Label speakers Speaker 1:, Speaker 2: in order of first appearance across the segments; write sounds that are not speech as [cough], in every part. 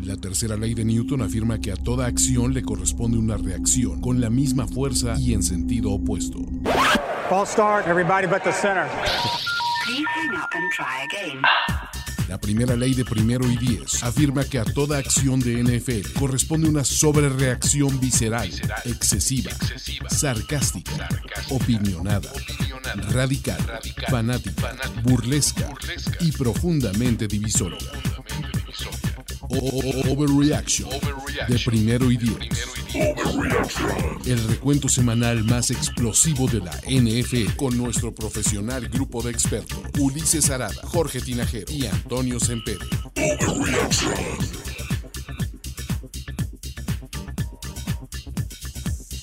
Speaker 1: La tercera ley de Newton afirma que a toda acción le corresponde una reacción con la misma fuerza y en sentido opuesto.
Speaker 2: False start, everybody but the center.
Speaker 3: Please hang up and try again.
Speaker 1: La primera ley de primero y diez afirma que a toda acción de NFL corresponde una sobrereacción visceral, excesiva, sarcástica, opinionada, radical, fanática, burlesca, y profundamente divisoria. O- o- o- Overreaction de primero y diez. El recuento semanal más explosivo de la NFL con nuestro profesional grupo de expertos Ulises Arada, Jorge Tinajero y Antonio Sempere.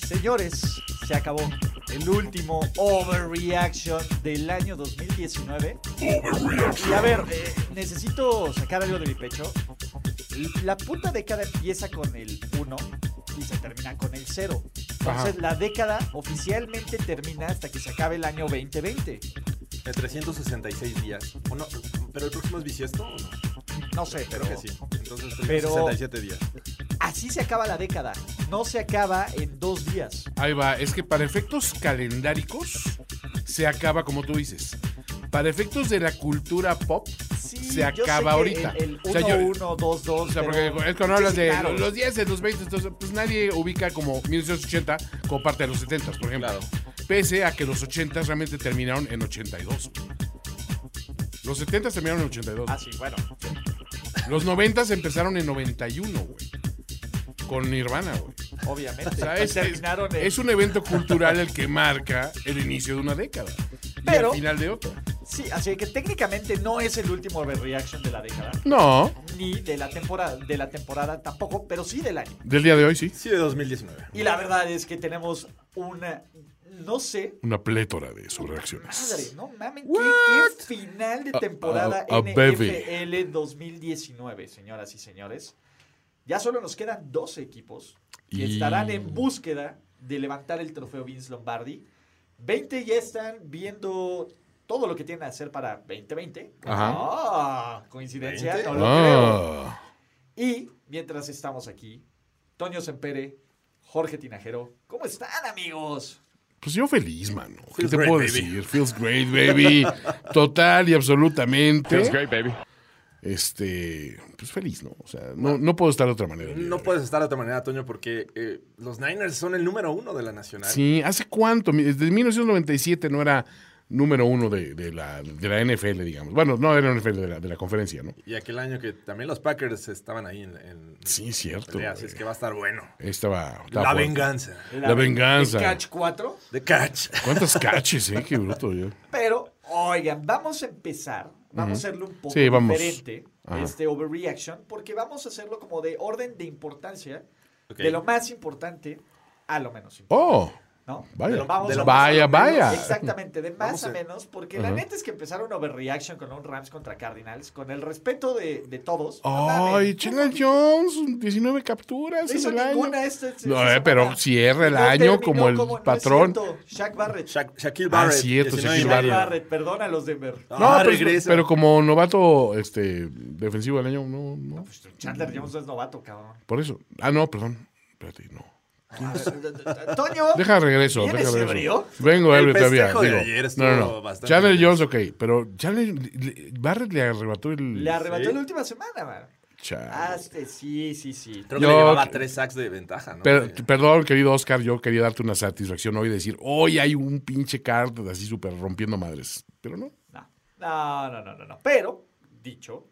Speaker 4: Señores, se acabó el último Overreaction del año 2019. Y a ver, eh, necesito sacar algo de mi pecho. La puta década empieza con el 1 y se termina con el 0. Entonces la década oficialmente termina hasta que se acabe el año 2020.
Speaker 5: De 366 días. ¿O no? ¿Pero el próximo es bisiesto o no?
Speaker 4: No sé, pero
Speaker 5: Creo que sí. Entonces
Speaker 4: Pero-
Speaker 5: 367 días.
Speaker 4: así se acaba la década. No se acaba en dos días.
Speaker 6: Ahí va, es que para efectos calendáricos se acaba como tú dices. Para efectos de la cultura pop,
Speaker 4: Sí,
Speaker 6: Se
Speaker 4: yo sé
Speaker 6: acaba
Speaker 4: que
Speaker 6: ahorita.
Speaker 4: El
Speaker 6: O sea, yo-
Speaker 4: 1-1, 2-2.
Speaker 6: o sea, porque
Speaker 4: pero-
Speaker 6: es cuando hablas
Speaker 4: Sí,
Speaker 6: de
Speaker 4: claro.
Speaker 6: los, los 10, de los 20, entonces, pues nadie ubica como 1980 como parte de los 70, por ejemplo.
Speaker 5: Claro.
Speaker 6: Pese a que los 80 realmente terminaron en 82. Los 70 terminaron en 82.
Speaker 4: Ah, sí, bueno.
Speaker 6: Los 90 empezaron en 91, güey. Con Nirvana, güey.
Speaker 4: Obviamente.
Speaker 6: O sea, es, es-
Speaker 4: terminaron en-
Speaker 6: es un evento cultural el que marca el inicio de una década.
Speaker 4: Pero-
Speaker 6: y el final de otra.
Speaker 4: Sí, así que técnicamente no es el último overreaction de la década.
Speaker 6: No,
Speaker 4: Ni de la temporada, de la temporada tampoco, pero sí del año.
Speaker 6: del día de hoy sí.
Speaker 5: Sí, de 2019.
Speaker 4: Y la verdad es que tenemos una. No sé.
Speaker 6: Una plétora de sobreacciones.
Speaker 4: Madre, no mames. ¿qué, qué final de temporada
Speaker 6: a- a
Speaker 4: NFL 2019, señoras y señores? Ya solo nos quedan dos equipos que
Speaker 6: Y-
Speaker 4: estarán en búsqueda de levantar el trofeo Vince Lombardi. 20 ya están viendo todo lo que tienen que hacer para 2020.
Speaker 6: Ajá.
Speaker 4: Ah, coincidencia, no lo creo.
Speaker 6: Ah,
Speaker 4: Y mientras estamos aquí, Toño Sempere, Jorge Tinajero, ¿cómo están, amigos?
Speaker 6: pues yo feliz, mano. ¿Qué
Speaker 5: Feels
Speaker 6: te
Speaker 5: great,
Speaker 6: puedo
Speaker 5: baby.
Speaker 6: decir? Feels great, baby. Total y absolutamente.
Speaker 7: Feels great, baby.
Speaker 6: Este, pues feliz, ¿no? O sea, no, no puedo estar de otra manera.
Speaker 5: No puedes estar de otra manera, Toño, porque eh, los Niners son el número uno de la nacional.
Speaker 6: Sí, ¿hace cuánto? Mi- Desde 1997 no era número uno de, de la, de la NFL, digamos. Bueno, no era la NFL, de la, de la conferencia, ¿no?
Speaker 5: Y aquel año que también los Packers estaban ahí en, en
Speaker 6: Sí, cierto,
Speaker 5: pelea, así
Speaker 6: güey.
Speaker 5: es que va a estar bueno.
Speaker 6: Estaba... estaba
Speaker 5: La
Speaker 6: fuerte.
Speaker 5: venganza.
Speaker 6: La venganza.
Speaker 4: Catch 4.
Speaker 5: The catch.
Speaker 6: ¿Cuántos caches, eh? Qué bruto. yo.
Speaker 4: Pero, oigan, vamos a empezar. Vamos a hacerlo un poco
Speaker 6: Sí, vamos.
Speaker 4: diferente,
Speaker 6: Ajá.
Speaker 4: este overreaction, porque vamos a hacerlo como de orden de importancia,
Speaker 5: Ok.
Speaker 4: de lo más importante a lo menos importante.
Speaker 6: Oh,
Speaker 4: ¿No?
Speaker 6: vaya.
Speaker 4: De lo- vamos
Speaker 5: de
Speaker 4: a-
Speaker 5: lo
Speaker 6: vaya,
Speaker 5: más a lo
Speaker 6: vaya.
Speaker 4: Exactamente, de más
Speaker 5: Vamos
Speaker 4: a
Speaker 5: a-
Speaker 4: menos, porque la
Speaker 6: Ajá.
Speaker 4: neta es que empezaron overreaction con un Rams contra Cardinals, con el respeto de, de todos. No
Speaker 6: Ay,
Speaker 4: mames,
Speaker 6: Chinga Jones, 19 capturas
Speaker 4: No hizo
Speaker 6: en el año.
Speaker 4: ninguna esta- esta-
Speaker 6: no,
Speaker 4: esta
Speaker 6: eh, pero
Speaker 4: semana.
Speaker 6: cierra el
Speaker 4: No
Speaker 6: año
Speaker 4: terminó
Speaker 6: como el
Speaker 4: no es
Speaker 6: patrón.
Speaker 4: cierto, Shaq Barrett. Shaq,
Speaker 5: Sha- Shaquille Barrett.
Speaker 6: Ah, cierto,
Speaker 5: 19
Speaker 6: Shaquille
Speaker 5: años.
Speaker 6: Barrett.
Speaker 4: Barrett, perdón a los Denver.
Speaker 6: no,
Speaker 5: Ah,
Speaker 6: pero,
Speaker 5: regresa.
Speaker 6: pero como novato este, defensivo del año, no, no.
Speaker 4: pues, Chandler Jones no es novato, cabrón.
Speaker 6: Por eso. Ah, no, perdón. Espérate, no.
Speaker 4: Toño.
Speaker 6: Deja regreso,
Speaker 4: ¿Vienes
Speaker 6: deja
Speaker 4: ebrio?
Speaker 6: regreso. Vengo
Speaker 5: El
Speaker 6: ebrio todavía.
Speaker 5: festejo de
Speaker 6: digo.
Speaker 5: ayer estuvo
Speaker 6: no, no, no.
Speaker 5: bastante
Speaker 6: Chandler
Speaker 5: bien.
Speaker 6: Jones, ok, pero Chandler le- le- Barrett le arrebató el.
Speaker 4: Le arrebató
Speaker 5: Sí.
Speaker 4: la última semana, man.
Speaker 6: Chale.
Speaker 4: Ah, este, sí, sí, sí.
Speaker 5: Creo que
Speaker 6: Yo-
Speaker 5: le llevaba tres sacks de ventaja, ¿no?
Speaker 6: Per-
Speaker 5: De-
Speaker 6: perdón, querido Oscar, yo quería darte una satisfacción hoy y decir, hoy hay un pinche card así súper rompiendo madres. Pero no.
Speaker 4: No, no, no, no, no. no. Pero, dicho,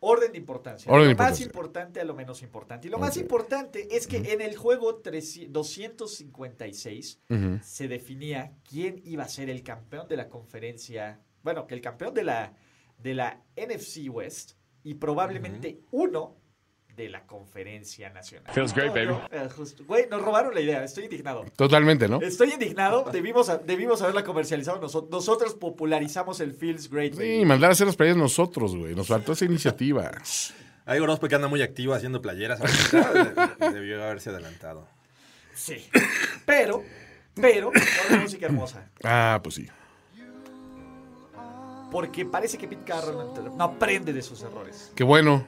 Speaker 4: orden de importancia.
Speaker 6: Orden de
Speaker 4: lo más
Speaker 6: importancia.
Speaker 4: importante a lo menos importante. Y lo más importante es que en el juego 300 256 se definía quién iba a ser el campeón de la conferencia. Bueno, que el campeón de la, de la NFC West y probablemente uno de la conferencia nacional.
Speaker 7: Feels great, baby.
Speaker 4: Eh, justo. Güey, nos robaron la idea. Estoy indignado.
Speaker 6: Totalmente, ¿no?
Speaker 4: Estoy indignado. Debimos, debimos haberla comercializado nosotros. Nosotros popularizamos el Feels Great.
Speaker 6: Sí,
Speaker 4: baby.
Speaker 6: mandar a hacer las playas nosotros, güey. Nos faltó esa
Speaker 4: [laughs]
Speaker 6: iniciativa.
Speaker 5: Hay Orozco que anda muy activo haciendo playeras. ahorita.
Speaker 6: [laughs]
Speaker 5: De- Debió haberse adelantado.
Speaker 4: Sí. Pero, pero, con música hermosa.
Speaker 6: Ah, pues sí.
Speaker 4: Porque parece que Pete Carroll no aprende de sus errores.
Speaker 6: Qué bueno.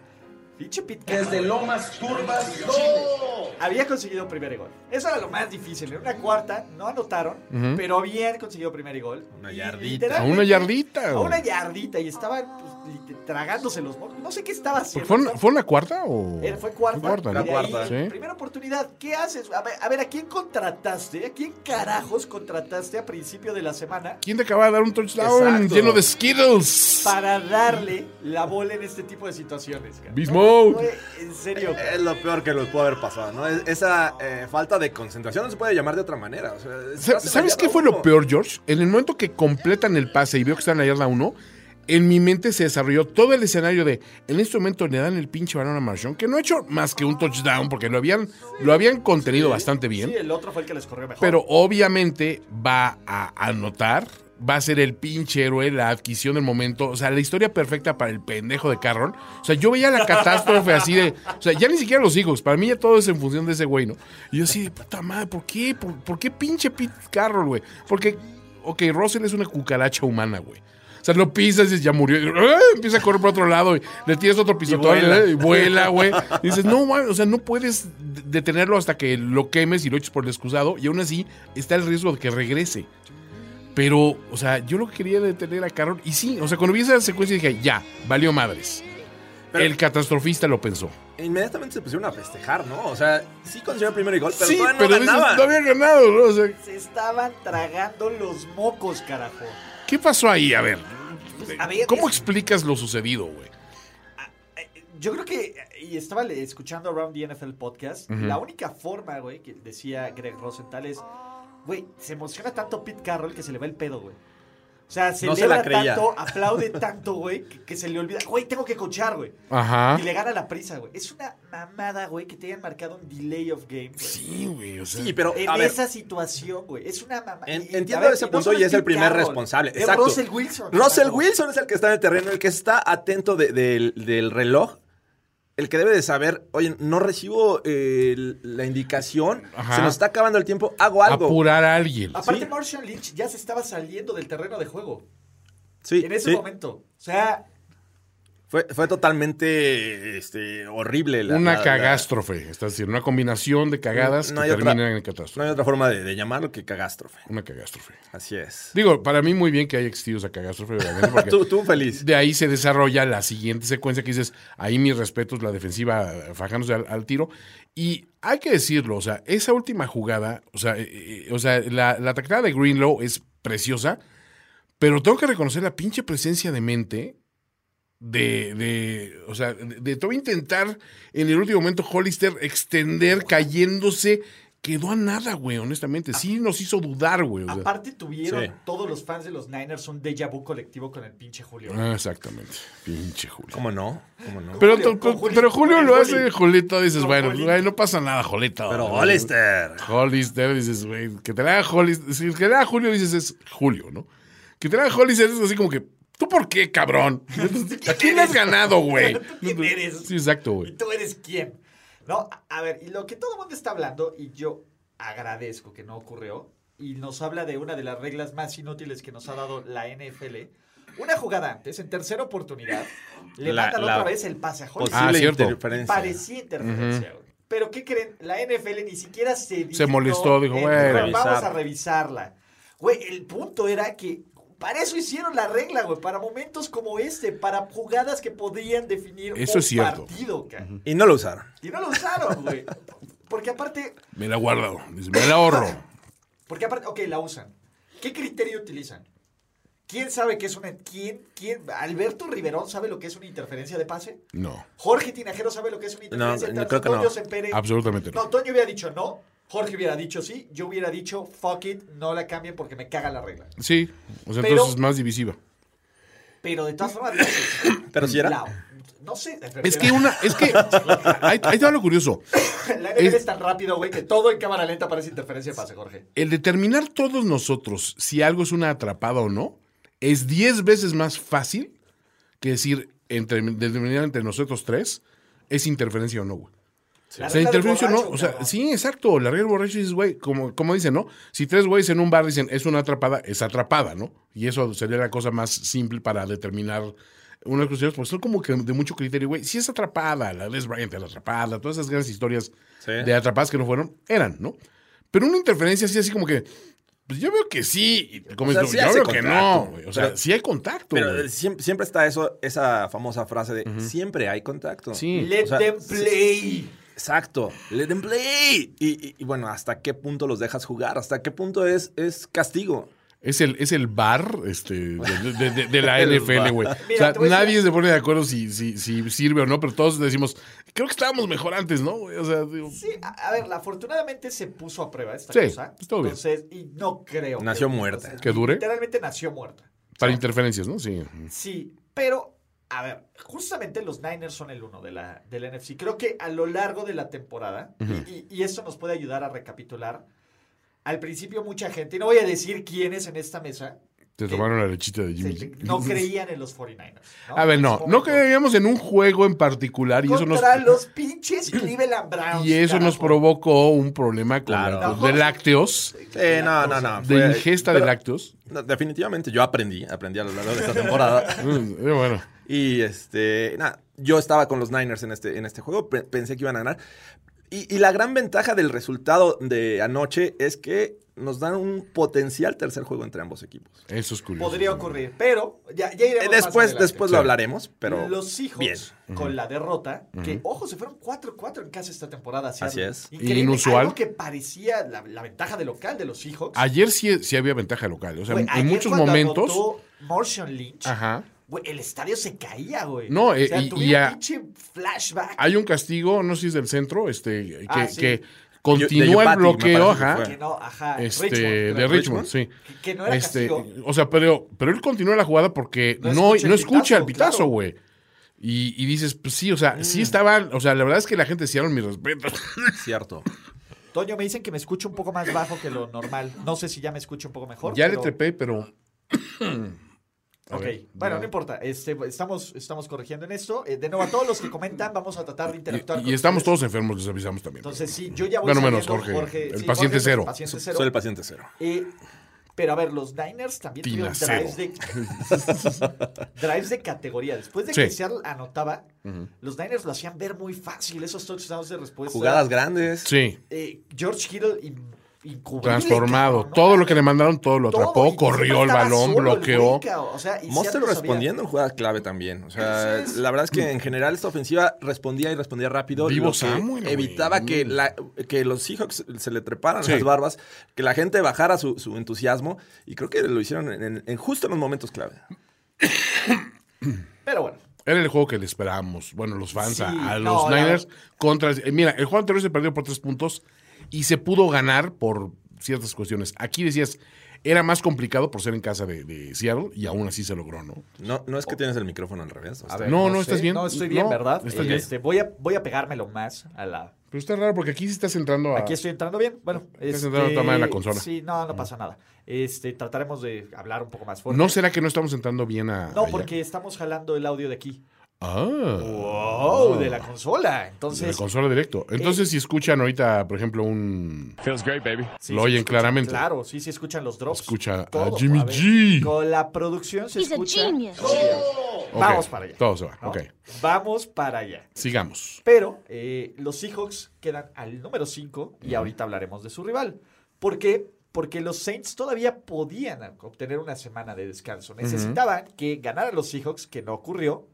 Speaker 4: Pinche Pete Carroll.
Speaker 7: Desde Lomas Turbas, todo.
Speaker 4: Había conseguido primer gol. Eso era lo más difícil. En una cuarta no anotaron, pero habían conseguido primer gol.
Speaker 5: Una
Speaker 4: Y
Speaker 5: yardita.
Speaker 6: A
Speaker 4: literalmente-
Speaker 6: una yardita.
Speaker 4: A
Speaker 6: güey.
Speaker 4: una yardita. Y estaba pues, lit- tragándose los mocos. No sé qué estaba haciendo.
Speaker 6: Porque Pues ¿Fue una, fue una cuarta o...?
Speaker 4: Era- Eh, fue cuarta.
Speaker 5: La
Speaker 6: ¿no?
Speaker 4: De
Speaker 5: cuarta.
Speaker 4: ahí,
Speaker 6: Sí.
Speaker 4: Primera oportunidad. ¿Qué haces? A ver, a ver, ¿a quién contrataste? ¿A quién carajos contrataste a principio de la semana?
Speaker 6: ¿Quién te acaba de dar un touchdown
Speaker 5: Exacto.
Speaker 6: lleno de Skittles?
Speaker 4: Para darle la bola en este tipo de situaciones. cara?
Speaker 6: Beast
Speaker 4: No,
Speaker 6: mode.
Speaker 4: no, en serio.
Speaker 5: Es lo peor que les pudo haber pasado, ¿no? Es- Esa eh, falta de concentración no se puede llamar de otra manera. o sea,
Speaker 6: Sa-
Speaker 5: estás en
Speaker 6: ¿Sabes
Speaker 5: la
Speaker 6: qué
Speaker 5: yarda
Speaker 6: fue
Speaker 5: uno.
Speaker 6: lo peor, George? En el momento que completan el pase y veo que están en la yarda 1, en mi mente se desarrolló todo el escenario de en este momento le dan el pinche balón a Marchón, que no ha hecho más que un touchdown porque lo habían, lo habían contenido bastante bien,
Speaker 4: Sí, el otro fue el que les corrió mejor.
Speaker 6: pero obviamente va a anotar, va a ser el pinche héroe, la adquisición del momento, o sea, la historia perfecta para el pendejo de Carroll. O sea, yo veía la catástrofe así de, o sea, ya ni siquiera los hijos, para mí ya todo es en función de ese güey, ¿no? Y yo así de, puta madre, ¿por qué? ¿Por, por qué pinche Pete Carroll, güey? Porque, ok, Russell es una cucaracha humana, güey. O sea, lo pisas y dices, ya murió. Y, ¡ah! empieza a correr por otro lado y le tiras otro pisotón y vuela,
Speaker 5: vuela. [laughs]
Speaker 6: güey. Y dices, no, man, o sea, no puedes de- detenerlo hasta que lo quemes y lo eches por el excusado. Y aún así está el riesgo de que regrese. Pero, o sea, yo lo que quería era detener a Carroll. Y sí, o sea, cuando vi esa secuencia dije, ya, valió madres.
Speaker 5: Pero-
Speaker 6: el catastrofista lo pensó.
Speaker 5: Inmediatamente se pusieron a festejar, ¿no? O sea, sí consiguieron el primer gol, pero
Speaker 6: sí,
Speaker 5: todavía no
Speaker 6: pero dices,
Speaker 5: ganaban.
Speaker 6: no había ganado, ¿no? O sea,
Speaker 4: Se estaban tragando los mocos, carajo.
Speaker 6: ¿qué pasó ahí? A ver,
Speaker 5: Pues,
Speaker 4: A ver,
Speaker 6: ¿cómo
Speaker 4: es-
Speaker 6: explicas lo sucedido, güey?
Speaker 4: yo creo que, y estaba le- escuchando Around the NFL podcast, la única forma, güey, que decía Greg Rosenthal es, güey, se emociona tanto Pete Carroll que se le va el pedo, güey. O sea, se
Speaker 5: No se la creía.
Speaker 4: tanto, aplaude tanto, güey, que, que se le olvida, güey, tengo que cochar, güey.
Speaker 6: Ajá.
Speaker 4: Y le gana la prisa, güey. Es una mamada, güey, que te hayan marcado un delay of game. güey.
Speaker 6: Sí, güey, o sea.
Speaker 5: Sí, pero
Speaker 4: En
Speaker 5: a ver,
Speaker 4: esa situación, güey. Es una mamada.
Speaker 5: en-
Speaker 4: Y- y,
Speaker 5: entiendo
Speaker 4: a ver,
Speaker 5: ese
Speaker 4: y no
Speaker 5: punto
Speaker 4: solo
Speaker 5: y es el
Speaker 4: Pete
Speaker 5: primer
Speaker 4: Carroll,
Speaker 5: responsable.
Speaker 4: es
Speaker 5: Exacto.
Speaker 4: Russell Wilson.
Speaker 5: Russell
Speaker 4: hermano.
Speaker 5: Wilson es el que está en el terreno, el que está atento de- del- del reloj. El que debe de saber, oye, no recibo eh, la indicación,
Speaker 6: Ajá.
Speaker 5: se nos está acabando el tiempo, hago algo.
Speaker 6: apurar a alguien.
Speaker 4: Aparte,
Speaker 5: Sí.
Speaker 4: Martian Lynch ya se estaba saliendo del terreno de juego.
Speaker 5: Sí,
Speaker 4: en ese
Speaker 5: sí.
Speaker 4: momento. O sea,
Speaker 5: Fue, fue totalmente este, horrible. la-
Speaker 6: una
Speaker 5: la- la-
Speaker 6: cagástrofe, es decir, una combinación de cagadas
Speaker 5: No
Speaker 6: que
Speaker 5: hay otra-
Speaker 6: terminan en
Speaker 5: No
Speaker 6: catástrofe.
Speaker 5: hay otra forma de, de llamarlo que cagástrofe.
Speaker 6: Una cagástrofe.
Speaker 5: Así es.
Speaker 6: Digo, para mí muy bien que haya existido esa cagástrofe, obviamente, porque
Speaker 5: [laughs] Tú, tú feliz.
Speaker 6: de ahí se desarrolla la siguiente secuencia que dices, ahí mis respetos, la defensiva fajándose al, al tiro. Y hay que decirlo, o sea, esa última jugada, o sea, eh, eh, o sea la, la tacleada de Greenlow es preciosa, pero tengo que reconocer la pinche presencia de mente de, de o sea, de, de todo intentar en el último momento Hollister extender cayéndose. Quedó a nada, güey, honestamente. Sí nos hizo dudar, güey. o sea.
Speaker 4: aparte tuvieron
Speaker 5: Sí.
Speaker 4: todos los fans de los Niners un déjà vu colectivo con el pinche Julio.
Speaker 6: Ah, exactamente. Pinche Julio.
Speaker 5: ¿Cómo no? ¿Cómo no?
Speaker 6: Pero,
Speaker 4: Julio,
Speaker 6: Julio,
Speaker 4: con
Speaker 6: pero,
Speaker 4: Julio,
Speaker 6: pero Julio
Speaker 4: con
Speaker 6: lo
Speaker 4: el
Speaker 6: hace,
Speaker 4: Juli.
Speaker 6: Julito, dices,
Speaker 4: Con
Speaker 6: bueno,
Speaker 4: Julito.
Speaker 6: güey, no pasa nada, Julito.
Speaker 5: Pero
Speaker 6: ¿no?
Speaker 5: Hollister.
Speaker 6: Ah, Hollister, dices, güey, que te la haga Hollister. Si que te la haga Julio, dices, es Julio, ¿no? Que te la haga Hollister es así como que, ¿tú por qué, cabrón? ¿A quién le has ganado, güey?
Speaker 4: [laughs] ¿Tú quién eres?
Speaker 6: Sí, exacto,
Speaker 4: ¿Y
Speaker 6: güey.
Speaker 4: tú eres quién? No, a- a ver, y lo que todo el mundo está hablando, y yo agradezco que no ocurrió, y nos habla de una de las reglas más inútiles que nos ha dado la NFL. Una jugada antes, en tercera oportunidad, le
Speaker 5: La-
Speaker 4: mandan
Speaker 5: la-
Speaker 4: otra vez el pase a Hollywood.
Speaker 6: Ah, cierto.
Speaker 5: interferencia.
Speaker 4: Parecía interferencia, güey. Pero ¿qué creen? La NFL ni siquiera se... dignó
Speaker 6: molestó, dijo,
Speaker 4: en,
Speaker 6: "Bueno".
Speaker 4: Vamos
Speaker 5: Revisar.
Speaker 4: a revisarla. Güey, el punto era que... Para eso hicieron la regla, güey. Para momentos como este. Para jugadas que podrían definir
Speaker 6: Eso
Speaker 4: un
Speaker 6: es cierto.
Speaker 4: partido, ca.
Speaker 5: Y no lo usaron.
Speaker 4: Y no lo usaron, güey. Porque aparte...
Speaker 6: Me la guardo, dice, me la ahorro.
Speaker 4: Porque aparte... Ok, la usan. ¿Qué criterio utilizan? ¿Quién sabe qué es una... ¿Quién? ¿Quién? ¿Alberto Riverón sabe lo que es una interferencia de pase?
Speaker 6: No,
Speaker 4: Jorge Tinajero sabe lo que es una interferencia
Speaker 5: No,
Speaker 4: de pase.
Speaker 5: creo que no.
Speaker 4: Antonio Sempere-
Speaker 6: absolutamente
Speaker 4: No,
Speaker 6: no.
Speaker 4: Toño hubiera dicho no, Jorge hubiera dicho sí, yo hubiera dicho fuck it, no la cambien porque me caga la regla.
Speaker 6: Sí, o sea,
Speaker 4: Pero-
Speaker 6: entonces es más divisiva.
Speaker 4: Pero de todas formas, dices,
Speaker 5: Pero si era.
Speaker 4: la- no sé.
Speaker 6: Es que una, es
Speaker 4: [laughs]
Speaker 6: que, ahí, ahí te va lo curioso.
Speaker 4: La NFL es,
Speaker 6: es-
Speaker 4: tan rápido, güey, que todo en cámara lenta parece interferencia de pase, Jorge.
Speaker 6: el determinar todos nosotros si algo es una atrapada o no es 10 veces más fácil que decir, entre, determinar entre nosotros tres, es interferencia o no, güey.
Speaker 4: La
Speaker 6: O sea,
Speaker 4: regla del
Speaker 6: interferencia o no.
Speaker 4: borracho,
Speaker 6: O sea,
Speaker 4: cabrón.
Speaker 6: sí, exacto. La regla del borracho dices, güey, como, como dicen, ¿no? Si tres güeyes en un bar dicen es una atrapada, es atrapada, ¿no? Y eso sería la cosa más simple para determinar uno de los cruceros, porque son como que de mucho criterio, güey. Si es atrapada, la Les Bryant, la atrapada, todas esas grandes historias
Speaker 5: Sí.
Speaker 6: de atrapadas que no fueron, eran, ¿no? Pero una interferencia así, así como que, pues yo veo que sí, y te comes,
Speaker 5: sea,
Speaker 6: no,
Speaker 5: sí
Speaker 6: yo
Speaker 5: hace
Speaker 6: veo que
Speaker 5: contacto,
Speaker 6: no, güey. O sea,
Speaker 5: pero-
Speaker 6: sí hay contacto,
Speaker 5: Pero
Speaker 6: güey.
Speaker 5: eh, siem- siempre, está eso, esa famosa frase de siempre hay contacto.
Speaker 6: Sí.
Speaker 4: Let
Speaker 5: O sea,
Speaker 4: them
Speaker 5: sí.
Speaker 4: play.
Speaker 5: Exacto. Let them play. Y, y- y bueno, ¿hasta qué punto los dejas jugar? ¿Hasta qué punto es, es castigo?
Speaker 6: Es el, es el bar este, de, de- de- de
Speaker 4: [laughs]
Speaker 6: la
Speaker 5: El
Speaker 6: NFL,
Speaker 5: bar.
Speaker 6: güey. O
Speaker 4: Mira,
Speaker 6: sea,
Speaker 4: te voy a decir-
Speaker 6: nadie se pone de acuerdo si, si, si sirve o no, pero todos decimos, creo que estábamos mejor antes, ¿no? güey? O sea, digo,
Speaker 4: Sí, a, a ver, la- afortunadamente se puso a prueba esta
Speaker 6: Sí,
Speaker 4: cosa.
Speaker 6: estuvo bien.
Speaker 4: Entonces, y no creo.
Speaker 5: Nació
Speaker 4: que-
Speaker 5: muerta.
Speaker 4: entonces,
Speaker 6: ¿Que dure?
Speaker 4: Literalmente nació muerta.
Speaker 6: para interferencias, ¿no? Sí.
Speaker 4: Sí, pero, a ver, justamente los Niners son el uno de la, de la NFC. Creo que a lo largo de la temporada, y- y, y esto nos puede ayudar a recapitular, al principio mucha gente, y no voy a decir quiénes en esta mesa,
Speaker 6: Te
Speaker 4: Sí.
Speaker 6: tomaron la lechita de Jimmy.
Speaker 4: se-
Speaker 6: G. [laughs]
Speaker 4: no creían en los 49ers.
Speaker 6: A ver, no, no creíamos en un juego en particular y
Speaker 4: Contra
Speaker 6: eso nos, [laughs]
Speaker 4: los pinches Cleveland Browns.
Speaker 6: y eso nos
Speaker 4: carajo.
Speaker 6: provocó un problema con
Speaker 5: Claro.
Speaker 6: la- de lácteos,
Speaker 5: Eh, no, no, no.
Speaker 6: de
Speaker 5: fue-
Speaker 6: ingesta de
Speaker 5: pero-
Speaker 6: lácteos.
Speaker 5: no, definitivamente, yo aprendí, aprendí a lo largo
Speaker 6: [laughs]
Speaker 5: de esta temporada.
Speaker 6: Mm, eh, bueno,
Speaker 5: Y este, nada, yo estaba con los Niners en este, en este juego, pe- pensé que iban a ganar. Y, y la gran ventaja del resultado de anoche es que nos dan un potencial tercer juego entre ambos equipos.
Speaker 6: eso es curioso.
Speaker 4: Podría ocurrir, pero ya, ya iremos
Speaker 5: Eh,
Speaker 4: más
Speaker 5: Después,
Speaker 4: adelante.
Speaker 5: después lo hablaremos, pero
Speaker 4: los Seahawks
Speaker 5: bien.
Speaker 4: con la derrota, que ojo, se fueron 4-4 en casa esta temporada. Seattle.
Speaker 5: Así es.
Speaker 4: Increíble,
Speaker 6: Inusual.
Speaker 4: Algo que parecía la, la ventaja de local de los Seahawks.
Speaker 6: Ayer sí, sí había ventaja local, o sea,
Speaker 4: Güey,
Speaker 6: en
Speaker 4: ayer
Speaker 6: muchos
Speaker 4: cuando
Speaker 6: momentos.
Speaker 4: anotó Marshawn Lynch.
Speaker 6: Ajá.
Speaker 4: güey, el estadio se caía, güey.
Speaker 6: No,
Speaker 4: O sea,
Speaker 6: eh, y-
Speaker 4: tuvieron
Speaker 6: y a-
Speaker 4: pinche flashback.
Speaker 6: Hay un castigo, no sé si es del centro, este, que,
Speaker 4: Ah, sí.
Speaker 6: que
Speaker 5: De
Speaker 6: continúa el
Speaker 5: Yopati, me
Speaker 6: bloqueo,
Speaker 5: parece que
Speaker 6: ajá.
Speaker 5: fue.
Speaker 4: que no, ajá,
Speaker 6: Este,
Speaker 4: Ah, Richmond,
Speaker 6: de
Speaker 4: creo.
Speaker 6: Richmond,
Speaker 5: Richmond.
Speaker 6: sí.
Speaker 4: Que- que no era
Speaker 6: Este,
Speaker 4: castigo.
Speaker 6: o sea, pero, pero él continúa la jugada porque no,
Speaker 4: No
Speaker 6: no escucha,
Speaker 4: escucha el
Speaker 6: el
Speaker 4: pitazo,
Speaker 6: pitazo,
Speaker 4: claro. Mm.
Speaker 6: güey. Y, y dices, pues sí, o sea, sí estaban, o sea, la verdad es que la gente hicieron mi respeto.
Speaker 5: Cierto.
Speaker 4: Toño, me dicen que me escucho un poco más bajo que lo normal. No sé si ya me escucho un poco mejor.
Speaker 6: ya
Speaker 4: pero-
Speaker 6: le trepé, pero A
Speaker 4: [clears throat] Ok,
Speaker 6: ver,
Speaker 4: bueno,
Speaker 6: ya.
Speaker 4: no importa. Este, estamos, estamos corrigiendo en esto. Eh, de nuevo, a todos los que comentan, vamos a tratar de interactuar.
Speaker 6: y,
Speaker 4: con
Speaker 6: y estamos
Speaker 4: ustedes.
Speaker 6: todos enfermos, les avisamos también.
Speaker 4: Entonces, sí, yo ya voy
Speaker 6: Bueno, menos
Speaker 4: saliendo,
Speaker 6: Jorge, el
Speaker 4: sí,
Speaker 6: paciente
Speaker 4: es el
Speaker 6: cero.
Speaker 4: paciente cero.
Speaker 5: Soy el paciente cero.
Speaker 4: Eh, pero a ver, los Niners también
Speaker 6: Tina
Speaker 4: tuvieron drives de,
Speaker 6: [laughs]
Speaker 4: drives de categoría. Después de
Speaker 6: Sí.
Speaker 4: que Seattle anotaba, los Niners lo hacían ver muy fácil. Esos touchdowns de respuesta.
Speaker 5: Jugadas grandes.
Speaker 6: sí,
Speaker 4: Eh, George Kittle in- incubrible,
Speaker 6: transformado.
Speaker 4: cabrón, ¿no?
Speaker 6: Todo lo que le mandaron, todo lo
Speaker 4: Todo,
Speaker 6: atrapó,
Speaker 4: y
Speaker 6: corrió
Speaker 4: siempre
Speaker 6: el
Speaker 4: estaba
Speaker 6: balón,
Speaker 4: solo el
Speaker 6: bloqueó.
Speaker 4: güey, cabrón. O sea, y
Speaker 5: Monster
Speaker 4: Seattle lo sabía.
Speaker 5: respondiendo en jugadas clave también. O sea,
Speaker 4: Así es.
Speaker 5: la verdad es que en general esta ofensiva respondía y respondía rápido.
Speaker 6: Divo
Speaker 5: lo que
Speaker 6: Samuel, güey.
Speaker 5: evitaba
Speaker 6: Mm.
Speaker 5: que, la- que los Seahawks se le treparan
Speaker 6: Sí.
Speaker 5: las barbas, que la gente bajara su, su entusiasmo. Y creo que lo hicieron en, en- en justo en los momentos clave.
Speaker 4: Pero bueno.
Speaker 6: Era el juego que le esperábamos. Bueno, los fans a-
Speaker 4: Sí,
Speaker 6: a, los
Speaker 4: no, la-
Speaker 6: Niners contra. eh, mira, el juego anterior se perdió por tres puntos y se pudo ganar por ciertas cuestiones. Aquí decías, era más complicado por ser en casa de, de Seattle y aún así se logró, ¿no?
Speaker 5: No, no es que tienes el micrófono al revés. o sea,
Speaker 6: ver. No, no, estás bien.
Speaker 4: No, estoy bien,
Speaker 6: No,
Speaker 4: ¿verdad?
Speaker 6: estás
Speaker 4: Eh,
Speaker 6: bien.
Speaker 4: este, voy, a, voy a pegármelo más a la.
Speaker 6: Pero está raro porque aquí sí estás entrando a.
Speaker 4: Aquí estoy entrando bien. Bueno, este,
Speaker 6: Estás entrando tamaño en la consola. Mm.
Speaker 4: Sí, no, no pasa nada. Este, trataremos de hablar un poco más fuerte.
Speaker 6: ¿No será que no estamos entrando bien a.?
Speaker 4: No,
Speaker 6: allá?
Speaker 4: porque estamos jalando el audio de aquí.
Speaker 6: Ah.
Speaker 4: ¡Wow! De la consola.
Speaker 6: de la
Speaker 4: Entonces. eh,
Speaker 6: consola directo. Entonces, si escuchan ahorita, por ejemplo, un.
Speaker 4: sí,
Speaker 6: lo
Speaker 4: se
Speaker 6: oyen
Speaker 4: escucha-
Speaker 6: claramente.
Speaker 4: Claro, sí, se escuchan los drops.
Speaker 6: Escucha a
Speaker 4: Todo,
Speaker 6: Jimmy
Speaker 4: ver,
Speaker 6: G.
Speaker 4: Con la producción se
Speaker 8: He's a
Speaker 4: escucha.
Speaker 8: genius.
Speaker 6: Ok,
Speaker 4: Vamos para allá.
Speaker 6: Todo se va.
Speaker 4: ¿no?
Speaker 6: Ok.
Speaker 4: Vamos para allá.
Speaker 6: Sigamos.
Speaker 4: Pero eh, los Seahawks quedan al número 5 y ahorita hablaremos de su rival. ¿Por qué? Porque los Saints todavía podían obtener una semana de descanso. Necesitaban que ganaran los Seahawks, que no ocurrió,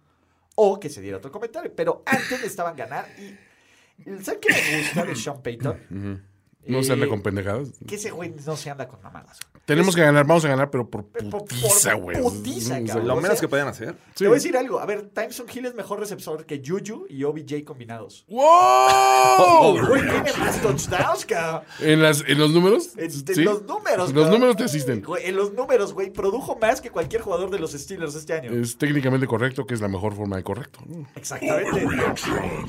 Speaker 4: o que se diera otro comentario. Pero antes necesitaban ganar. Y ¿saben qué me gusta de Sean Payton?
Speaker 6: No se anda
Speaker 4: Eh,
Speaker 6: con pendejadas.
Speaker 4: Que ese güey no se anda con mamadas.
Speaker 6: Tenemos que ganar, vamos a ganar, pero por
Speaker 4: Por- por
Speaker 6: putiza, güey.
Speaker 4: putiza, cabrón.
Speaker 5: Lo
Speaker 6: Pues
Speaker 4: o
Speaker 5: menos
Speaker 4: sea-
Speaker 5: que podían hacer.
Speaker 4: Te voy a decir algo. A ver, Tyson Hill es mejor receptor que Juju y OBJ combinados. [laughs]
Speaker 6: ¡Wow!
Speaker 4: Güey, tiene más touchdowns, cabrón.
Speaker 6: ¿En, las, ¿En los números?
Speaker 4: Este,
Speaker 6: Sí.
Speaker 4: Los
Speaker 6: Los
Speaker 4: números. cabrón.
Speaker 6: números te asisten.
Speaker 4: Güey, En los números, güey. Produjo más que cualquier jugador de los Steelers este año.
Speaker 6: Es técnicamente correcto, que es la mejor forma de correcto. ¿no?
Speaker 4: Exactamente.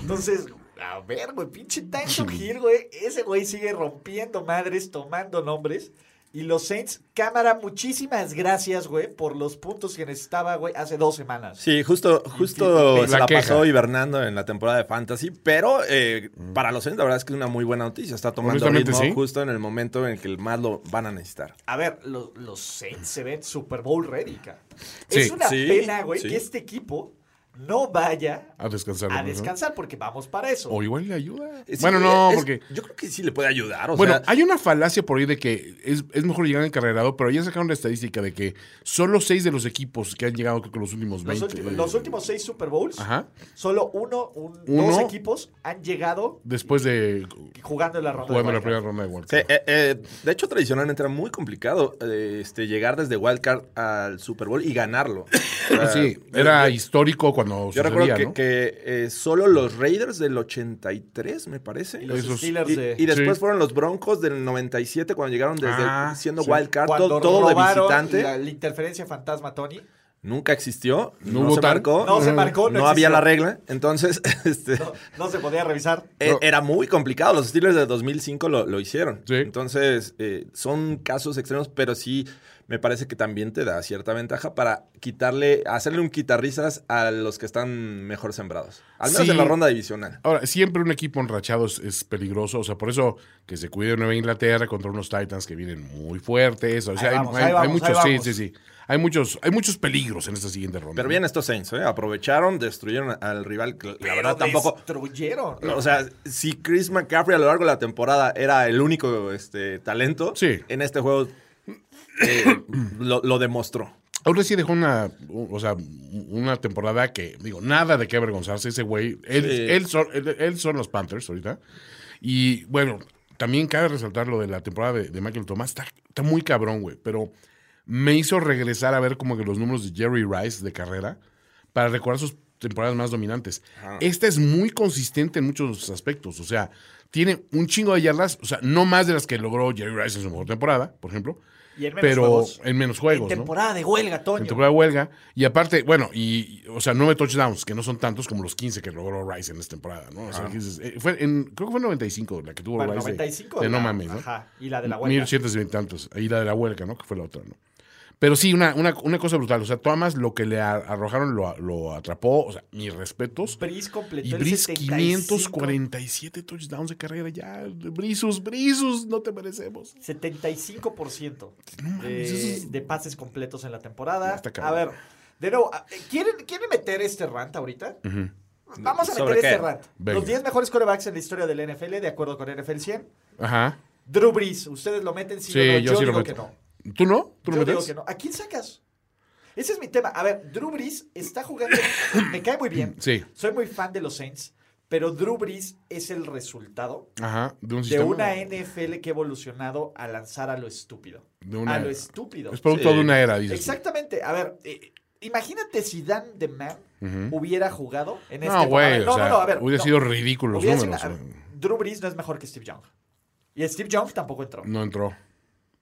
Speaker 4: Entonces, a ver, güey. Pinche Tyson Hill, güey. Ese güey sigue rompiendo madres, tomando nombres. Y los Saints, cámara, muchísimas gracias, güey, por los puntos que necesitaba, güey, hace dos semanas.
Speaker 5: Sí, justo, justo
Speaker 6: La
Speaker 5: se la
Speaker 6: queja.
Speaker 5: pasó hibernando en la temporada de Fantasy, pero eh, para los Saints la verdad es que es una muy buena noticia. Está tomando
Speaker 6: Honestamente,
Speaker 5: ritmo
Speaker 6: sí.
Speaker 5: justo en el momento en el que más lo van a necesitar.
Speaker 4: A ver, lo- los Saints se ven Super Bowl ready, cara.
Speaker 6: Sí, Ah,
Speaker 4: es una
Speaker 5: sí,
Speaker 4: pena, güey,
Speaker 5: sí.
Speaker 4: que este equipo no vaya
Speaker 6: A descansar.
Speaker 4: a
Speaker 6: ¿no?
Speaker 4: descansar porque vamos para eso.
Speaker 6: O igual le ayuda.
Speaker 5: Eh, Sí,
Speaker 6: bueno, no,
Speaker 5: es-
Speaker 6: porque...
Speaker 5: Yo creo que sí le puede ayudar, o
Speaker 6: Bueno,
Speaker 5: sea...
Speaker 6: hay una falacia por ahí de que es, es mejor llegar encarrerado, pero ya sacaron la estadística de que solo seis de los equipos que han llegado, creo que los últimos
Speaker 4: Los,
Speaker 6: 20.
Speaker 4: últimos,
Speaker 6: eh,
Speaker 4: los últimos seis Super Bowls,
Speaker 6: Ajá.
Speaker 4: solo uno, un-
Speaker 6: Uno.
Speaker 4: dos equipos han llegado
Speaker 6: Después de
Speaker 4: jugando en la ronda.
Speaker 6: jugando
Speaker 4: de
Speaker 6: la primera
Speaker 4: wildcard.
Speaker 6: ronda de World
Speaker 5: Sí, eh, eh, de hecho, tradicionalmente era muy complicado eh, este, llegar desde Wildcard al Super Bowl y ganarlo.
Speaker 6: [coughs]
Speaker 5: O sea,
Speaker 6: Sí,
Speaker 5: yo-
Speaker 6: era
Speaker 5: eh, yo-
Speaker 6: histórico cuando
Speaker 5: Yo
Speaker 6: sucedía,
Speaker 5: recuerdo que,
Speaker 6: ¿no?
Speaker 5: que, eh, solo los Raiders del 83, me parece.
Speaker 4: los
Speaker 6: Esos-
Speaker 4: Steelers
Speaker 5: Y,
Speaker 4: de-
Speaker 5: y después
Speaker 6: Sí.
Speaker 5: fueron los Broncos del 97 cuando llegaron desde
Speaker 6: Ah,
Speaker 5: siendo
Speaker 6: sí.
Speaker 5: wildcard,
Speaker 4: cuando
Speaker 5: todo, todo de
Speaker 4: robaron
Speaker 5: visitante.
Speaker 4: La, la interferencia fantasma, Tony.
Speaker 5: Nunca existió,
Speaker 6: No
Speaker 5: no,
Speaker 6: hubo
Speaker 5: se
Speaker 6: tal.
Speaker 5: marcó,
Speaker 4: No se marcó, no
Speaker 5: no había
Speaker 4: existió.
Speaker 5: la regla. Entonces, [laughs] este,
Speaker 4: No, no se podía revisar.
Speaker 5: e- era muy complicado. Los Steelers de 2005 lo, lo hicieron.
Speaker 6: Sí.
Speaker 5: Entonces, eh, son casos extremos, pero sí me parece que también te da cierta ventaja para quitarle, hacerle un quitarrisas a los que están mejor sembrados. Al menos
Speaker 6: Sí.
Speaker 5: en la ronda divisional.
Speaker 6: Ahora, siempre un equipo enrachado es, es peligroso, o sea, por eso que se cuide Nueva Inglaterra contra unos Titans que vienen muy fuertes, o sea,
Speaker 4: Ahí
Speaker 6: hay,
Speaker 4: vamos,
Speaker 6: hay-
Speaker 4: ahí
Speaker 6: hay
Speaker 4: vamos,
Speaker 6: muchos,
Speaker 4: ahí
Speaker 6: sí,
Speaker 4: vamos.
Speaker 6: sí, sí, hay muchos, hay muchos peligros en esta siguiente ronda.
Speaker 5: Pero bien estos Saints, ¿eh? Aprovecharon, destruyeron al rival. que La
Speaker 4: Pero
Speaker 5: verdad, tampoco...
Speaker 4: Destruyeron.
Speaker 5: O sea, si Chris McCaffrey a lo largo de la temporada era el único este, talento,
Speaker 6: Sí.
Speaker 5: en este juego eh, lo, lo demostró.
Speaker 6: Ahora sí dejó una, o sea, una temporada que, digo, nada de qué avergonzarse ese güey. Él,
Speaker 5: Sí.
Speaker 6: él, son, él- él son los Panthers ahorita. Y bueno, también cabe resaltar lo de la temporada de, de Michael Thomas. Está, está muy cabrón, güey. Pero me hizo regresar a ver como que los números de Jerry Rice de carrera para recordar sus temporadas más dominantes. Esta es muy consistente en muchos aspectos. O sea, tiene un chingo de yardas. O sea, no más de las que logró Jerry Rice en su mejor temporada, por ejemplo.
Speaker 4: Y en menos
Speaker 6: pero
Speaker 4: juegos.
Speaker 6: en menos juegos.
Speaker 4: en
Speaker 6: ¿no?
Speaker 4: temporada de huelga, Toño.
Speaker 6: en temporada de huelga. Y aparte, bueno, y, y, o sea, nueve touchdowns, que no son tantos como los 15 que logró Rice en esta temporada, ¿no? O sea, que dices, eh, fue en- creo que fue en 95 la que tuvo
Speaker 4: Para el
Speaker 6: Rice. de-
Speaker 4: 95.
Speaker 6: de, no
Speaker 4: la-
Speaker 6: mames, ¿no?
Speaker 4: Ajá. Y la de la huelga.
Speaker 6: 1720 tantos. Ahí la de la huelga, ¿no? Que fue la otra, ¿no? Pero sí, una, una, una cosa brutal. O sea, Thomas lo que le a- arrojaron lo, a- lo atrapó. O sea, mis respetos.
Speaker 4: Brice completó
Speaker 6: Y
Speaker 4: el
Speaker 6: Brice,
Speaker 4: 75,
Speaker 6: 547 touchdowns de carrera ya. Brisus, Brisus, no te merecemos.
Speaker 4: 75%
Speaker 6: mames, eso
Speaker 4: de,
Speaker 6: es-
Speaker 4: de pases completos en la temporada.
Speaker 6: Está
Speaker 4: A
Speaker 6: cabrón.
Speaker 4: ver, de nuevo, a- ¿quieren, ¿quieren meter este rant ahorita? Vamos a
Speaker 5: ¿Sobre
Speaker 4: meter este
Speaker 5: qué?
Speaker 4: rant.
Speaker 6: Venga.
Speaker 4: Los 10 mejores corebacks en la historia del NFL, de acuerdo con NFL 100.
Speaker 6: Ajá.
Speaker 4: Drew Brees, ¿ustedes lo meten? Sí,
Speaker 6: Sí,
Speaker 4: o no?
Speaker 6: yo, sí
Speaker 4: digo
Speaker 6: lo
Speaker 4: que
Speaker 6: meto.
Speaker 4: no.
Speaker 6: ¿Tú no? ¿Tú lo
Speaker 4: Yo digo
Speaker 6: metes?
Speaker 4: que no. ¿A quién sacas? Ese es mi tema. A ver, Drew Brees está jugando. me cae muy bien.
Speaker 6: Sí.
Speaker 4: Soy muy fan de los Saints. Pero Drew Brees es el resultado
Speaker 6: Ajá, de un
Speaker 4: de
Speaker 6: sistema.
Speaker 4: una NFL que ha evolucionado a lanzar a lo estúpido.
Speaker 6: De una-
Speaker 4: A lo estúpido.
Speaker 6: Es producto
Speaker 5: Sí.
Speaker 6: de una era, dices. tú.
Speaker 4: Exactamente. A ver, eh, imagínate si Dan The Man hubiera jugado en este
Speaker 6: No, güey,
Speaker 4: programa.
Speaker 6: o sea, hubiera
Speaker 4: no.
Speaker 6: sido ridículo los
Speaker 4: Hubiera sido-
Speaker 6: números.
Speaker 4: a ver,
Speaker 6: güey.
Speaker 4: Drew Brees no es mejor que Steve Young. Y Steve Young tampoco entró.
Speaker 6: No entró.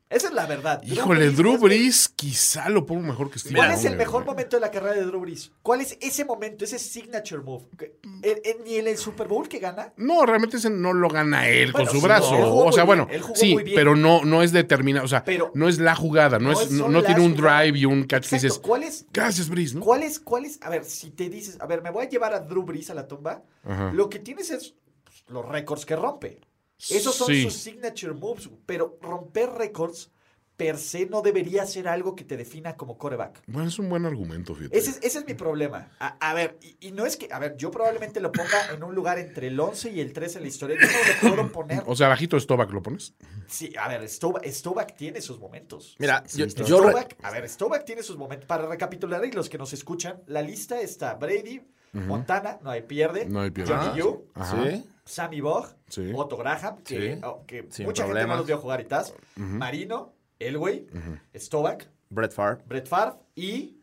Speaker 4: Esa es la verdad. Drew
Speaker 6: Híjole,
Speaker 4: Brees no
Speaker 6: Drew
Speaker 4: es mejor-
Speaker 6: Brees quizá lo pongo mejor que Steve
Speaker 4: ¿Cuál
Speaker 6: Young,
Speaker 4: es el
Speaker 6: güey.
Speaker 4: mejor momento de la carrera de Drew Brees? ¿Cuál es ese momento, ese signature move? Que- en- en- ¿Ni en el Super Bowl que gana?
Speaker 6: No, realmente ese no lo gana él
Speaker 4: Bueno,
Speaker 6: con su
Speaker 4: sí,
Speaker 6: brazo.
Speaker 4: no, él jugó
Speaker 6: o sea,
Speaker 4: muy bien,
Speaker 6: bueno,
Speaker 4: él jugó
Speaker 6: sí,
Speaker 4: muy bien.
Speaker 6: pero no, no es determinado. O sea,
Speaker 4: Pero-
Speaker 6: no es la jugada. No,
Speaker 4: No
Speaker 6: es,
Speaker 4: es-
Speaker 6: no,
Speaker 4: son
Speaker 6: no tiene
Speaker 4: las
Speaker 6: un drive
Speaker 4: jugadas.
Speaker 6: y un catch que
Speaker 4: Exacto,
Speaker 6: dices,
Speaker 4: ¿Cuál es?
Speaker 6: gracias, Brees, ¿no?
Speaker 4: ¿Cuál es, ¿Cuál es? A ver, si te dices, a ver, me voy a llevar a Drew Brees a la tumba, lo que tienes es pues, los récords que rompe. Esos son
Speaker 6: Sí.
Speaker 4: sus signature moves, pero romper récords per se no debería ser algo que te defina como coreback.
Speaker 6: Bueno, es un buen argumento, fíjate.
Speaker 4: Ese es, ese es mi problema. A, a ver, y, y no es que, a ver, yo probablemente lo ponga en un lugar entre el 11 y el 13 en la historia. Yo no lo puedo poner.
Speaker 6: [laughs] O sea, bajito de Stovak lo pones.
Speaker 4: Sí, a ver, Stova- Stovak tiene sus momentos.
Speaker 5: Mira, yo,
Speaker 6: está.
Speaker 5: yo re-
Speaker 4: Stovak, a ver, Stovak tiene sus momentos. Para recapitular y los que nos escuchan, la lista está Brady, Montana, no hay pierde,
Speaker 6: No hay pierde.
Speaker 4: Johnny
Speaker 5: Ah,
Speaker 4: Yu,
Speaker 6: Ajá.
Speaker 5: Sí.
Speaker 4: Sammy Bogg,
Speaker 6: Sí.
Speaker 4: Otto Graham, que,
Speaker 5: Sí.
Speaker 4: oh, que
Speaker 5: Sin
Speaker 4: mucha gente no
Speaker 5: problemas.
Speaker 4: los vio jugar y tas, Marino, Elway, Stovak,
Speaker 5: Brett Favre,
Speaker 4: Brett Favre y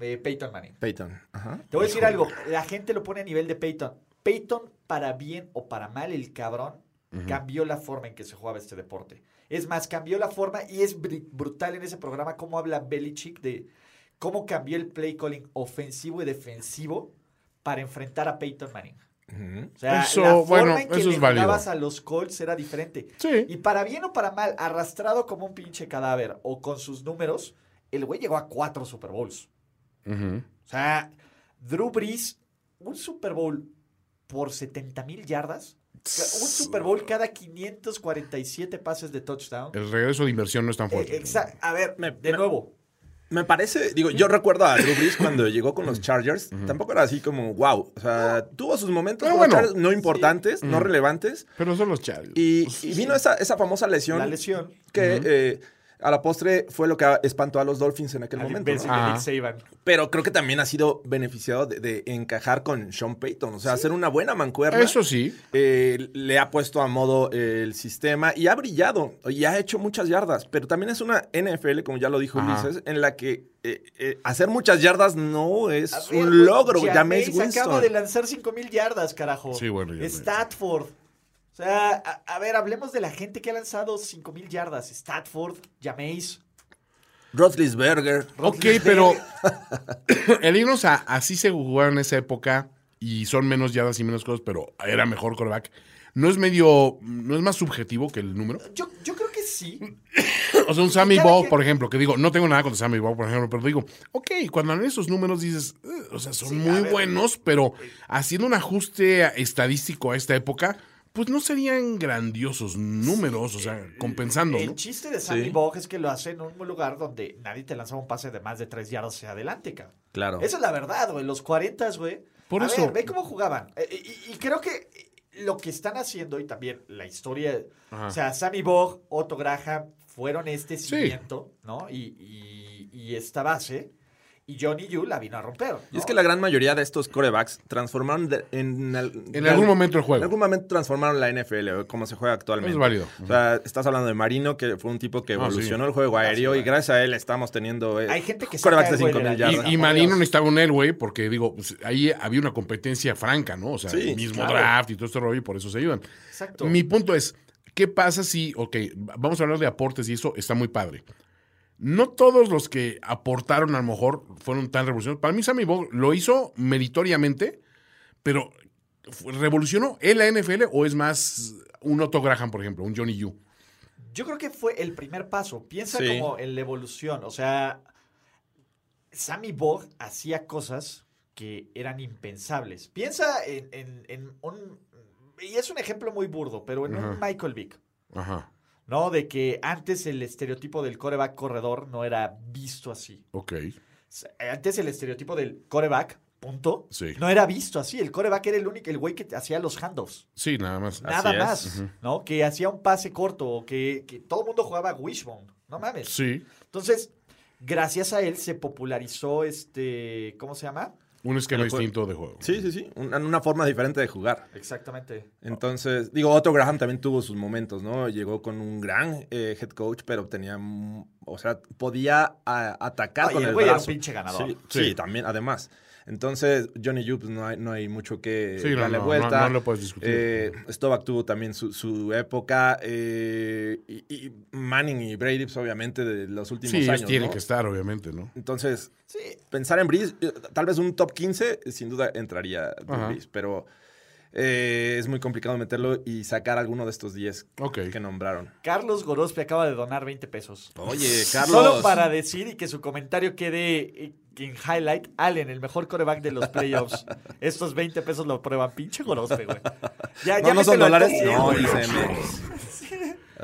Speaker 4: eh, Peyton Manning.
Speaker 5: Peyton. Ajá.
Speaker 4: Te voy a decir algo, la gente lo pone a nivel de Peyton. Peyton, para bien o para mal, el cabrón cambió la forma en que se jugaba este deporte. Es más, cambió la forma y es bri- brutal en ese programa cómo habla Belichick de cómo cambió el play calling ofensivo y defensivo para enfrentar a Peyton Manning. O sea,
Speaker 6: Eso,
Speaker 4: la forma
Speaker 6: bueno,
Speaker 4: en que
Speaker 6: eso
Speaker 4: le
Speaker 6: es válido.
Speaker 4: jugabas a los Colts era diferente.
Speaker 6: Sí.
Speaker 4: Y para bien o para mal, arrastrado como un pinche cadáver o con sus números, el güey llegó a cuatro Super Bowls.
Speaker 6: Ujú.
Speaker 4: O sea, Drew Brees, un Super Bowl por 70 mil yardas, ca- un Super Bowl cada 547 pases de touchdown.
Speaker 6: El regreso de inversión no es tan fuerte.
Speaker 4: Eh, exa- a ver,
Speaker 5: Me-
Speaker 4: de
Speaker 5: me-
Speaker 4: nuevo,
Speaker 5: Me parece, digo, yo recuerdo a Drew Brees cuando [clears throat] llegó con los Chargers, tampoco era así como wow, o sea, tuvo sus momentos
Speaker 6: Pero
Speaker 5: con los
Speaker 6: bueno.
Speaker 5: Chargers no importantes, no relevantes,
Speaker 6: Pero son los Chargers.
Speaker 5: y, y vino esa, esa famosa lesión,
Speaker 4: la lesión
Speaker 5: que eh, a la postre fue lo que espantó a los Dolphins en aquel
Speaker 4: al
Speaker 5: momento.
Speaker 4: imbécil
Speaker 5: ¿no?
Speaker 4: de
Speaker 6: Ajá.
Speaker 4: Nick Saban.
Speaker 5: Pero creo que también ha sido beneficiado de, de encajar con Sean Payton, o sea, hacer una buena mancuerna.
Speaker 6: Eso sí.
Speaker 5: Eh, le ha puesto a modo eh, el sistema y ha brillado y ha hecho muchas yardas, pero también es una NFL, como ya lo dijo
Speaker 6: Ajá.
Speaker 5: Ulises, en la que eh, eh, hacer muchas yardas no es
Speaker 4: A ver,
Speaker 5: un logro.
Speaker 4: Jameis
Speaker 5: Jameis
Speaker 4: acaba
Speaker 5: Winston.
Speaker 4: de lanzar 5000 yardas, carajo.
Speaker 6: Sí, bueno, Jameis.
Speaker 4: Statford. O sea, a, a ver, hablemos de la gente que ha lanzado 5000 yardas. Statford, Jameis.
Speaker 5: Roethlisberger.
Speaker 6: Ok,
Speaker 4: [laughs]
Speaker 6: pero el irnos a así se jugaron en esa época y son menos yardas y menos cosas, pero era mejor coreback. ¿No es medio, no es más subjetivo que el número?
Speaker 4: Yo, yo creo que sí.
Speaker 6: O sea, un Sammy
Speaker 4: Cada
Speaker 6: Baugh,
Speaker 4: quien-
Speaker 6: por ejemplo, que digo, no tengo nada contra Sammy Baugh, por ejemplo, pero digo, ok, cuando analizas esos números dices, "Eh, o sea, son muy buenos, pero haciendo un ajuste estadístico a esta época, pues no serían grandiosos números, o sea, compensando,
Speaker 4: El
Speaker 6: ¿no?
Speaker 4: chiste de Sammy
Speaker 5: Sí.
Speaker 4: Baugh es que lo hace en un lugar donde nadie te lanzaba un pase de más de 3 yardas hacia adelante, cabrón.
Speaker 5: Claro.
Speaker 4: Esa es la verdad, güey. Los 40, güey.
Speaker 6: Por
Speaker 4: a
Speaker 6: eso.
Speaker 4: Ver, ve cómo jugaban. Eh, Y, y creo que lo que están haciendo y también la historia. O sea, Sammy Bogg, Otto Graham fueron este cimiento, ¿no? Y, y- y esta base. Y Johnny Yu la vino a romper.
Speaker 5: Y es que la gran mayoría de estos corebacks transformaron de- en, al-
Speaker 6: En algún momento el
Speaker 5: En
Speaker 6: juego.
Speaker 5: algún momento transformaron la NFL, o eh, como se juega actualmente.
Speaker 6: Es válido.
Speaker 5: O sea, estás hablando de Marino, que fue un tipo que
Speaker 6: Ah, sí.
Speaker 5: evolucionó el juego aéreo, y gracias a él estamos teniendo eh,
Speaker 4: Hay gente que saca
Speaker 5: corebacks de
Speaker 4: el vuelo
Speaker 5: 5 mil
Speaker 4: de la
Speaker 5: yardas.
Speaker 6: Y, y Marino necesitaba un Elway porque, digo, pues, ahí había una competencia franca, ¿no? O sea,
Speaker 5: Sí,
Speaker 6: el mismo
Speaker 5: claro.
Speaker 6: draft y todo este rollo y por eso se ayudan.
Speaker 4: Exacto.
Speaker 6: Mi punto es, ¿qué pasa si, ok, vamos a hablar de aportes y eso está muy padre. No todos los que aportaron a lo mejor fueron tan revolucionarios. Para mí Sammy Baugh lo hizo meritoriamente, pero fu- ¿revolucionó él la NFL o es más un Otto Graham, por ejemplo, un Johnny Yu?
Speaker 4: Yo creo que fue el primer paso. Piensa
Speaker 5: Sí.
Speaker 4: como en la evolución. O sea, Sammy Bogg hacía cosas que eran impensables. Piensa en, en- en un... Y es un ejemplo muy burdo, pero en un Michael Vick,
Speaker 6: Ajá,
Speaker 4: ¿no? De que antes el estereotipo del coreback corredor no era visto así.
Speaker 6: ok.
Speaker 4: Antes el estereotipo del coreback, punto,
Speaker 6: Sí.
Speaker 4: no era visto así. El coreback era el único, el güey que hacía los handoffs.
Speaker 6: Sí, nada más.
Speaker 4: Nada
Speaker 5: es.
Speaker 4: más, ¿no? Que hacía un pase corto o que, que todo el mundo jugaba Wishbone. No mames.
Speaker 6: Sí,
Speaker 4: Entonces, gracias a él se popularizó este, ¿cómo se llama?
Speaker 6: un esquema
Speaker 5: El jue-
Speaker 6: distinto de juego.
Speaker 5: Sí, sí, sí. Una, una forma diferente de jugar.
Speaker 4: Exactamente.
Speaker 5: Entonces, digo, Otto Graham también tuvo sus momentos, ¿no? Llegó con un gran eh, head coach, pero tenía, mm, o sea, podía a- atacar
Speaker 4: No, y
Speaker 5: con
Speaker 4: el
Speaker 5: el
Speaker 4: güey era
Speaker 5: brazo.
Speaker 4: un pinche ganador.
Speaker 5: Sí, sí, también, además. Entonces, Johnny Jupp pues, no hay, no hay mucho que
Speaker 6: Sí, no,
Speaker 5: darle
Speaker 6: no,
Speaker 5: vuelta.
Speaker 6: no, no lo puedes discutir.
Speaker 5: Eh, Stovak tuvo también su, su época. eh, y, y Manning y Brady, pues, obviamente, de los últimos
Speaker 6: Sí, ellos
Speaker 5: años.
Speaker 6: tienen
Speaker 5: ¿no?
Speaker 6: que estar, obviamente, ¿no?
Speaker 5: Entonces,
Speaker 4: Sí.
Speaker 5: pensar en Breeze, eh, tal vez un top 15, eh, sin duda entraría Drew
Speaker 6: Ajá.
Speaker 5: Brees, pero eh, es muy complicado meterlo y sacar alguno de estos 10
Speaker 6: Ok.
Speaker 5: que nombraron.
Speaker 4: Carlos Gorospe acaba de donar 20 pesos.
Speaker 5: Oye,
Speaker 4: Solo para decir y que su comentario quede eh, en highlight, Allen, el mejor coreback de los
Speaker 5: [laughs]
Speaker 4: playoffs. Estos 20 pesos lo prueban, pinche Gorospe, güey. Ya,
Speaker 5: ¿No, no son
Speaker 4: mételo al
Speaker 5: dólares?
Speaker 4: top 100,
Speaker 5: No,
Speaker 4: güey.
Speaker 5: ICM.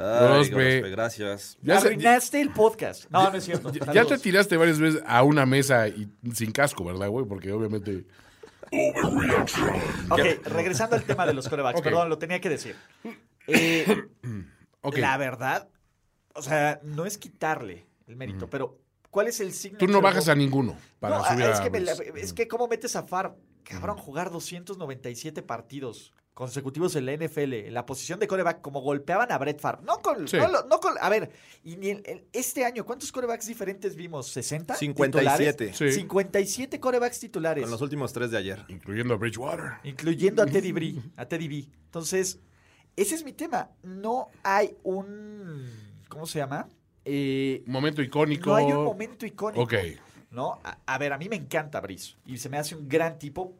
Speaker 5: Ay,
Speaker 6: Gorospe.
Speaker 5: Gorospe, gracias.
Speaker 6: Ya se-
Speaker 4: Arruinaste el podcast. No, no es cierto.
Speaker 6: Ya
Speaker 4: Saludos.
Speaker 6: te tiraste varias veces a una mesa y sin casco, ¿verdad, güey? Porque obviamente.
Speaker 4: Ok, regresando al tema de los corebacks,
Speaker 6: Ok.
Speaker 4: perdón, lo tenía
Speaker 6: [clears throat]
Speaker 4: que decir. Eh,
Speaker 6: Ok.
Speaker 4: La verdad, o sea, no es quitarle el mérito, pero ¿cuál es el signo?
Speaker 6: Tú no bajas a ninguno para
Speaker 4: no,
Speaker 6: subir
Speaker 4: ah, es
Speaker 6: a
Speaker 4: que me la-
Speaker 6: Breeze.
Speaker 4: Es que, ¿cómo metes a Favre? Cabrón, jugar 297 partidos consecutivos en la NFL, en la posición de coreback, como golpeaban a Brett Favre. No con.
Speaker 6: Sí.
Speaker 4: No, lo- no con a ver, y ni el- el- este año, ¿cuántos corebacks diferentes vimos? ¿60?
Speaker 5: 57.
Speaker 4: titulares?
Speaker 6: Sí.
Speaker 4: 57 corebacks titulares.
Speaker 5: Con los últimos tres de ayer.
Speaker 6: Incluyendo a Bridgewater.
Speaker 4: incluyendo a
Speaker 6: [laughs]
Speaker 4: Teddy Bree, a Teddy B. Entonces, ese es mi tema. No hay un, ¿cómo se llama? Eh,
Speaker 6: Momento icónico.
Speaker 4: no hay un momento icónico.
Speaker 6: Ok.
Speaker 4: ¿no? A, a ver, a mí me encanta Brees y se me hace un gran tipo,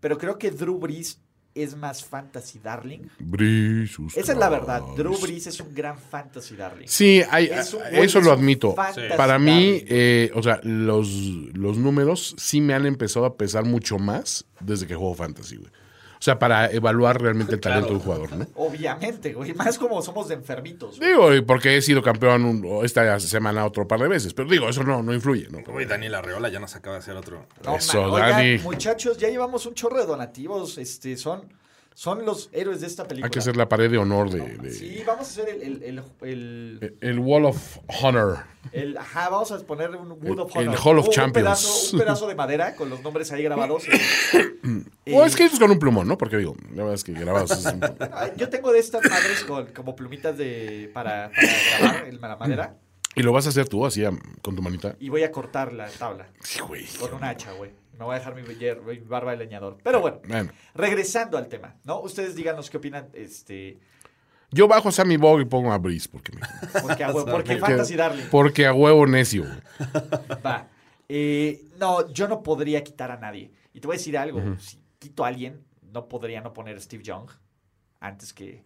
Speaker 4: pero creo que Drew Brees es más fantasy darling.
Speaker 6: Pues Brisus.
Speaker 4: Esa es la verdad.
Speaker 6: Christ.
Speaker 4: Drew Brees es un gran fantasy darling.
Speaker 6: pues Sí, hay-
Speaker 4: Es un buen-
Speaker 6: eso
Speaker 4: es
Speaker 6: lo
Speaker 4: un
Speaker 6: admito.
Speaker 4: fantasy
Speaker 6: Para mí,
Speaker 4: darling.
Speaker 6: eh, o sea, los, los números sí me han empezado a pesar mucho más desde que juego fantasy, güey. O sea, para evaluar realmente
Speaker 4: [laughs]
Speaker 6: el talento de un jugador, ¿no?
Speaker 4: Obviamente, güey. Más como somos de enfermitos. güey.
Speaker 6: Digo, y porque he sido campeón un- esta semana otro par de veces, pero digo, eso no, no influye, ¿no?
Speaker 5: Uy, Daniel Arreola ya nos acaba de hacer otro.
Speaker 4: No,
Speaker 6: Eso,
Speaker 4: man. Oigan,
Speaker 6: Dani.
Speaker 4: muchachos, ya llevamos un chorro de donativos. Este, son, son los héroes de esta película.
Speaker 6: Hay que hacer la pared de honor de... de- Eh. e,
Speaker 4: Sí, vamos a hacer el, el, el, el-
Speaker 6: El Wall of Honor.
Speaker 4: el- ajá, vamos a poner un Wood of
Speaker 6: El- el
Speaker 4: Honor.
Speaker 6: Hall of
Speaker 4: Un- un
Speaker 6: Champions.
Speaker 4: pedazo- un pedazo de madera con los nombres ahí grabados.
Speaker 6: [laughs]
Speaker 4: Eh,
Speaker 6: O es Pues que es con un plumón, ¿no? Porque digo, la verdad es que grabados es un-
Speaker 4: Ay, Yo tengo de estas madres con, como plumitas de para, para grabar el, la madera
Speaker 6: [laughs] Y lo vas a hacer tú, así, am- con tu manita.
Speaker 4: y voy a cortar la tabla
Speaker 6: Sí, güey.
Speaker 4: con un hacha, güey. Me voy a dejar mi, biller- mi barba de leñador. Pero bueno,
Speaker 6: Bueno.
Speaker 4: regresando al tema, ¿no? Ustedes díganos qué opinan, este,
Speaker 6: Yo bajo a Sammy Bog y pongo a Breeze, porque me...
Speaker 4: porque, a huevo- porque
Speaker 6: Porque-
Speaker 4: Fantasy Darling
Speaker 6: Porque a huevo necio. güey.
Speaker 4: va. Eh, no, yo no podría quitar a nadie. Y te voy a decir algo, si quito a alguien, no podría no poner a Steve Young antes que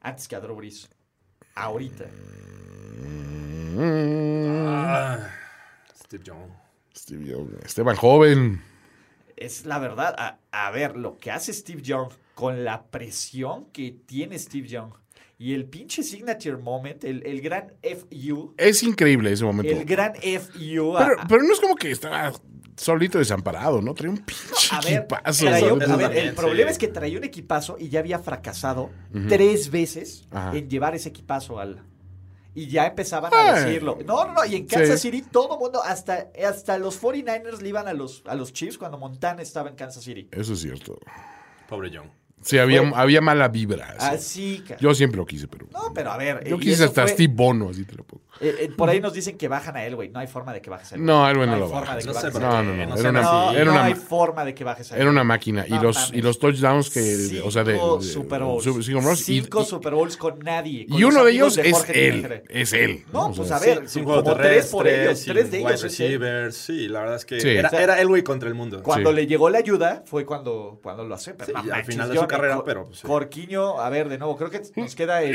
Speaker 4: antes que a Drew Brees. Ahorita.
Speaker 6: Mm.
Speaker 5: Ah, Steve Jones.
Speaker 6: Steve Young, este Esteban Joven.
Speaker 4: Es la verdad. A, a ver, lo que hace Steve Young con la presión que tiene Steve Young y el pinche signature moment, el, el gran FU,
Speaker 6: Es increíble ese momento.
Speaker 4: el gran FU. a-
Speaker 6: Pero, pero no es como que estaba solito desamparado, ¿no? Trae un pinche
Speaker 4: a ver,
Speaker 6: equipazo,
Speaker 4: traía-
Speaker 6: ¿sabes?
Speaker 4: a ver,
Speaker 5: También,
Speaker 4: el
Speaker 5: sí.
Speaker 4: problema es que traía un equipazo y ya había fracasado tres veces
Speaker 6: Ajá.
Speaker 4: en llevar ese equipazo al. Y ya empezaban
Speaker 6: Ah.
Speaker 4: a decirlo. No, no, no. Y en Kansas
Speaker 6: Sí.
Speaker 4: City todo mundo, hasta, hasta los 49ers le iban a los, a los Chiefs cuando Montana estaba en Kansas City.
Speaker 6: Eso es cierto.
Speaker 5: Pobre John.
Speaker 6: Sí, había, había mala vibra. Ah, sí.
Speaker 4: Así, ca-
Speaker 6: Yo siempre lo quise, pero.
Speaker 4: Ah, No, pero a ver.
Speaker 6: yo
Speaker 4: y
Speaker 6: quise
Speaker 4: eso
Speaker 6: hasta
Speaker 4: fue-
Speaker 6: Steve Bono, así te lo pongo.
Speaker 4: eh, eh, por ahí nos dicen que bajan a él, güey. No hay forma de que bajes a él.
Speaker 6: No, a él, güey, no
Speaker 4: hay
Speaker 6: lo
Speaker 4: forma
Speaker 6: bajas.
Speaker 4: de que
Speaker 5: No
Speaker 4: bajes
Speaker 5: sé
Speaker 4: a él.
Speaker 5: por
Speaker 6: No,
Speaker 5: qué,
Speaker 6: no, no.
Speaker 5: no
Speaker 6: Era
Speaker 5: sé
Speaker 6: una,
Speaker 4: No,
Speaker 5: por
Speaker 6: era
Speaker 4: no
Speaker 6: una-
Speaker 4: hay forma de que bajes a él.
Speaker 6: era una máquina. Y
Speaker 4: No
Speaker 6: los,
Speaker 4: mames.
Speaker 6: y los touchdowns que. de- o sea, de.
Speaker 4: Cinco
Speaker 6: de-
Speaker 4: Super Bowls.
Speaker 6: Sub- Cinco, Bowls. Y-
Speaker 4: Cinco
Speaker 6: y-
Speaker 4: Super Bowls con nadie. con
Speaker 6: y
Speaker 4: los
Speaker 6: uno de
Speaker 4: amigos
Speaker 6: ellos es
Speaker 4: Jorge
Speaker 6: él.
Speaker 4: Tinajere.
Speaker 6: Es él.
Speaker 4: No,
Speaker 6: O sea,
Speaker 4: pues a ver,
Speaker 5: Sin
Speaker 4: como
Speaker 5: juego
Speaker 4: tres por
Speaker 5: terrestre,
Speaker 4: ellos,
Speaker 5: sin
Speaker 4: tres de
Speaker 5: wide
Speaker 4: ellos. es él.
Speaker 5: receivers, sí, la verdad es que
Speaker 6: Sí.
Speaker 5: era,
Speaker 6: O
Speaker 4: sea,
Speaker 5: era el güey contra el mundo.
Speaker 4: Cuando
Speaker 6: Sí.
Speaker 4: le llegó la ayuda fue cuando, cuando lo hace. Pero
Speaker 5: Sí,
Speaker 4: no
Speaker 5: al
Speaker 4: manches,
Speaker 5: final de
Speaker 4: yo
Speaker 5: su
Speaker 4: no-
Speaker 5: carrera,
Speaker 4: Cor-
Speaker 5: pero, pues, sí.
Speaker 4: Corquiño, a ver, de nuevo, creo que nos queda el,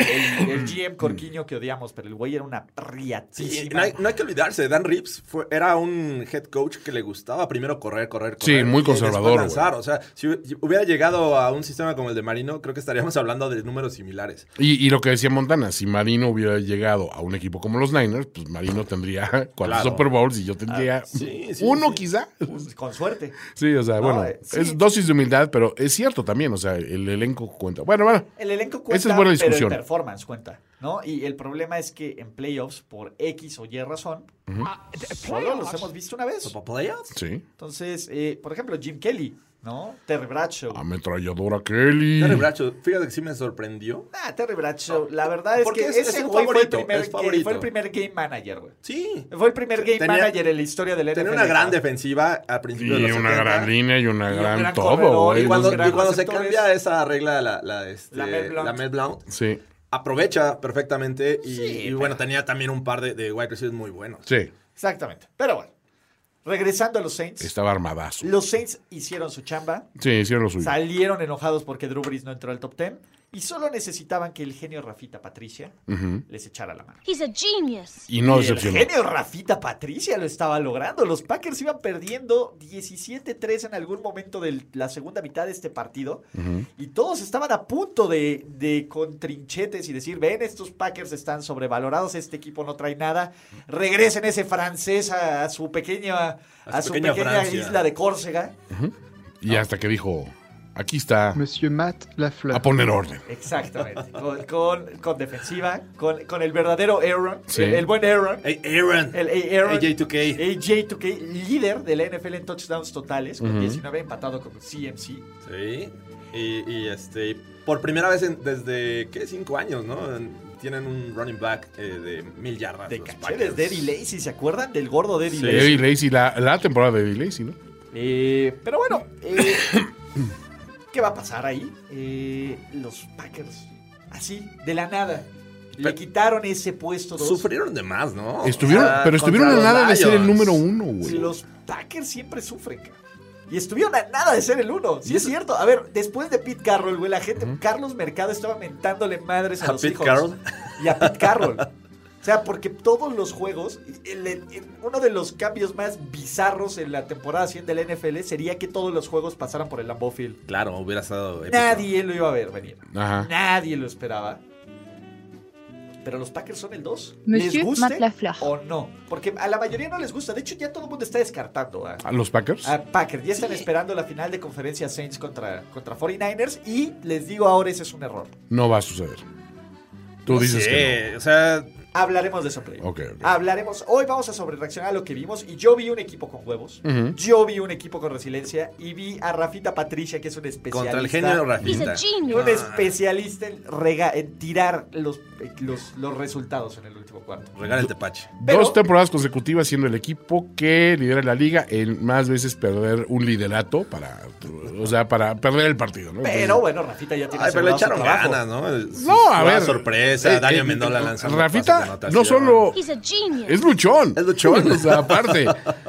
Speaker 6: [clears throat]
Speaker 4: el- el GM Corquiño que odiamos, pero el güey era una
Speaker 5: Sí,
Speaker 4: riatísima.
Speaker 5: no, hay, no hay que olvidarse, Dan Reeves fue- era un head coach que le gustaba primero correr, correr,
Speaker 6: Sí,
Speaker 5: correr.
Speaker 6: muy
Speaker 5: y después
Speaker 6: conservador,
Speaker 5: lanzar. O sea, si hu- hubiera llegado a un sistema como el de Marino, creo que estaríamos [laughs] hablando de números similares.
Speaker 6: Y, y lo que decía Montana, si Marino hubiera llegado a un equipo como los Niners, pues Marino tendría cuatro
Speaker 5: Claro. Ah,
Speaker 6: Super Bowls y yo tendría
Speaker 5: sí, sí,
Speaker 6: uno
Speaker 5: sí.
Speaker 6: quizá.
Speaker 4: Pues, Con suerte.
Speaker 6: Sí, o sea,
Speaker 4: No,
Speaker 6: bueno,
Speaker 4: eh, sí.
Speaker 6: es dosis de humildad, pero es cierto también, o sea, el elenco cuenta. Bueno, bueno,
Speaker 4: El elenco cuenta,
Speaker 6: Esa es buena
Speaker 4: pero
Speaker 6: discusión.
Speaker 4: el performance cuenta, ¿no? Y el problema es que en playoffs, por X o Y razón, solo los hemos visto una vez.
Speaker 5: ¿Para playoffs?
Speaker 6: sí.
Speaker 4: Entonces, eh, por ejemplo, Jim Kelly, ¿no? Terry Bradshaw.
Speaker 6: Ametralladora Kelly.
Speaker 5: Terry Bradshaw, fíjate que sí me sorprendió.
Speaker 4: Ah, Terry Bradshaw. La verdad es
Speaker 5: Porque
Speaker 4: que
Speaker 5: es- es
Speaker 4: ese
Speaker 5: un
Speaker 4: güey fue el,
Speaker 5: favorito,
Speaker 4: primer,
Speaker 5: es favorito.
Speaker 4: fue el primer game manager, güey.
Speaker 5: Sí.
Speaker 4: Fue el primer game
Speaker 5: Tenía-
Speaker 4: manager en la historia del NFL.
Speaker 5: Tenía una gran defensiva al
Speaker 6: y
Speaker 5: principio de los
Speaker 6: una
Speaker 5: 70.
Speaker 6: gran línea y una
Speaker 4: Y un
Speaker 6: gran,
Speaker 4: gran
Speaker 6: todo,
Speaker 4: corredor,
Speaker 6: güey.
Speaker 5: Y cuando,
Speaker 4: Los grandes
Speaker 5: y cuando se
Speaker 4: receptores.
Speaker 5: cambia esa regla, la, la, este,
Speaker 4: La Mel Blount.
Speaker 5: la Mel Blount,
Speaker 6: Sí,
Speaker 5: aprovecha perfectamente. Y,
Speaker 4: Sí,
Speaker 5: y
Speaker 4: pero-
Speaker 5: bueno, tenía también un par de, de wide receivers muy buenos.
Speaker 6: sí,
Speaker 4: Exactamente. Pero bueno, regresando a los Saints.
Speaker 6: estaba armadazo.
Speaker 4: Los Saints hicieron su chamba.
Speaker 6: Sí, hicieron lo suyo.
Speaker 4: Salieron enojados porque Drew Brees no entró al top 10. Y solo necesitaban que el genio Rafita Patricia les echara la mano.
Speaker 8: He's a genius.
Speaker 6: Y no
Speaker 4: Y el
Speaker 6: decepcionó.
Speaker 4: genio Rafita Patricia lo estaba logrando. Los Packers iban perdiendo 17-3 en algún momento de la segunda mitad de este partido. Y todos estaban a punto de, de con trinchetes y decir, ven, estos Packers están sobrevalorados, este equipo no trae nada. Regresen ese francés a, a su pequeña, a
Speaker 5: su
Speaker 4: su
Speaker 5: pequeña
Speaker 4: pequeña,
Speaker 5: Francia.
Speaker 4: isla de Córcega.
Speaker 6: Y hasta que dijo, aquí está,
Speaker 9: Monsieur Matt Lafleur.
Speaker 6: a poner orden.
Speaker 4: Exactamente. Con, con- con defensiva, con, con el verdadero Aaron,
Speaker 6: Sí.
Speaker 4: el, el buen Aaron.
Speaker 5: Hey, Aaron.
Speaker 4: El A- Aaron,
Speaker 5: AJ2K.
Speaker 4: AJ2K, líder de la NFL en touchdowns totales, con 19 empatado con CMC.
Speaker 5: Sí. Y, y, este, por primera vez en- desde, ¿qué? Cinco años, ¿no? En- Tienen un running back eh, de mil yardas.
Speaker 4: De
Speaker 5: los
Speaker 4: cacheres
Speaker 5: Packers.
Speaker 4: de Eddie Lacy, ¿se acuerdan del gordo de Eddie
Speaker 5: Sí.
Speaker 4: Lacy?
Speaker 6: Eddie Lacy, la, la temporada de Eddie Lacy, ¿no?
Speaker 4: Eh, pero bueno,
Speaker 5: [coughs]
Speaker 4: eh, ¿qué va a pasar ahí? Eh, los Packers, así, de la nada, le
Speaker 5: Pero-
Speaker 4: quitaron ese puesto. dos.
Speaker 5: Sufrieron de más, ¿no?
Speaker 6: Estuvieron,
Speaker 5: O sea,
Speaker 6: pero estuvieron a
Speaker 5: contra los
Speaker 6: nada de ser el
Speaker 5: Lions.
Speaker 6: número uno, güey.
Speaker 4: Los Packers siempre sufren, cara. Y estuvieron a nada de ser el uno. Sí, es cierto. A ver, después de Pete Carroll, güey, la gente, Carlos Mercado estaba mentándole madres a,
Speaker 5: ¿A
Speaker 4: los
Speaker 5: Pete
Speaker 4: Seahawks.
Speaker 5: Carroll?
Speaker 4: Y a Pete Carroll. O sea, porque todos los juegos, el- el- el- uno de los cambios más bizarros en la temporada 100 del NFL sería que todos los juegos pasaran por el Lambeau Field.
Speaker 5: Claro, hubiera estado. épico.
Speaker 4: Nadie lo iba a ver venir.
Speaker 6: Ajá.
Speaker 4: Nadie lo esperaba. Pero los Packers son el 2.
Speaker 8: Monsieur
Speaker 4: ¿Les guste
Speaker 8: Matt Lafleur.
Speaker 4: o no? Porque a la mayoría no les gusta. De hecho, ya todo el mundo está descartando a,
Speaker 6: ¿A los Packers?
Speaker 4: a Packers. Ya están esperando la final de conferencia Saints contra, contra 49ers. Y les digo ahora, ese es un error.
Speaker 6: No va a suceder. Tú dices
Speaker 5: Sí,
Speaker 6: que
Speaker 5: o sea,
Speaker 4: Hablaremos de eso, Play.
Speaker 6: no. Ok, ok.
Speaker 4: Hablaremos. Hoy vamos a sobrereaccionar a lo que vimos. Y yo vi un equipo con huevos.
Speaker 6: Ujú.
Speaker 4: Yo vi un equipo con resiliencia. Y vi a Rafita Patricia, que es un especialista.
Speaker 5: contra el genio Rafinta.
Speaker 4: Un
Speaker 9: Ah.
Speaker 4: especialista en, rega- en tirar los, eh, los, los resultados en el último cuarto.
Speaker 5: Regala el tepache.
Speaker 6: Dos
Speaker 4: pero-
Speaker 6: temporadas consecutivas siendo el equipo que lidera la liga en más veces perder un liderato para, o sea, para perder el partido, ¿no?
Speaker 4: Pero bueno, Rafita ya tiene
Speaker 5: Ay, pero le
Speaker 4: asegurado su
Speaker 5: echaron
Speaker 4: trabajo.
Speaker 5: ganas, ¿no?
Speaker 6: No, a
Speaker 5: Una
Speaker 6: ver.
Speaker 5: sorpresa,
Speaker 6: Eh,
Speaker 5: Daniel
Speaker 6: eh,
Speaker 5: Mendola lanzando. pases de
Speaker 6: Rafita
Speaker 5: anotación.
Speaker 6: no solo
Speaker 9: genius.
Speaker 6: es luchón.
Speaker 5: Es luchón.
Speaker 6: [laughs] O sea,
Speaker 5: [laughs]
Speaker 6: aparte.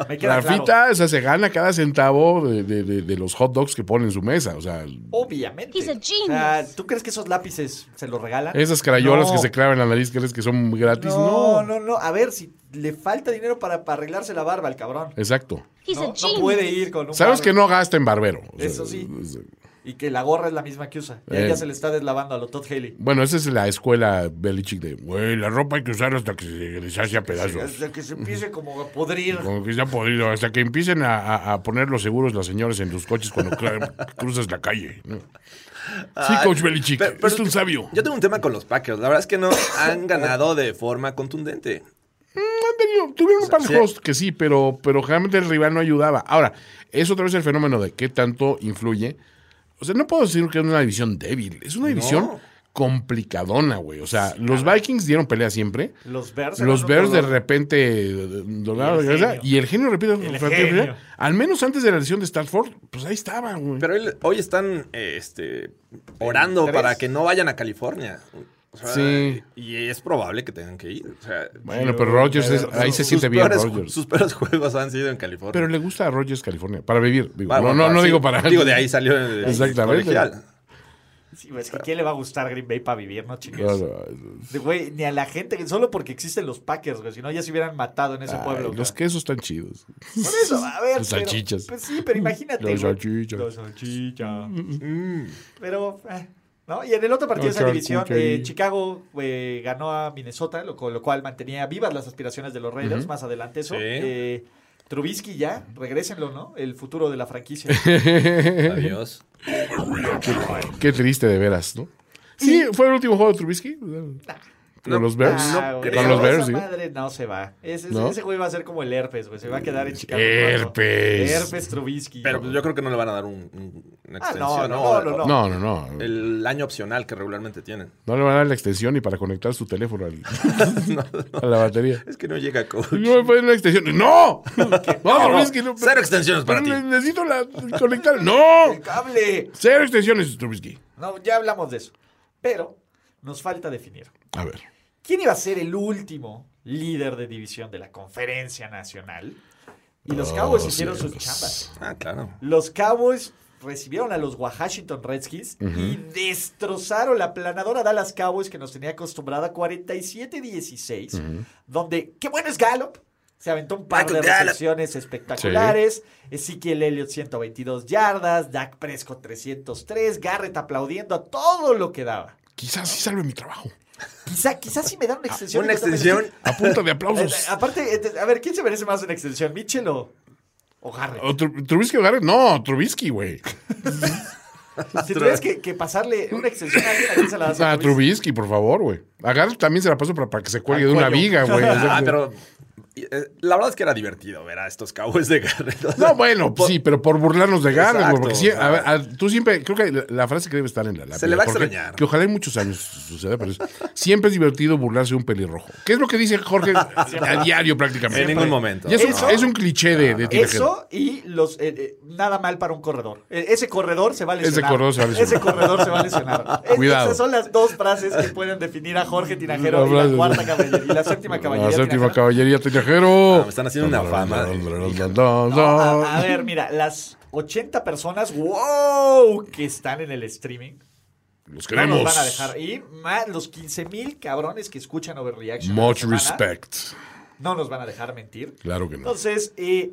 Speaker 4: Me queda
Speaker 6: Rafita
Speaker 4: claro.
Speaker 6: o sea, se gana cada centavo de, de- de- de los hot dogs que pone en su mesa. O sea,
Speaker 4: Obviamente.
Speaker 9: He's a genius.
Speaker 4: O sea, ¿Tú crees que esos lápices se los regalan?
Speaker 6: esas crayolas
Speaker 4: No.
Speaker 6: que se clavan en la nariz, ¿crees que son gratis?
Speaker 4: No, no, no. A ver, si le falta dinero para, para arreglarse la barba al cabrón.
Speaker 6: Exacto.
Speaker 9: He's
Speaker 4: No,
Speaker 9: a
Speaker 4: no
Speaker 9: genius.
Speaker 4: puede ir con un
Speaker 6: Sabes
Speaker 4: barba.
Speaker 6: que no gasta en barbero. O sea,
Speaker 4: Eso sí.
Speaker 6: o sea,
Speaker 4: Y que la gorra es la misma que usa. Y
Speaker 6: Eh.
Speaker 4: ella se le está deslavando a lo Todd Haley.
Speaker 6: Bueno, esa es la escuela Belichick de, güey, la ropa hay que usar hasta que se deshace a pedazos.
Speaker 4: Hasta que
Speaker 6: [laughs]
Speaker 4: se empiece como a podrir.
Speaker 6: Como que se ha podido, hasta que empiecen a, a- a poner los seguros las señoras en tus coches cuando cru- [laughs] cruzas la calle. ¿no? Sí,
Speaker 5: Ay,
Speaker 6: Coach Belichick,
Speaker 5: Ah, pero- pero
Speaker 6: es un sabio.
Speaker 5: Yo tengo un tema con los Packers. La verdad es que no han ganado de forma contundente.
Speaker 6: han tenido- tuvieron un par de
Speaker 5: sí.
Speaker 6: juegos que sí, pero, pero generalmente el rival no ayudaba. Ahora, es otra vez el fenómeno de qué tanto influye. O sea, no puedo decir que es una división débil, es una división complicadona, güey. O sea, los Vikings dieron pelea siempre.
Speaker 4: Los Bears.
Speaker 6: Los
Speaker 4: eran
Speaker 6: Bears de
Speaker 4: otro-
Speaker 6: repente eh, donaron
Speaker 4: el
Speaker 6: la cabeza,
Speaker 4: genio.
Speaker 6: y el genio repite
Speaker 4: genio.
Speaker 6: al menos antes de la lesión de Stafford, pues ahí estaba, güey.
Speaker 5: Pero hoy, hoy están eh, este, orando
Speaker 4: ¿Tres?
Speaker 5: para que no vayan a California. O sea,
Speaker 6: Sí.
Speaker 5: Y es probable que tengan que ir. O sea,
Speaker 6: Bueno, pero Rodgers es- ahí se
Speaker 5: sus
Speaker 6: siente bien
Speaker 5: peores-
Speaker 6: Rodgers.
Speaker 5: Sus peores juegos han sido en California.
Speaker 6: Pero le gusta a Rodgers California para vivir, digo. no,
Speaker 5: Bueno,
Speaker 6: no,
Speaker 5: para-
Speaker 6: no
Speaker 5: sí,
Speaker 6: digo para [laughs]
Speaker 5: Digo, de ahí salió el
Speaker 6: Exactamente. [laughs]
Speaker 5: colegial.
Speaker 4: Sí, es que ¿quién le va a gustar Green Bay para vivir, no chingues?
Speaker 6: Claro,
Speaker 4: De, Güey, ni a la gente, que- solo porque existen los Packers, güey. Si no, ya se hubieran matado en ese
Speaker 6: ay,
Speaker 4: pueblo.
Speaker 6: los
Speaker 4: güey.
Speaker 6: quesos están chidos.
Speaker 4: Por eso, a ver.
Speaker 6: Los
Speaker 4: pero-
Speaker 6: salchichas.
Speaker 4: Pues sí, pero imagínate.
Speaker 6: Los
Speaker 4: güey.
Speaker 6: salchichas. Mm.
Speaker 4: Los salchichas. Pero, eh, ¿no? Y en el otro partido
Speaker 6: Los
Speaker 4: de esa división,
Speaker 6: salchichas.
Speaker 4: eh, Chicago eh, ganó a Minnesota, lo, con lo cual mantenía vivas las aspiraciones de los Raiders. Más adelante eso.
Speaker 5: Sí.
Speaker 4: Eh, Trubisky ya, regrésenlo, ¿no? El futuro de la franquicia.
Speaker 6: [laughs]
Speaker 4: Ah,
Speaker 5: Adiós.
Speaker 6: Qué triste de veras, ¿no? Sí, fue el último juego de Trubisky. Con los Bears.
Speaker 4: Ah, güey,
Speaker 6: con los
Speaker 4: esa
Speaker 6: Bears, digo.
Speaker 4: madre no se va. Ese,
Speaker 6: ¿No? Mm,
Speaker 4: ese güey va a ser como el herpes, güey. Se va a quedar en Chicago.
Speaker 6: Herpes.
Speaker 4: Herpes Trubisky.
Speaker 5: Pero pues, yo creo que no le van a dar un, un- una
Speaker 4: Ah,
Speaker 5: extensión.
Speaker 4: no, no, no, no, no.
Speaker 6: No, no, no.
Speaker 5: El año opcional que regularmente tienen.
Speaker 6: No le van a dar la extensión ni para conectar su teléfono
Speaker 5: [laughs]
Speaker 6: al- a la batería.
Speaker 5: Es que no llega coach.
Speaker 6: No me ponen la extensión. ¡No! No, Trubisky, no.
Speaker 5: Cero extensiones para ti.
Speaker 6: Ne- Necesito la conectar.
Speaker 5: [laughs]
Speaker 6: ¡No!
Speaker 4: ¡Cable!
Speaker 6: Cero extensiones, Trubisky.
Speaker 4: No, ya hablamos de eso. Pero nos falta definir.
Speaker 6: A ver.
Speaker 4: ¿Quién iba a ser el último líder de división de la conferencia nacional? Y
Speaker 6: Oh,
Speaker 4: los Cowboys hicieron sus
Speaker 6: pues.
Speaker 4: chambas.
Speaker 5: Ah, claro.
Speaker 4: Los Cowboys recibieron a los Washington Redskins y destrozaron la planadora Dallas Cowboys que nos tenía acostumbrada 47-16, donde qué bueno es Gallup. Se aventó un par
Speaker 5: Michael
Speaker 4: de
Speaker 5: Gallup.
Speaker 4: recepciones espectaculares. Ezequiel Elliott 122 yardas, Dak Prescott 303, Garrett aplaudiendo a todo lo que daba.
Speaker 6: Quizás sí salve mi trabajo.
Speaker 4: Quizá, quizás si me dan una extensión.
Speaker 5: Ah, Una
Speaker 4: yo también-
Speaker 5: extensión.
Speaker 6: A punta de
Speaker 4: [laughs] Eh,
Speaker 6: aplausos.
Speaker 4: aparte, eh, a ver, ¿quién se merece más una extensión? ¿Mitchell o, o Garrett?
Speaker 6: ¿O Tru- ¿Trubisky o Garrett? No, Trubisky, güey.
Speaker 4: [laughs] Si tuvieras que, que pasarle una extensión a alguien, ¿a quién se la das?
Speaker 6: A
Speaker 4: Trubisky?
Speaker 6: Ah, Trubisky, por favor, güey. A Garrett también se la paso para, para que se cuelgue de una
Speaker 4: cuello.
Speaker 6: viga,
Speaker 4: [laughs]
Speaker 6: güey. O sea,
Speaker 5: Ah, pero eh, la verdad es que era divertido ver a estos Cowboys de Garrett. O sea,
Speaker 6: No, bueno, pues
Speaker 5: po-
Speaker 6: sí, pero por burlarnos de Garrett, güey. Porque
Speaker 5: Exacto,
Speaker 6: sí,
Speaker 5: o sea.
Speaker 6: a ver, a- tú siempre, creo que la, la frase que debe estar en la lápida,
Speaker 5: le va a
Speaker 6: porque-
Speaker 5: extrañar.
Speaker 6: Que ojalá en muchos años suceda, pero es, siempre es divertido burlarse de un pelirrojo. ¿Qué es lo que dice Jorge a diario prácticamente?
Speaker 5: En ningún momento.
Speaker 6: Y es, un-
Speaker 4: Eso-
Speaker 6: es un cliché de, de tinajero.
Speaker 4: Eso y los eh, eh, nada mal para un corredor. E- Ese corredor se va a lesionar.
Speaker 6: corredor se va a lesionar.
Speaker 4: Ese corredor se va
Speaker 6: [laughs]
Speaker 4: a lesionar. Es-
Speaker 6: Cuidado.
Speaker 4: Esas son las dos frases que pueden definir a Jorge Tinajero
Speaker 6: La
Speaker 4: y
Speaker 6: frase-
Speaker 4: la cuarta caballería y la séptima caballería.
Speaker 6: La séptima
Speaker 4: Tinajero.
Speaker 6: caballería tenía mensajero.
Speaker 5: Ah, me están haciendo una fama de-
Speaker 4: No, a, a ver, mira, las 80 personas, wow, que están en el streaming.
Speaker 6: Los
Speaker 4: No nos
Speaker 6: queremos.
Speaker 4: van a dejar. Y más los 15 mil cabrones que escuchan Overreaction.
Speaker 6: Much
Speaker 4: a la semana,
Speaker 6: respect.
Speaker 4: No nos van a dejar mentir.
Speaker 6: Claro que no.
Speaker 4: Entonces, eh,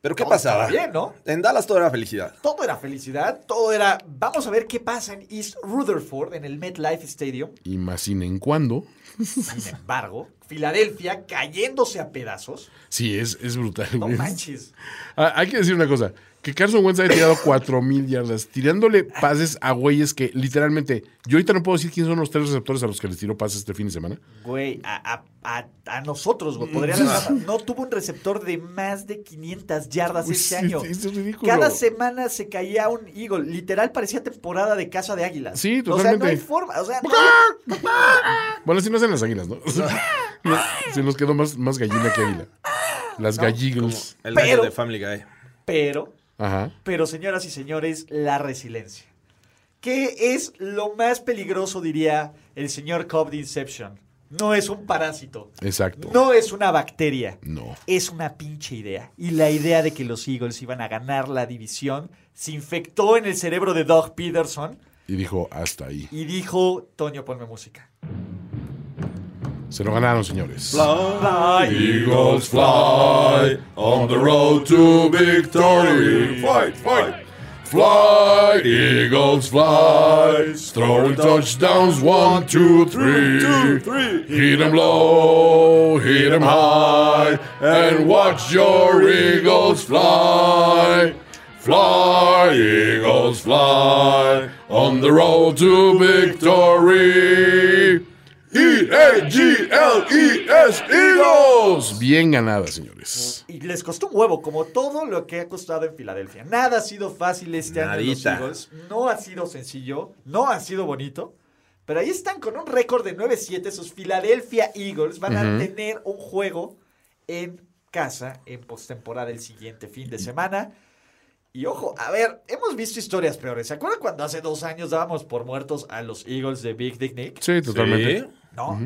Speaker 5: Pero ¿qué
Speaker 4: Todo
Speaker 5: pasaba?
Speaker 4: estaba bien, ¿no?
Speaker 5: En Dallas todo era felicidad.
Speaker 4: todo era felicidad, todo era, vamos a ver qué pasa en East Rutherford, en el MetLife Stadium.
Speaker 6: Y más sin en cuando.
Speaker 4: Sin embargo, Filadelfia cayéndose a pedazos.
Speaker 6: Sí, es, es brutal,
Speaker 4: No
Speaker 6: güey.
Speaker 4: manches.
Speaker 6: Ah, Hay que decir una cosa. Que Carson Wentz haya tirado 4000 yardas, tirándole pases a güeyes que literalmente. Yo ahorita no puedo decir quiénes son los tres receptores a los que les tiró pases este fin de semana.
Speaker 4: Güey, a, a- a- a nosotros, güey. Podría lanzar- No tuvo un receptor de más de 500 yardas
Speaker 6: Uy,
Speaker 4: este
Speaker 6: sí,
Speaker 4: año.
Speaker 6: sí, es ridículo.
Speaker 4: Cada semana se caía un Eagle. Literal parecía temporada de Casa de Águilas.
Speaker 6: Sí,
Speaker 4: O sea, no hay
Speaker 6: totalmente.
Speaker 4: forma. O sea, no-
Speaker 6: Bueno, si no hacen las águilas, ¿no? [laughs] Se nos quedó más, más gallina que águila. Las galligles.
Speaker 5: El
Speaker 4: Pues, Pero-
Speaker 5: gallo de Family Guy.
Speaker 4: pero,
Speaker 6: Ajá.
Speaker 4: pero, señoras y señores, la resiliencia. ¿Qué es lo más peligroso, diría el señor Cobb de Inception? No es un parásito.
Speaker 6: Exacto.
Speaker 4: No es una bacteria.
Speaker 6: No.
Speaker 4: Es una pinche idea. Y la idea de que los Eagles iban a ganar la división se infectó en el cerebro de Doug Peterson
Speaker 6: Y dijo, hasta ahí.
Speaker 4: y dijo, Toño, ponme música.
Speaker 6: Se lo ganaron, señores.
Speaker 5: Eagles fly on the road to victory. Fight, fight.
Speaker 6: Fly, Eagles fly. Throwing touchdowns, one, two, three.
Speaker 5: Two, three.
Speaker 6: Hit 'em low, hit 'em high. And watch your Eagles fly. Fly, Eagles fly. On the road to victory. E-A-G-L-E-S, Eagles. Bien ganada, señores.
Speaker 4: Y les costó un huevo, como todo lo que ha costado en Filadelfia. Nada ha sido fácil este año en los
Speaker 5: Nadita.
Speaker 4: Eagles. No ha sido sencillo, no ha sido bonito. Pero ahí están con un récord de 9-7. Sus Philadelphia Eagles van a tener un juego en casa en postemporada el siguiente fin de semana. Y ojo, a ver, hemos visto historias peores. ¿Se acuerdan cuando hace dos años dábamos por muertos a los Eagles de Big Dick Nick?
Speaker 6: Sí, totalmente.
Speaker 4: ¿no?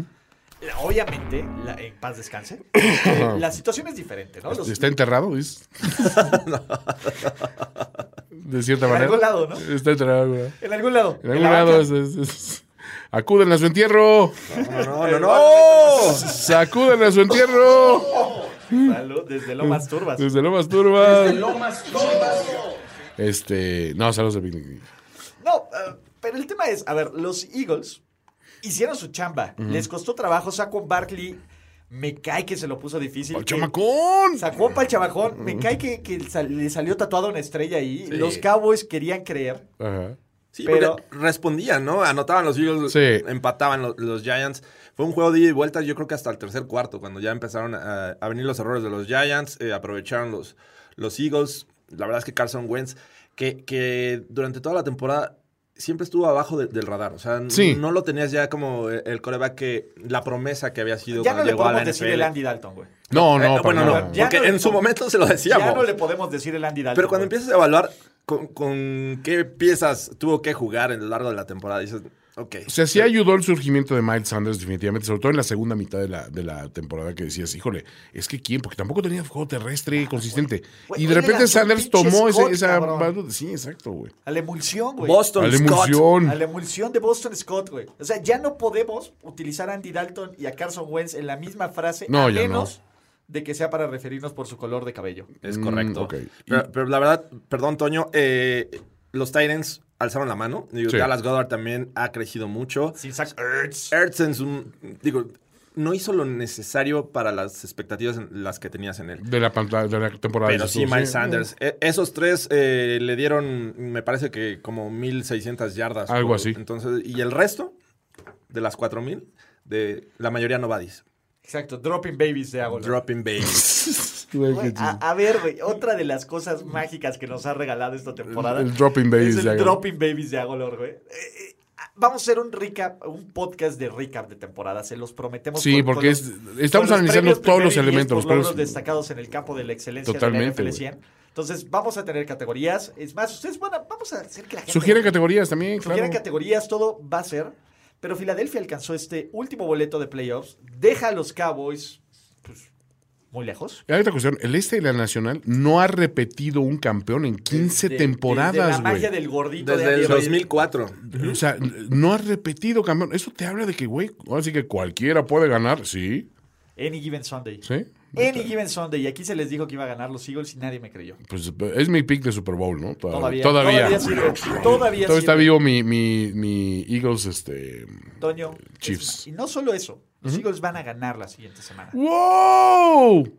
Speaker 4: La- Obviamente, la- en paz descanse, eh, la situación es diferente, ¿no? Los-
Speaker 6: ¿Está enterrado? ¿Es? De cierta
Speaker 4: en
Speaker 6: manera.
Speaker 4: algún lado, ¿no?
Speaker 6: Está enterrado. güey.
Speaker 4: En algún lado.
Speaker 6: En
Speaker 4: la
Speaker 6: algún lado.
Speaker 4: banca.
Speaker 6: Es, es- es- Acuden a su entierro.
Speaker 5: No, no,
Speaker 4: Oh,
Speaker 5: no.
Speaker 6: Sacuden a su entierro.
Speaker 4: [laughs]
Speaker 5: Mm.
Speaker 4: Salud, desde Lomas Turbas.
Speaker 6: Desde Lomas Turbas.
Speaker 7: Lomas Turbas.
Speaker 6: Este. No, saludos de picnic.
Speaker 4: No, eh, pero el tema es, a ver, los Eagles hicieron su chamba. Les costó trabajo. Saquon Barkley, me cae que se lo puso difícil.
Speaker 6: ¡Al
Speaker 4: que-
Speaker 6: chamacón!
Speaker 4: Sacó para el chabajón. Me cae que, que sal- le salió tatuada una estrella ahí. Los Cowboys querían creer.
Speaker 6: Ajá.
Speaker 5: Sí,
Speaker 4: Pero-
Speaker 5: pero respondían, ¿no? Anotaban los Eagles,
Speaker 6: Sí.
Speaker 5: empataban los, los Giants. Fue un juego de ida y vuelta, yo creo que hasta el tercer cuarto, cuando ya empezaron a, a venir los errores de los Giants, eh, aprovecharon los, los Eagles. La verdad es que Carson Wentz, que, que durante toda la temporada siempre estuvo abajo de- del radar. O sea, n-
Speaker 6: Sí.
Speaker 5: no lo tenías ya como e-, el, coreback que la promesa que había sido
Speaker 4: Ya no
Speaker 5: cuando
Speaker 4: le
Speaker 5: llegó a
Speaker 4: podemos
Speaker 5: la
Speaker 4: decir
Speaker 5: NFL.
Speaker 4: el Andy Dalton, güey.
Speaker 6: No,
Speaker 5: Eh,
Speaker 6: no, para
Speaker 5: bueno,
Speaker 6: nada.
Speaker 5: no,
Speaker 4: Ya
Speaker 5: porque
Speaker 4: no le-
Speaker 5: en su momento se lo decíamos.
Speaker 4: Ya no le podemos decir el Andy Dalton.
Speaker 5: Pero cuando
Speaker 4: güey.
Speaker 5: empiezas a evaluar con, con qué piezas tuvo que jugar en lo largo de la temporada, dices, ok.
Speaker 6: O sea, sí ayudó el surgimiento de Miles Sanders, definitivamente, sobre todo en la segunda mitad de la, de la temporada que decías, híjole, es que quién, porque tampoco tenía juego terrestre consistente.
Speaker 4: Ah, Güey,
Speaker 6: Y
Speaker 4: hoy
Speaker 6: de
Speaker 4: le
Speaker 6: repente
Speaker 4: lanzó un
Speaker 6: Sanders
Speaker 4: pinche
Speaker 6: tomó ese-
Speaker 4: Scott,
Speaker 6: esa.
Speaker 4: cabrón.
Speaker 6: Sí, exacto, güey.
Speaker 4: A la emulsión, güey.
Speaker 5: Boston
Speaker 6: A la
Speaker 5: Scott.
Speaker 6: emoción.
Speaker 4: A la emulsión de Boston Scott, güey. O sea, ya no podemos utilizar a Andy Dalton y a Carson Wentz en la misma frase,
Speaker 6: No,
Speaker 4: a
Speaker 6: ya no.
Speaker 4: menos de que sea para referirnos por su color de cabello.
Speaker 5: Es correcto.
Speaker 6: Mm, ok.
Speaker 5: pero, pero la verdad, perdón, Toño, eh, los Titans alzaron la mano. Digo,
Speaker 6: Sí.
Speaker 5: Dallas Goddard también ha crecido mucho.
Speaker 4: Sin Zach Ertz.
Speaker 5: Ertz en su- digo, no hizo lo necesario para las expectativas en- las que tenías en él.
Speaker 6: De la, pantalla, de ¿eh? la temporada.
Speaker 5: Pero
Speaker 6: dices
Speaker 5: sí,
Speaker 6: tú,
Speaker 5: Miles Sanders. E- esos tres eh, le dieron, me parece que como 1.600 yardas.
Speaker 6: Algo
Speaker 5: Por-
Speaker 6: así.
Speaker 5: Entonces, y el resto, de las 4.000, de la mayoría nobodies.
Speaker 4: Exacto, Dropping Babies de Agua.
Speaker 5: Dropping babies.
Speaker 6: [laughs] Güey, qué
Speaker 4: a, a ver, güey, ah, otra de las cosas mágicas que nos ha regalado esta temporada.
Speaker 6: El Dropping Babies
Speaker 4: es
Speaker 6: de
Speaker 4: el
Speaker 6: Agolor.
Speaker 4: Dropping Babies de Agolor, güey. Eh, eh, ah, Vamos a hacer un recap, un podcast de recap de temporada, se los prometemos.
Speaker 6: Sí, porque
Speaker 4: los-
Speaker 6: es- estamos
Speaker 4: los
Speaker 6: analizando
Speaker 4: premios
Speaker 6: todos los
Speaker 4: primer y diez
Speaker 6: elementos,
Speaker 4: por
Speaker 6: los premios-
Speaker 4: logros destacados en el campo de la excelencia
Speaker 6: Totalmente,
Speaker 4: de la NFL 100. Entonces, vamos a tener categorías. Es más, ustedes van a, vamos a hacer que la gente...
Speaker 6: Sugieren categorías también,
Speaker 4: Sugieren
Speaker 6: claro.
Speaker 4: categorías, todo va a ser. Pero Filadelfia alcanzó este último boleto de playoffs, deja a los Cowboys pues, muy lejos.
Speaker 6: Hay otra cuestión. El este de la Nacional no ha repetido un campeón en 15
Speaker 4: De- desde
Speaker 6: temporadas,
Speaker 4: la magia
Speaker 6: güey.
Speaker 4: del gordito de
Speaker 5: Desde el
Speaker 4: Andy Reid.
Speaker 5: 2004.
Speaker 6: O sea, no ha repetido campeón. Eso te habla de que, güey, ahora sí que cualquiera puede ganar. Sí,
Speaker 4: Any Given Sunday.
Speaker 6: sí.
Speaker 4: Any Given Sunday. Y aquí se les dijo que iba a ganar los Eagles y nadie me creyó.
Speaker 6: Pues es mi pick de Super Bowl, ¿no?
Speaker 4: Todavía.
Speaker 6: Todavía. Todavía,
Speaker 4: sirve. Todavía
Speaker 6: Todavía está
Speaker 4: sirve.
Speaker 6: vivo mi, mi, mi Eagles, este...
Speaker 4: Toño.
Speaker 6: Chiefs.
Speaker 4: es- Y no solo eso. Los Eagles van a ganar la siguiente semana.
Speaker 6: ¡Wow!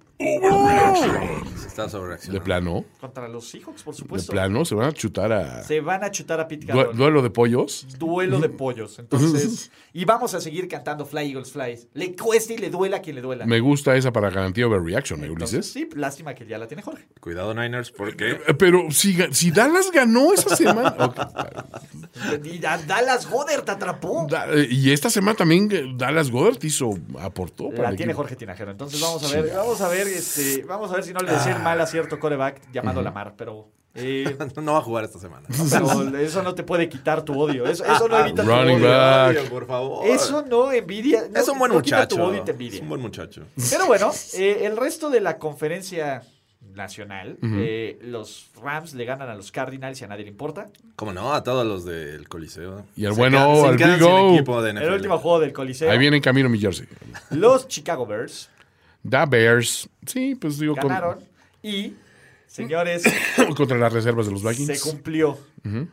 Speaker 5: Se está
Speaker 6: De
Speaker 5: sobrereaccionando.
Speaker 6: plano,
Speaker 4: Contra los Seahawks, por
Speaker 6: de
Speaker 4: supuesto.
Speaker 6: plano, se van a chutar a...
Speaker 4: Se van a chutar a Pete
Speaker 6: due-
Speaker 4: Carroll.
Speaker 6: duelo de pollos.
Speaker 4: Duelo
Speaker 6: [laughs]
Speaker 4: de pollos. Entonces, y vamos a seguir cantando Fly Eagles Fly. Le cueste y le duela a quien le duela.
Speaker 6: Me gusta esa para garantía overreaction, ¿eh,
Speaker 4: Entonces,
Speaker 6: Ulises?
Speaker 4: sí, lástima que ya la tiene Jorge.
Speaker 5: Cuidado, Niners, porque [laughs]
Speaker 6: Eh, Pero si, ga- si Dallas ganó
Speaker 4: [laughs]
Speaker 6: esa semana... Ok, está bien.
Speaker 4: Y a Dallas Goddard te atrapó.
Speaker 6: Da- eh, y esta semana también eh, Dallas Goddard hizo, aportó. para
Speaker 4: La
Speaker 6: el
Speaker 4: tiene
Speaker 6: equipo.
Speaker 4: Jorge Tinajero. Entonces vamos a ver, vamos a ver, este, vamos a ver si no le
Speaker 5: Ah.
Speaker 4: decían mal a cierto coreback llamado Lamar, pero, eh,
Speaker 5: no va a jugar esta semana.
Speaker 4: pero eso no te puede quitar tu odio. Eso,
Speaker 5: Ah,
Speaker 4: eso no evita tu
Speaker 6: Running
Speaker 4: odio.
Speaker 6: back.
Speaker 5: Odio, por favor.
Speaker 4: Eso no envidia. no-
Speaker 5: es un buen
Speaker 4: no quita tu
Speaker 5: muchacho.
Speaker 4: odio y te envidia.
Speaker 5: Es un buen muchacho.
Speaker 4: Pero bueno, eh, el resto de la conferencia nacional, eh, los Rams le ganan a los Cardinals y a nadie le importa.
Speaker 5: Como no, a todos los del Coliseo.
Speaker 6: Y al
Speaker 5: Se
Speaker 6: bueno,
Speaker 5: quedan- se
Speaker 6: al
Speaker 5: quedan
Speaker 6: Big
Speaker 5: sin
Speaker 6: O.
Speaker 5: equipo de NFL.
Speaker 4: El último juego del Coliseo.
Speaker 6: Ahí viene en camino mi jersey.
Speaker 4: Los Chicago Bears
Speaker 6: Da Bears. Sí, pues digo, con-
Speaker 4: ganaron y, señores,
Speaker 6: [coughs] contra las reservas de los
Speaker 4: se
Speaker 6: Vikings.
Speaker 4: cumplió.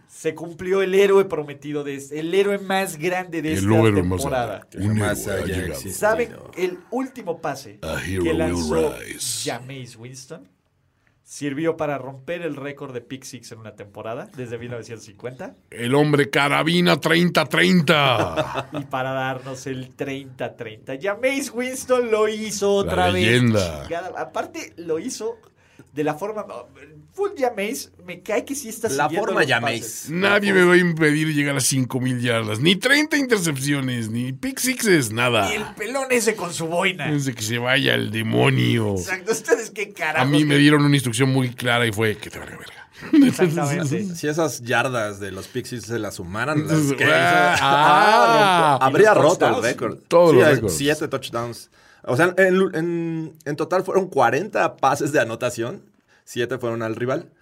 Speaker 4: Se cumplió el héroe prometido, de, es- el héroe más grande de
Speaker 6: El
Speaker 4: esta
Speaker 6: héroe más
Speaker 4: temporada.
Speaker 6: grande. Un
Speaker 5: Jamás
Speaker 6: héroe ha
Speaker 5: haya
Speaker 6: llegado.
Speaker 5: existido.
Speaker 4: ¿Saben el último pase
Speaker 6: A hero
Speaker 4: que
Speaker 6: will
Speaker 4: lanzó
Speaker 6: rise.
Speaker 4: Jameis Winston? Sirvió para romper el récord de pick six en una temporada desde 1950
Speaker 6: El hombre carabina
Speaker 5: [laughs]
Speaker 6: 30-30.
Speaker 4: y para darnos el 30-30. Jameis Winston lo hizo otra vez.
Speaker 6: leyenda.
Speaker 4: Chingada- Aparte, lo hizo de la forma. Full Jameis, me cae que sí está
Speaker 5: La
Speaker 4: siguiendo
Speaker 5: forma
Speaker 4: los
Speaker 5: llaméis.
Speaker 6: Nadie me va a impedir llegar a 5 mil yardas. Ni 30 intercepciones, ni pick sixes, nada.
Speaker 4: pases. Y el pelón ese con su boina.
Speaker 6: Desde que se vaya el demonio.
Speaker 4: Exacto, ustedes qué
Speaker 6: A
Speaker 4: carajo.
Speaker 6: mí me dieron una instrucción muy clara y fue que te valga verga. [laughs]
Speaker 4: Exactamente.
Speaker 5: Si esas yardas de los Pixies se las sumaran, las
Speaker 6: Entonces,
Speaker 5: que
Speaker 6: ah,
Speaker 5: hizo-
Speaker 6: ah,
Speaker 4: rompo-
Speaker 5: habría
Speaker 4: ¿Y los
Speaker 5: roto el
Speaker 4: touchdowns?
Speaker 5: récord.
Speaker 6: Todos los
Speaker 5: hay
Speaker 6: récords.
Speaker 5: Siete touchdowns. O sea, en, en- en total fueron 40 pases de anotación. Siete fueron al rival.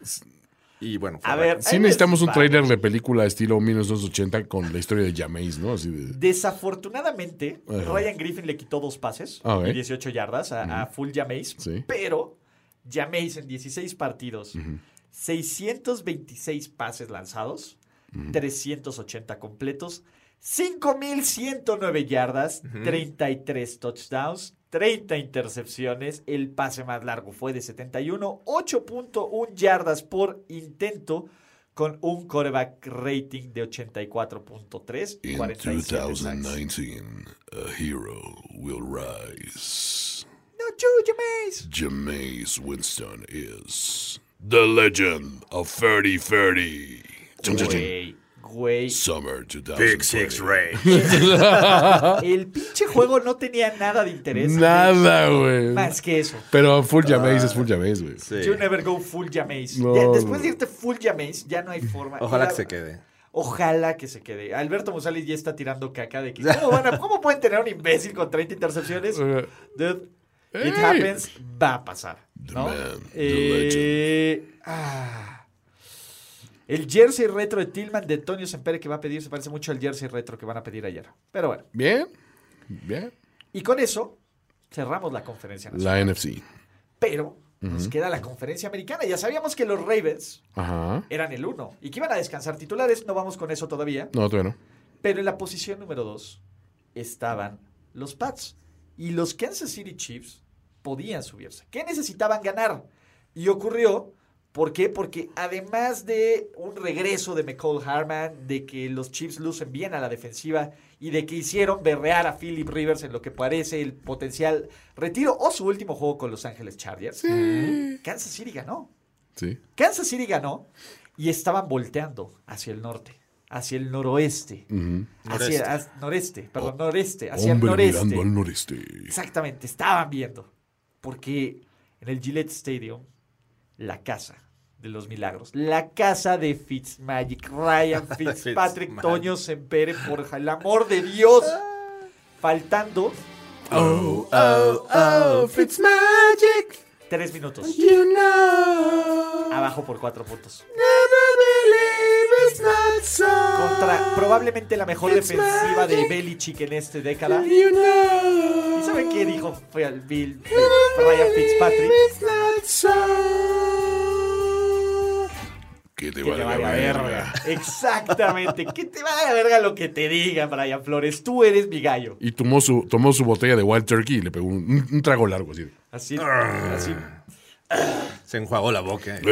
Speaker 5: Y bueno, fue
Speaker 4: A
Speaker 5: récord.
Speaker 4: ver,
Speaker 6: Sí
Speaker 4: ahí
Speaker 6: necesitamos
Speaker 4: les
Speaker 6: un
Speaker 4: va.
Speaker 6: tráiler de película estilo 1980 con la historia de Jameis, ¿no? Así de...
Speaker 4: Desafortunadamente,
Speaker 6: Ajá.
Speaker 4: Ryan Griffin le quitó dos pases
Speaker 6: Ah, ok.
Speaker 4: y 18 yardas a, a Full Jameis,
Speaker 6: Sí.
Speaker 4: pero Jameis en 16 partidos, 626 pases lanzados, 380 completos, 5.109 yardas, 33 touchdowns, 30 intercepciones, el pase más largo fue de 71, 8.1 yardas por intento. Con un coreback rating de 84.3 y 47 sacks.
Speaker 1: a hero will rise.
Speaker 4: No, Chu, Jameis.
Speaker 1: Jameis Winston is the legend of 30-30.
Speaker 4: Güey, güey.
Speaker 1: Summer 2000.
Speaker 6: [laughs]
Speaker 4: El pinche juego no tenía nada de interés.
Speaker 6: Nada, güey.
Speaker 4: Más que eso.
Speaker 6: Pero full Jameis es full Jameis, güey.
Speaker 5: Sí.
Speaker 4: You never go full Jameis.
Speaker 6: No,
Speaker 4: Ya-
Speaker 6: no.
Speaker 4: después de irte full Jameis, ya no hay forma.
Speaker 5: [laughs] Ojalá
Speaker 4: Ya-
Speaker 5: que se quede.
Speaker 4: Ojalá que se quede. Alberto Musali ya está tirando caca
Speaker 5: [laughs]
Speaker 4: de que. ¿Cómo, van a- cómo pueden tener un imbécil con
Speaker 6: [laughs]
Speaker 4: 30 intercepciones?
Speaker 6: Eh.
Speaker 4: Dude,
Speaker 6: Ey.
Speaker 4: it happens. Va a pasar. ¿no? Eh, ah. el jersey retro de Tillman de Tonio Sempere que va a pedir se parece mucho al jersey retro que van a pedir ayer. Pero bueno.
Speaker 6: Bien, bien.
Speaker 4: Y con eso cerramos la conferencia nacional.
Speaker 6: La NFC.
Speaker 4: Pero nos queda la conferencia americana. Ya sabíamos que los Ravens
Speaker 6: Ajá.
Speaker 4: eran el uno y que iban a descansar titulares. No vamos con eso todavía.
Speaker 6: No, todavía no.
Speaker 4: Pero en la posición número dos estaban los Pats. Y los Kansas City Chiefs podían subirse. ¿Qué necesitaban ganar? Y ocurrió. ¿Por qué? Porque además de un regreso de McCall Harman, de que los Chiefs lucen bien a la defensiva y de que hicieron berrear a Philip Rivers en lo que parece el potencial retiro o su último juego con Los Ángeles Chargers, Kansas City ganó.
Speaker 6: Sí.
Speaker 4: Kansas City ganó y estaban volteando hacia el norte, hacia el noroeste, hacia noreste, noreste perdón, noreste, hacia
Speaker 6: Oh, Hombre
Speaker 4: el noreste.
Speaker 6: mirando al noreste.
Speaker 4: Exactamente, estaban viendo. Porque en el Gillette Stadium, la casa de los milagros, la casa de
Speaker 6: [laughs]
Speaker 4: Fitzmagic, Ryan Fitzpatrick,
Speaker 5: Fitzmagic.
Speaker 4: Toño Sempere, por el amor de Dios, faltando
Speaker 6: Oh, oh, oh, Fritz Magic,
Speaker 4: Tres minutos.
Speaker 6: you know.
Speaker 4: Abajo por cuatro puntos.
Speaker 6: Never believe it's not so.
Speaker 4: Contra probablemente la mejor
Speaker 6: It's
Speaker 4: defensiva de
Speaker 6: magic.
Speaker 4: Belichick en este década.
Speaker 6: You know.
Speaker 4: ¿Y saben qué dijo fue al Bill eh, Ryan Fitzpatrick?
Speaker 6: Que te
Speaker 4: Que te vaya verga. [laughs] Exactamente. Que te vaya verga lo que te diga, Brian Flores. Tú eres mi gallo.
Speaker 6: Y tomó su, tomó su botella de Wild Turkey y le pegó un, un- un trago largo así. de,
Speaker 4: Así,
Speaker 6: Ah,
Speaker 4: así.
Speaker 5: Se enjuagó la boca. eh.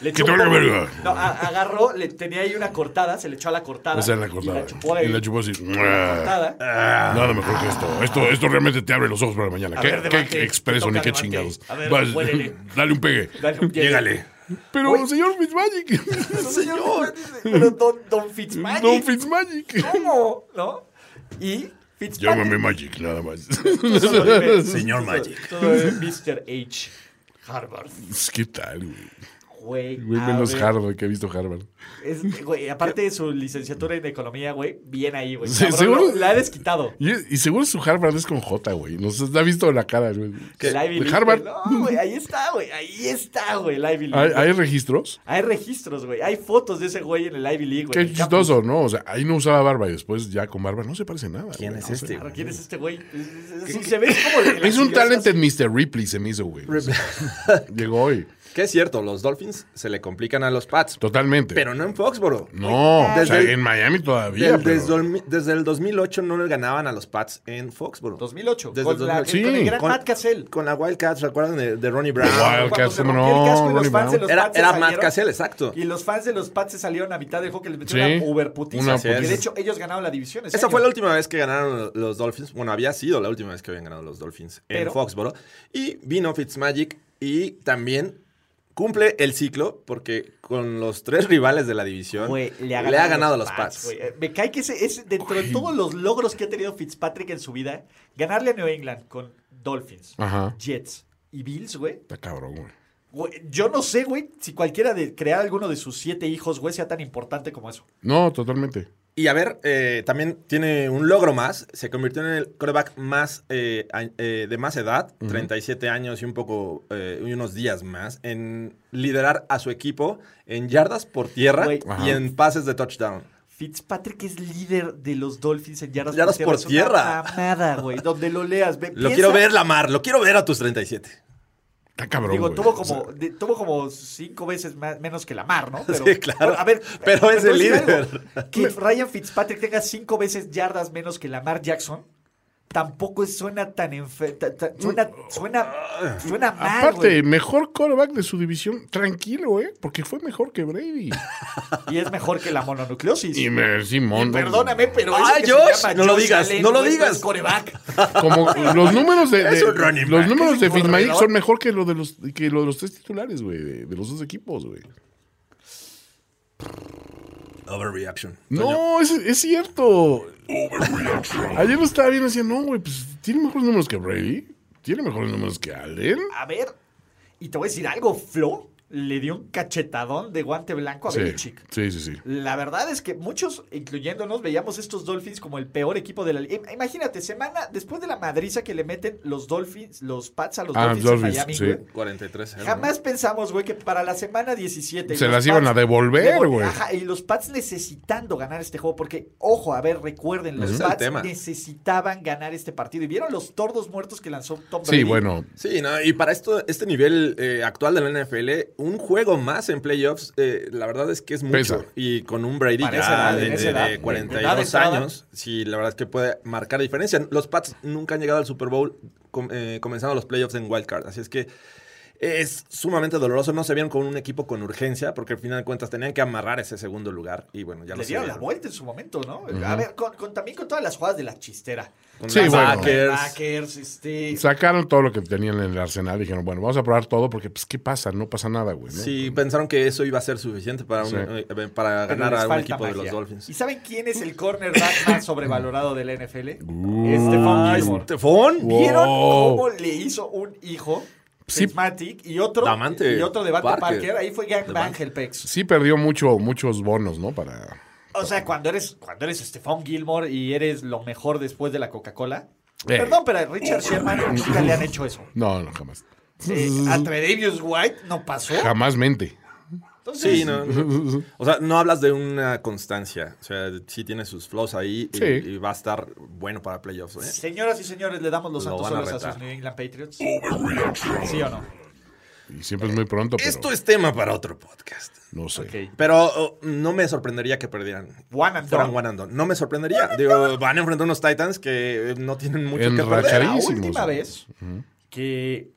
Speaker 4: Le
Speaker 6: "Eh, que
Speaker 4: echó
Speaker 6: te
Speaker 4: un
Speaker 6: valga
Speaker 4: poco-
Speaker 6: verga.
Speaker 4: No, a- agarró, le tenía ahí una cortada, se le echó a la cortada.
Speaker 6: Esa es la
Speaker 4: Y
Speaker 6: cortada.
Speaker 4: la chupó de
Speaker 6: Y la chupó así.
Speaker 4: cortada.
Speaker 6: Nada mejor que esto. Esto, esto realmente te abre los ojos para la mañana.
Speaker 4: A
Speaker 6: ¿Qué,
Speaker 4: ver,
Speaker 6: qué
Speaker 4: debate,
Speaker 6: expreso
Speaker 4: te
Speaker 6: ni
Speaker 4: toca
Speaker 6: qué
Speaker 4: debate.
Speaker 6: chingados?
Speaker 4: A ver,
Speaker 6: Vas-
Speaker 4: huélele.
Speaker 6: [laughs] dale un pegue. [laughs]
Speaker 4: Dale un- [laughs]
Speaker 5: Llégale. [laughs]
Speaker 6: Pero, señor Fitzmagic.
Speaker 4: Señor. Pero Don, don Fitzmagic.
Speaker 6: Don Fitzmagic.
Speaker 4: ¿Cómo? ¿No? Y
Speaker 6: [laughs]
Speaker 4: Fitzpatrick.
Speaker 6: Llámame Magic, nada más.
Speaker 4: solo dime.
Speaker 5: Señor Magic.
Speaker 4: Todo es Mr. H. Harvard.
Speaker 6: ¿Qué tal, güey?
Speaker 4: Ah, Güey.
Speaker 6: Güey,
Speaker 4: a
Speaker 6: menos
Speaker 4: ver.
Speaker 6: Harvard que he visto Harvard.
Speaker 4: Es- güey, aparte de su licenciatura en economía, güey, bien ahí, güey.
Speaker 6: Sí,
Speaker 4: Cabrón,
Speaker 6: seguro-
Speaker 4: lo- La ha desquitado.
Speaker 6: Y, y seguro su Harvard es con J, güey. Nos ha visto la cara, güey.
Speaker 4: El Ivy
Speaker 6: ¿De
Speaker 4: League,
Speaker 6: Harvard.
Speaker 4: güey. No, güey, ahí está, güey. Ahí está, güey, el Ivy League.
Speaker 6: ¿Hay,
Speaker 4: güey.
Speaker 6: hay registros?
Speaker 4: Hay registros, güey. Hay fotos de ese güey en el Ivy League, güey.
Speaker 6: Qué
Speaker 4: El campus.
Speaker 6: chistoso, ¿no? O sea, ahí no usaba barba y después ya con barba no se parece nada.
Speaker 5: ¿Quién
Speaker 6: güey,
Speaker 5: es
Speaker 6: no sé.
Speaker 5: este?
Speaker 4: Claro, ¿Quién es este güey? Es- es- es- Se ve como... de las
Speaker 6: Es un
Speaker 4: iglesias.
Speaker 6: talented Mr. Ripley, se me hizo, güey. O sea, [laughs] Llegó hoy.
Speaker 5: Que es cierto, los Dolphins se le complican a los Pats.
Speaker 6: Totalmente.
Speaker 5: Pero no en Foxboro.
Speaker 6: no, o sea,
Speaker 5: Desde-
Speaker 6: en Miami todavía. pero-
Speaker 5: desde, el- desde el 2008 no le ganaban a los Pats en Foxboro.
Speaker 4: 2008.
Speaker 5: Desde
Speaker 4: con,
Speaker 5: el
Speaker 4: la-
Speaker 5: 2008.
Speaker 6: Sí.
Speaker 4: con el gran
Speaker 5: Con-
Speaker 4: Matt Cassell.
Speaker 5: Con la Wildcats, ¿se acuerdan de, de Ronnie Brown?
Speaker 6: Wild-
Speaker 4: Cuando
Speaker 6: Wildcats,
Speaker 4: se
Speaker 6: ¿cómo
Speaker 4: rompió el
Speaker 6: no?
Speaker 4: casco y los
Speaker 6: Ronnie
Speaker 4: fans de
Speaker 6: Brown.
Speaker 4: los
Speaker 5: Era,
Speaker 4: Pats se
Speaker 5: era Matt
Speaker 4: salieron.
Speaker 5: Cassell, exacto.
Speaker 4: Y los fans de los Pats se salieron a mitad de juego que les metió
Speaker 6: Sí,
Speaker 4: una uberputiza.
Speaker 6: una
Speaker 4: porque de
Speaker 6: putiza.
Speaker 4: hecho ellos ganaron la división. ese
Speaker 5: Esa
Speaker 4: año.
Speaker 5: fue la última vez que ganaron los Dolphins. Bueno, había sido la última vez que habían ganado los Dolphins
Speaker 4: Pero-
Speaker 5: en Foxboro. Y vino Fitzmagic y también cumple el ciclo porque con los tres rivales de la división
Speaker 4: Güey, le ha ganado,
Speaker 5: ganado a los Pats.
Speaker 4: güey. Eh, Me cae que ese es dentro de todos los logros que ha tenido Fitzpatrick en su vida, ganarle a New England con Dolphins,
Speaker 6: Ajá.
Speaker 4: Jets y Bills, güey.
Speaker 6: Está cabrón, güey.
Speaker 4: Güey, Yo no sé, güey, si cualquiera de crear alguno de sus siete hijos, güey, sea tan importante como eso.
Speaker 6: No, totalmente.
Speaker 5: Y a ver, eh, también tiene un logro más. Se convirtió en el coreback más, eh, a- eh, de más edad, 37 años y un poco, eh, y unos días más, en liderar a su equipo en yardas por tierra
Speaker 4: Güey.
Speaker 5: y en pases de touchdown.
Speaker 4: Fitzpatrick es líder de los Dolphins en yardas,
Speaker 5: Yardas por
Speaker 4: Es una
Speaker 5: tierra.
Speaker 4: mamada, güey. Donde lo leas. ve-
Speaker 5: Lo
Speaker 4: piensa-
Speaker 5: quiero ver, Lamar. Lo quiero ver a tus 37.
Speaker 6: Está cabrón,
Speaker 4: Digo,
Speaker 6: güey.
Speaker 4: tuvo
Speaker 6: O sea,
Speaker 4: como, de- tuvo como cinco veces más, menos que Lamar, ¿no? Pero,
Speaker 5: [laughs] Sí, claro.
Speaker 4: bueno, a ver,
Speaker 5: Pero
Speaker 4: ¿me
Speaker 5: es el
Speaker 4: puedes decir
Speaker 5: líder.
Speaker 4: algo?
Speaker 5: [laughs]
Speaker 4: Que Ryan Fitzpatrick tenga cinco veces yardas menos que Lamar Jackson, tampoco es- suena tan enfe- ta- ta- suena, suena, suena mal,
Speaker 6: Aparte,
Speaker 4: güey.
Speaker 6: mejor quarterback de su división, tranquilo, ¿eh? Porque fue mejor que Brady.
Speaker 4: Y es mejor que la mononucleosis.
Speaker 6: Y me, Simón. no-
Speaker 4: Perdóname, pero
Speaker 5: Ah,
Speaker 4: ese que se
Speaker 5: Josh,
Speaker 4: llama
Speaker 5: no lo
Speaker 4: Josh
Speaker 5: digas,
Speaker 4: Allen,
Speaker 5: no lo
Speaker 4: güey,
Speaker 5: digas.
Speaker 4: es coreback.
Speaker 6: Como los números de, de-
Speaker 5: Es un running
Speaker 6: los
Speaker 5: back,
Speaker 6: números
Speaker 5: es
Speaker 6: de
Speaker 5: un
Speaker 6: Fitzmagic
Speaker 5: corredor.
Speaker 6: son mejor que lo de los que lo de los tres titulares, güey, de, de los dos equipos, güey.
Speaker 5: Overreaction.
Speaker 6: No, es, es cierto. Ayer lo estaba viendo y decía, no, güey, pues tiene mejores números que Brady, tiene mejores números que Allen.
Speaker 5: Ah,
Speaker 4: A ver, y te voy a decir algo, Flo le dio un cachetadón de guante blanco a
Speaker 6: Sí,
Speaker 4: Belichick.
Speaker 6: sí, sí, sí.
Speaker 4: La verdad es que muchos, incluyéndonos, veíamos estos Dolphins como el peor equipo de la liga. Imagínate, semana después de la madriza que le meten los Dolphins, los Pats a los
Speaker 6: Ah,
Speaker 4: Dolphins,
Speaker 6: Dolphins,
Speaker 4: en Miami,
Speaker 6: sí.
Speaker 4: güey,
Speaker 5: 43. ¿eh?
Speaker 4: Jamás pensamos, güey, que para la semana 17... y
Speaker 6: Se
Speaker 4: los
Speaker 6: las iban
Speaker 4: Pats-
Speaker 6: a devolver,
Speaker 4: devol-
Speaker 6: güey.
Speaker 4: Ajá, y los Pats necesitando ganar este juego, porque, ojo, a ver, recuerden, los
Speaker 5: Ese es el
Speaker 4: Pats
Speaker 5: tema.
Speaker 4: necesitaban ganar este partido. ¿Y vieron los tordos muertos que lanzó Tom Brady?
Speaker 6: Sí, bueno,
Speaker 5: Sí, ¿no? y para esto, este nivel eh, actual de la NFL, un juego más en playoffs, eh, la verdad es que es mucho.
Speaker 6: Pesa.
Speaker 5: Y con un Brady
Speaker 4: Para
Speaker 5: ya
Speaker 4: esa edad,
Speaker 5: de,
Speaker 4: en
Speaker 5: de-
Speaker 4: esa
Speaker 5: de
Speaker 4: edad, de-
Speaker 5: 42
Speaker 4: de edad
Speaker 5: años, sí, la verdad es que puede marcar diferencia. Los Pats nunca han llegado al Super Bowl com- eh, comenzando los playoffs en Wild Card, así es que es sumamente doloroso. No se vieron con un equipo con urgencia, porque al final de cuentas tenían que amarrar ese segundo lugar y bueno, ya lo
Speaker 4: Le dieron la
Speaker 5: hicieron.
Speaker 4: vuelta en su momento, ¿no? A ver, con, con- también con todas las jugadas de la chistera.
Speaker 5: Con
Speaker 6: Sí,
Speaker 5: los
Speaker 6: bueno.
Speaker 5: Packers.
Speaker 4: Packers, este...
Speaker 6: sacaron todo lo que tenían en el arsenal y dijeron, bueno, vamos a probar todo porque, pues, ¿qué pasa? No pasa nada, güey. ¿no?
Speaker 5: Sí, pensaron que eso iba a ser suficiente para, un-
Speaker 6: Sí.
Speaker 5: eh, para
Speaker 4: pero
Speaker 5: ganar
Speaker 4: les
Speaker 5: a un
Speaker 4: falta
Speaker 5: equipo de los
Speaker 4: magia.
Speaker 5: Dolphins.
Speaker 4: ¿Y saben quién es el cornerback más sobrevalorado de la NFL?
Speaker 6: Uh.
Speaker 4: Stephon Gilmore.
Speaker 5: ¿Estefón?
Speaker 4: ¿Vieron
Speaker 6: Wow.
Speaker 4: cómo le hizo un hijo?
Speaker 6: Sí.
Speaker 4: Prismatic y otro
Speaker 5: Davante
Speaker 4: y otro de Davante Parker.
Speaker 5: Parker.
Speaker 4: ahí fue gangbang el pex.
Speaker 6: Sí perdió mucho, muchos bonos, ¿no? Para...
Speaker 4: O sea, cuando eres cuando eres Stephon Gilmore y eres lo mejor después de la Coca-Cola,
Speaker 6: Eh,
Speaker 4: Perdón, pero a Richard Sherman nunca le han hecho eso.
Speaker 6: No, no, jamás.
Speaker 4: Eh, a Tredavious White no pasó.
Speaker 6: Jamás mente. [laughs]
Speaker 4: Entonces,
Speaker 5: Sí, no, no. O sea, no hablas de una constancia. O sea, sí tiene sus flows ahí y,
Speaker 6: Sí.
Speaker 5: y va a estar bueno para playoffs. ¿eh?
Speaker 4: Señoras y señores, le damos los
Speaker 5: Lo
Speaker 4: santos
Speaker 5: van a
Speaker 4: soles a
Speaker 5: retar.
Speaker 4: sus New England Patriots. ¿Sí o no?
Speaker 6: Y siempre es muy pronto, pero
Speaker 5: Esto es tema para otro podcast.
Speaker 6: no sé.
Speaker 5: Pero oh, no me sorprendería que perdieran.
Speaker 4: One and
Speaker 5: Fueran
Speaker 4: done.
Speaker 5: one and done. No me sorprendería. Digo, van a enfrentar unos Titans que eh, no tienen mucho que perder.
Speaker 6: Enrachadísimos.
Speaker 4: La última
Speaker 6: güey.
Speaker 4: vez que,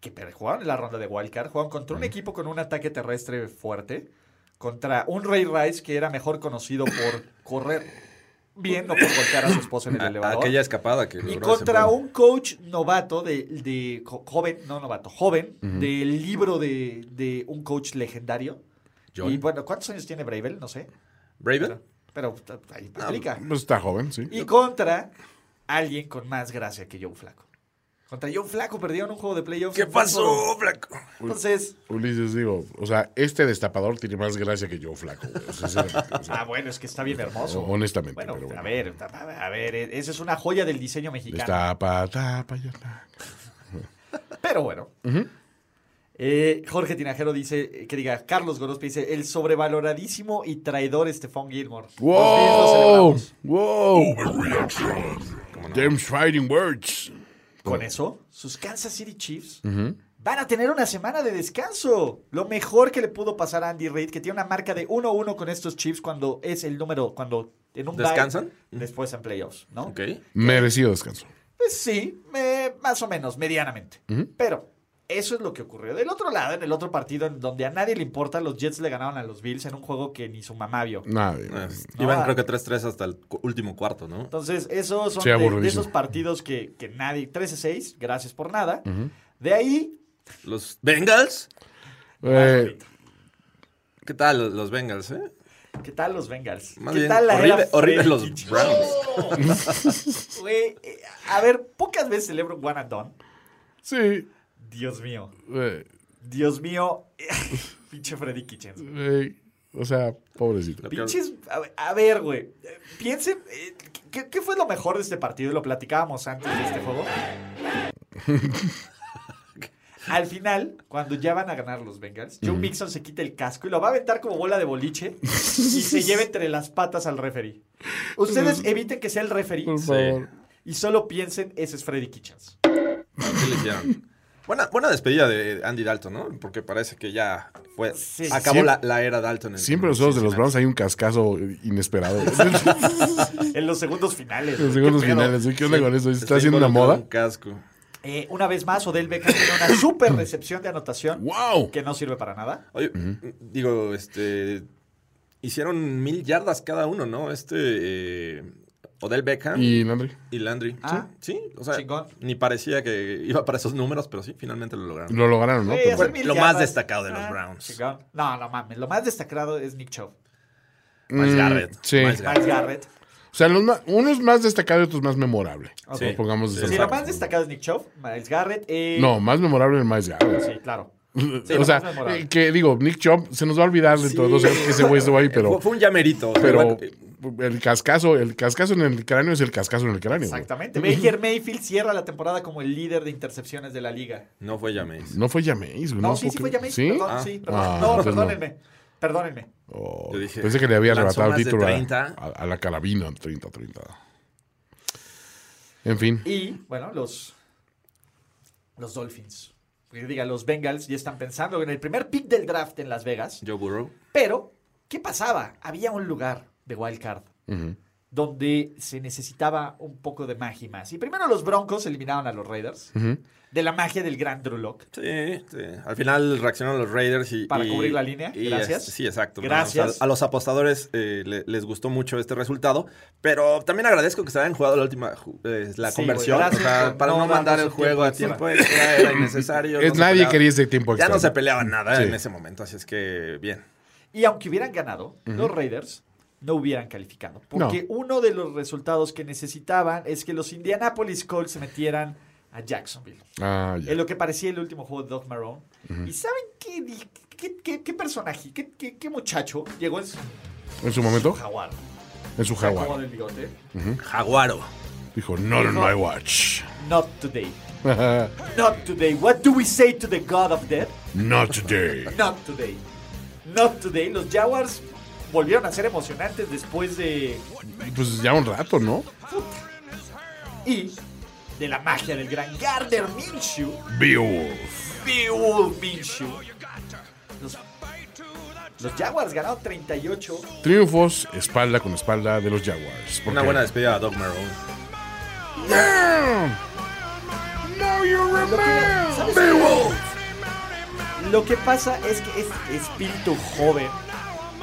Speaker 4: que per- jugaron en la ronda de Wildcard, jugaron contra un equipo con un ataque terrestre fuerte, contra un Ray Rice que era mejor conocido por correr bien, no por golpear a su esposa en el
Speaker 5: A-
Speaker 4: elevador.
Speaker 5: Ah, aquella escapada que
Speaker 4: Y
Speaker 5: logró
Speaker 4: contra
Speaker 5: ese
Speaker 4: un coach novato, de, de jo- joven, no novato, joven, del libro de, de un coach legendario.
Speaker 5: John.
Speaker 4: Y bueno, ¿cuántos años tiene Bravel? No sé.
Speaker 5: Braven.
Speaker 4: Pero t- t- ahí explica.
Speaker 6: Pues está joven, sí.
Speaker 4: Y contra alguien con más gracia que Joe Flaco. Contra Joe Flaco perdieron un juego de playoffs.
Speaker 5: ¿Qué pasó, Flaco?
Speaker 4: Entonces,
Speaker 6: Ulises, digo, o sea, este destapador tiene más gracia que yo, flaco. güey, o sea, sinceramente,
Speaker 4: [laughs]
Speaker 6: o sea,
Speaker 4: [laughs] ah, bueno, es que está bien hermoso.
Speaker 6: honestamente,
Speaker 4: Bueno,
Speaker 6: pero bueno.
Speaker 4: a ver, a ver, eh, esa es una joya del diseño mexicano.
Speaker 6: Destapa, tapa, ya está.
Speaker 4: Pero bueno. Eh, Jorge Tinajero dice, eh, que diga, Carlos Gorospe dice, el sobrevaloradísimo y traidor Stephon Gilmore. Los Bills lo
Speaker 6: ¡Wow!
Speaker 4: celebramos.
Speaker 6: ¡Wow! James Fighting Words.
Speaker 4: Con eso, sus Kansas City Chiefs van a tener una semana de descanso. Lo mejor que le pudo pasar a Andy Reid, que tiene una marca de 1-1 con estos Chiefs cuando es el número, cuando en un bye,
Speaker 5: ¿Descansan?
Speaker 4: después en playoffs, ¿no?
Speaker 5: Ok.
Speaker 6: Merecido descanso.
Speaker 4: Pues sí, eh, más o menos, medianamente. Pero eso es lo que ocurrió. Del otro lado, en el otro partido, en donde a nadie le importa, los Jets le ganaron a los Bills en un juego que ni su mamá vio.
Speaker 6: Nada. güey.
Speaker 5: Ah,
Speaker 4: No,
Speaker 5: Iban
Speaker 4: ah.
Speaker 5: creo que 3-3 hasta el cu- último cuarto, ¿no?
Speaker 4: Entonces, esos son
Speaker 6: Sí,
Speaker 4: de- de,
Speaker 6: aburridísimo.
Speaker 4: esos partidos que, que nadie. 13-6, gracias por nada. De ahí,
Speaker 5: Los Bengals.
Speaker 6: Eh,
Speaker 4: Ah,
Speaker 5: ¿Qué tal los Bengals, eh?
Speaker 4: ¿qué tal los Bengals?
Speaker 5: Más
Speaker 4: ¿Qué
Speaker 5: bien,
Speaker 4: tal la era
Speaker 5: horrible, horrible
Speaker 4: Freddy
Speaker 5: los
Speaker 4: Kitchens?
Speaker 5: Browns.
Speaker 4: [laughs] Güey, eh, a ver, pocas veces celebro un one and done.
Speaker 6: sí.
Speaker 4: Dios mío.
Speaker 6: eh,
Speaker 4: Dios mío. [laughs] Pinche Freddy Kitchens.
Speaker 6: eh, o sea, pobrecito.
Speaker 4: Pinches, a ver- a ver, güey. eh, Piensen, eh, ¿qué, qué fue lo mejor de este partido? Y Lo platicábamos antes de
Speaker 6: [laughs]
Speaker 4: este juego. Al final, cuando ya van a ganar los Bengals, Joe Mixon se quita el casco y lo va a aventar como bola de boliche y se lleva entre las patas al referee. Ustedes eviten que sea el referee
Speaker 6: Por favor.
Speaker 4: y solo piensen, ese es Freddy Kitchens.
Speaker 5: ¿Qué le hicieron? Buena, buena despedida de Andy Dalton, ¿no? Porque parece que ya fue,
Speaker 4: Sí.
Speaker 5: acabó la, la era Dalton. en-
Speaker 6: Siempre
Speaker 5: en
Speaker 6: los ojos de los
Speaker 5: Cincinnati.
Speaker 6: Browns hay un cascazo inesperado.
Speaker 4: [laughs] En los segundos
Speaker 6: Los
Speaker 4: finales. güey, qué
Speaker 6: segundos
Speaker 4: pedo.
Speaker 6: finales. ¿eh? ¿Qué onda con eso? ¿Está
Speaker 5: Estoy
Speaker 6: haciendo una
Speaker 5: involucrado en
Speaker 6: moda?
Speaker 5: un casco.
Speaker 4: Eh, una vez más, Odell Beckham tiene una super recepción de anotación
Speaker 6: ¡Wow!
Speaker 4: que no sirve para nada.
Speaker 5: Oye, digo, este. Hicieron mil yardas cada uno, ¿no? Este. eh, Odell Beckham y,
Speaker 6: Y Landry
Speaker 5: Landry.
Speaker 4: Ah.
Speaker 5: sí, sí, o sea,
Speaker 4: Chingón.
Speaker 5: ni parecía que iba para esos números, pero sí, finalmente lo lograron.
Speaker 6: lo lograron, ¿no?
Speaker 4: Sí,
Speaker 6: Pero-
Speaker 4: hacer
Speaker 5: bueno,
Speaker 4: mil
Speaker 5: lo más
Speaker 4: yardas.
Speaker 5: destacado de los Browns.
Speaker 4: chingón. No, no mames. Lo más destacado es Nick Chubb.
Speaker 5: Miles
Speaker 6: Mm,
Speaker 5: Garrett.
Speaker 6: sí.
Speaker 5: Miles
Speaker 4: Miles
Speaker 5: Garrett.
Speaker 4: Garrett.
Speaker 6: O sea, los ma- uno es más destacado y otro es más memorable.
Speaker 4: Ok.
Speaker 6: No pongamos de esa
Speaker 4: Sí, lo
Speaker 6: manera.
Speaker 4: más destacado es Nick Chubb. Miles Garrett. eh,
Speaker 6: No, más memorable el más Garrett.
Speaker 4: Sí,
Speaker 6: [laughs]
Speaker 4: claro. Sí,
Speaker 6: o
Speaker 4: lo
Speaker 6: sea,
Speaker 4: más memorable.
Speaker 6: eh, que digo, Nick Chubb se nos va a olvidar dentro de dos años que ese güey estuvo ahí, pero,
Speaker 5: Fue, fue un llamerito. o sea,
Speaker 6: pero
Speaker 5: bueno,
Speaker 6: el cascazo, el cascazo en el cráneo es el cascazo en el cráneo. güey.
Speaker 4: Exactamente. Baker Mayfield cierra la temporada como el líder de intercepciones de la liga.
Speaker 5: no fue llameis.
Speaker 6: No fue Jameis, güey.
Speaker 4: No, sí, sí
Speaker 6: ¿Por
Speaker 4: fue
Speaker 6: qué?
Speaker 4: James.
Speaker 6: ¿Sí?
Speaker 4: Perdón,
Speaker 5: Ah.
Speaker 4: sí, perdón.
Speaker 6: Ah,
Speaker 4: no,
Speaker 6: entonces no.
Speaker 4: perdónenme. Perdónenme.
Speaker 6: Oh,
Speaker 5: Yo dije,
Speaker 6: pensé que le había
Speaker 5: lanzó
Speaker 6: arrebatado el
Speaker 5: más de
Speaker 6: título a-
Speaker 5: 30.
Speaker 6: a, a la carabina 30-30. En fin.
Speaker 4: Y, bueno, los, los Dolphins. Que diga, los Bengals ya están pensando en el primer pick del draft en Las Vegas.
Speaker 5: Joe Burrow.
Speaker 4: Pero, ¿qué pasaba? Había un lugar de wild card donde se necesitaba un poco de magia y más. Y primero los Broncos eliminaron a los Raiders de la magia del gran Drew Lock.
Speaker 5: Sí, sí. Al final reaccionaron los Raiders y.
Speaker 4: Para
Speaker 5: y-
Speaker 4: cubrir la línea, gracias.
Speaker 5: este, sí, exacto. ¿no?
Speaker 4: Gracias.
Speaker 5: O sea, a los apostadores eh, le- les gustó mucho este resultado, pero también agradezco que se hayan jugado la última ju- eh, la
Speaker 4: Sí,
Speaker 5: conversión.
Speaker 4: güey, gracias
Speaker 5: o sea,
Speaker 4: por
Speaker 5: para no,
Speaker 4: no
Speaker 5: mandar
Speaker 4: darnos
Speaker 5: el
Speaker 4: un
Speaker 5: juego a
Speaker 4: tiempo
Speaker 5: tiempo extra era innecesario.
Speaker 6: Es-
Speaker 5: no se
Speaker 6: nadie
Speaker 5: peleaba-
Speaker 6: quería ese tiempo
Speaker 5: Ya
Speaker 6: extra.
Speaker 5: no se peleaban nada
Speaker 6: Sí.
Speaker 5: en ese momento, así es que bien.
Speaker 4: Y aunque hubieran ganado, los Raiders no hubieran calificado. Porque uno de los resultados que necesitaban es que los Indianapolis Colts se metieran a Jacksonville.
Speaker 6: Ah, ya.
Speaker 4: En lo que parecía el último juego de Doc Marrone. ¿Y saben qué, di- qué, qué- qué personaje, qué, qué- qué muchacho llegó en su
Speaker 6: En su momento,
Speaker 4: jaguar?
Speaker 6: en su
Speaker 4: Jaguar.
Speaker 6: jaguar.
Speaker 4: del bigote.
Speaker 5: Jaguaro.
Speaker 6: Dijo, not on my watch.
Speaker 4: Not today. Not today. What do we say to the God of Death?
Speaker 6: Not today.
Speaker 4: Not today. Not today. Los Jaguars volvieron a ser emocionantes después de.
Speaker 6: Pues ya un rato, ¿no?
Speaker 4: Y. De la magia del gran Gardner Minshew.
Speaker 6: Beowulf.
Speaker 4: Beowulf Minshew. Los, los Jaguars ganaron 38.
Speaker 6: Triunfos espalda con espalda de los Jaguars. Porque-
Speaker 5: Una buena despedida a Doug Marrone.
Speaker 6: Damn. Now you
Speaker 4: ¿Sabes?
Speaker 6: remember.
Speaker 4: Lo que pasa es que este espíritu joven,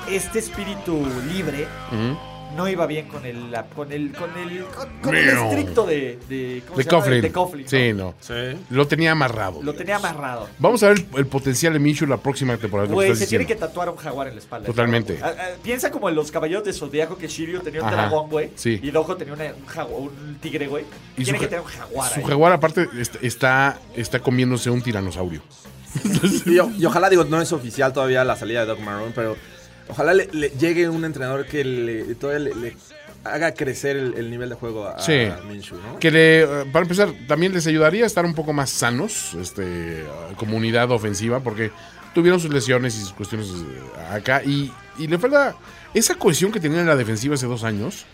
Speaker 4: este espíritu libre, no iba bien con el con el con el, con, con el
Speaker 6: Meow.
Speaker 4: estricto de de ¿cómo
Speaker 6: De
Speaker 4: se llama?
Speaker 6: Coughlin.
Speaker 4: De Coughlin, ¿no?
Speaker 6: Sí, no.
Speaker 5: Sí.
Speaker 6: Lo tenía amarrado.
Speaker 4: Lo tenía amarrado.
Speaker 6: Vamos a ver el potencial de Minshew la próxima temporada. es lo que
Speaker 4: Güey,
Speaker 6: estás
Speaker 4: se tiene que
Speaker 6: diciendo.
Speaker 4: tatuar a un jaguar en la espalda.
Speaker 6: Totalmente.
Speaker 4: Ah, ah, piensa como en los caballeros de Zodíaco que Shiryu tenía un
Speaker 6: Ajá,
Speaker 4: dragón, güey.
Speaker 6: sí.
Speaker 4: Y Dojo tenía una- un, jagu- un tigre, güey.
Speaker 6: Y
Speaker 4: Tiene
Speaker 6: su
Speaker 4: que eh.
Speaker 6: ja-
Speaker 4: tener un jaguar.
Speaker 6: Su
Speaker 4: ahí.
Speaker 6: jaguar aparte est- está, está comiéndose un tiranosaurio.
Speaker 5: Y, o- y ojalá, digo, no es oficial todavía la salida de Doug Marrone, pero ojalá le, le llegue un entrenador que le, todavía le, le haga crecer el, el nivel de juego a,
Speaker 6: Sí.
Speaker 5: a Minshew, ¿no?
Speaker 6: Que le, eh, para empezar, también les ayudaría a estar un poco más sanos, este, eh, comunidad ofensiva, porque tuvieron sus lesiones y sus cuestiones eh, acá. Y, y le falta esa cohesión que tenían en la defensiva hace dos años,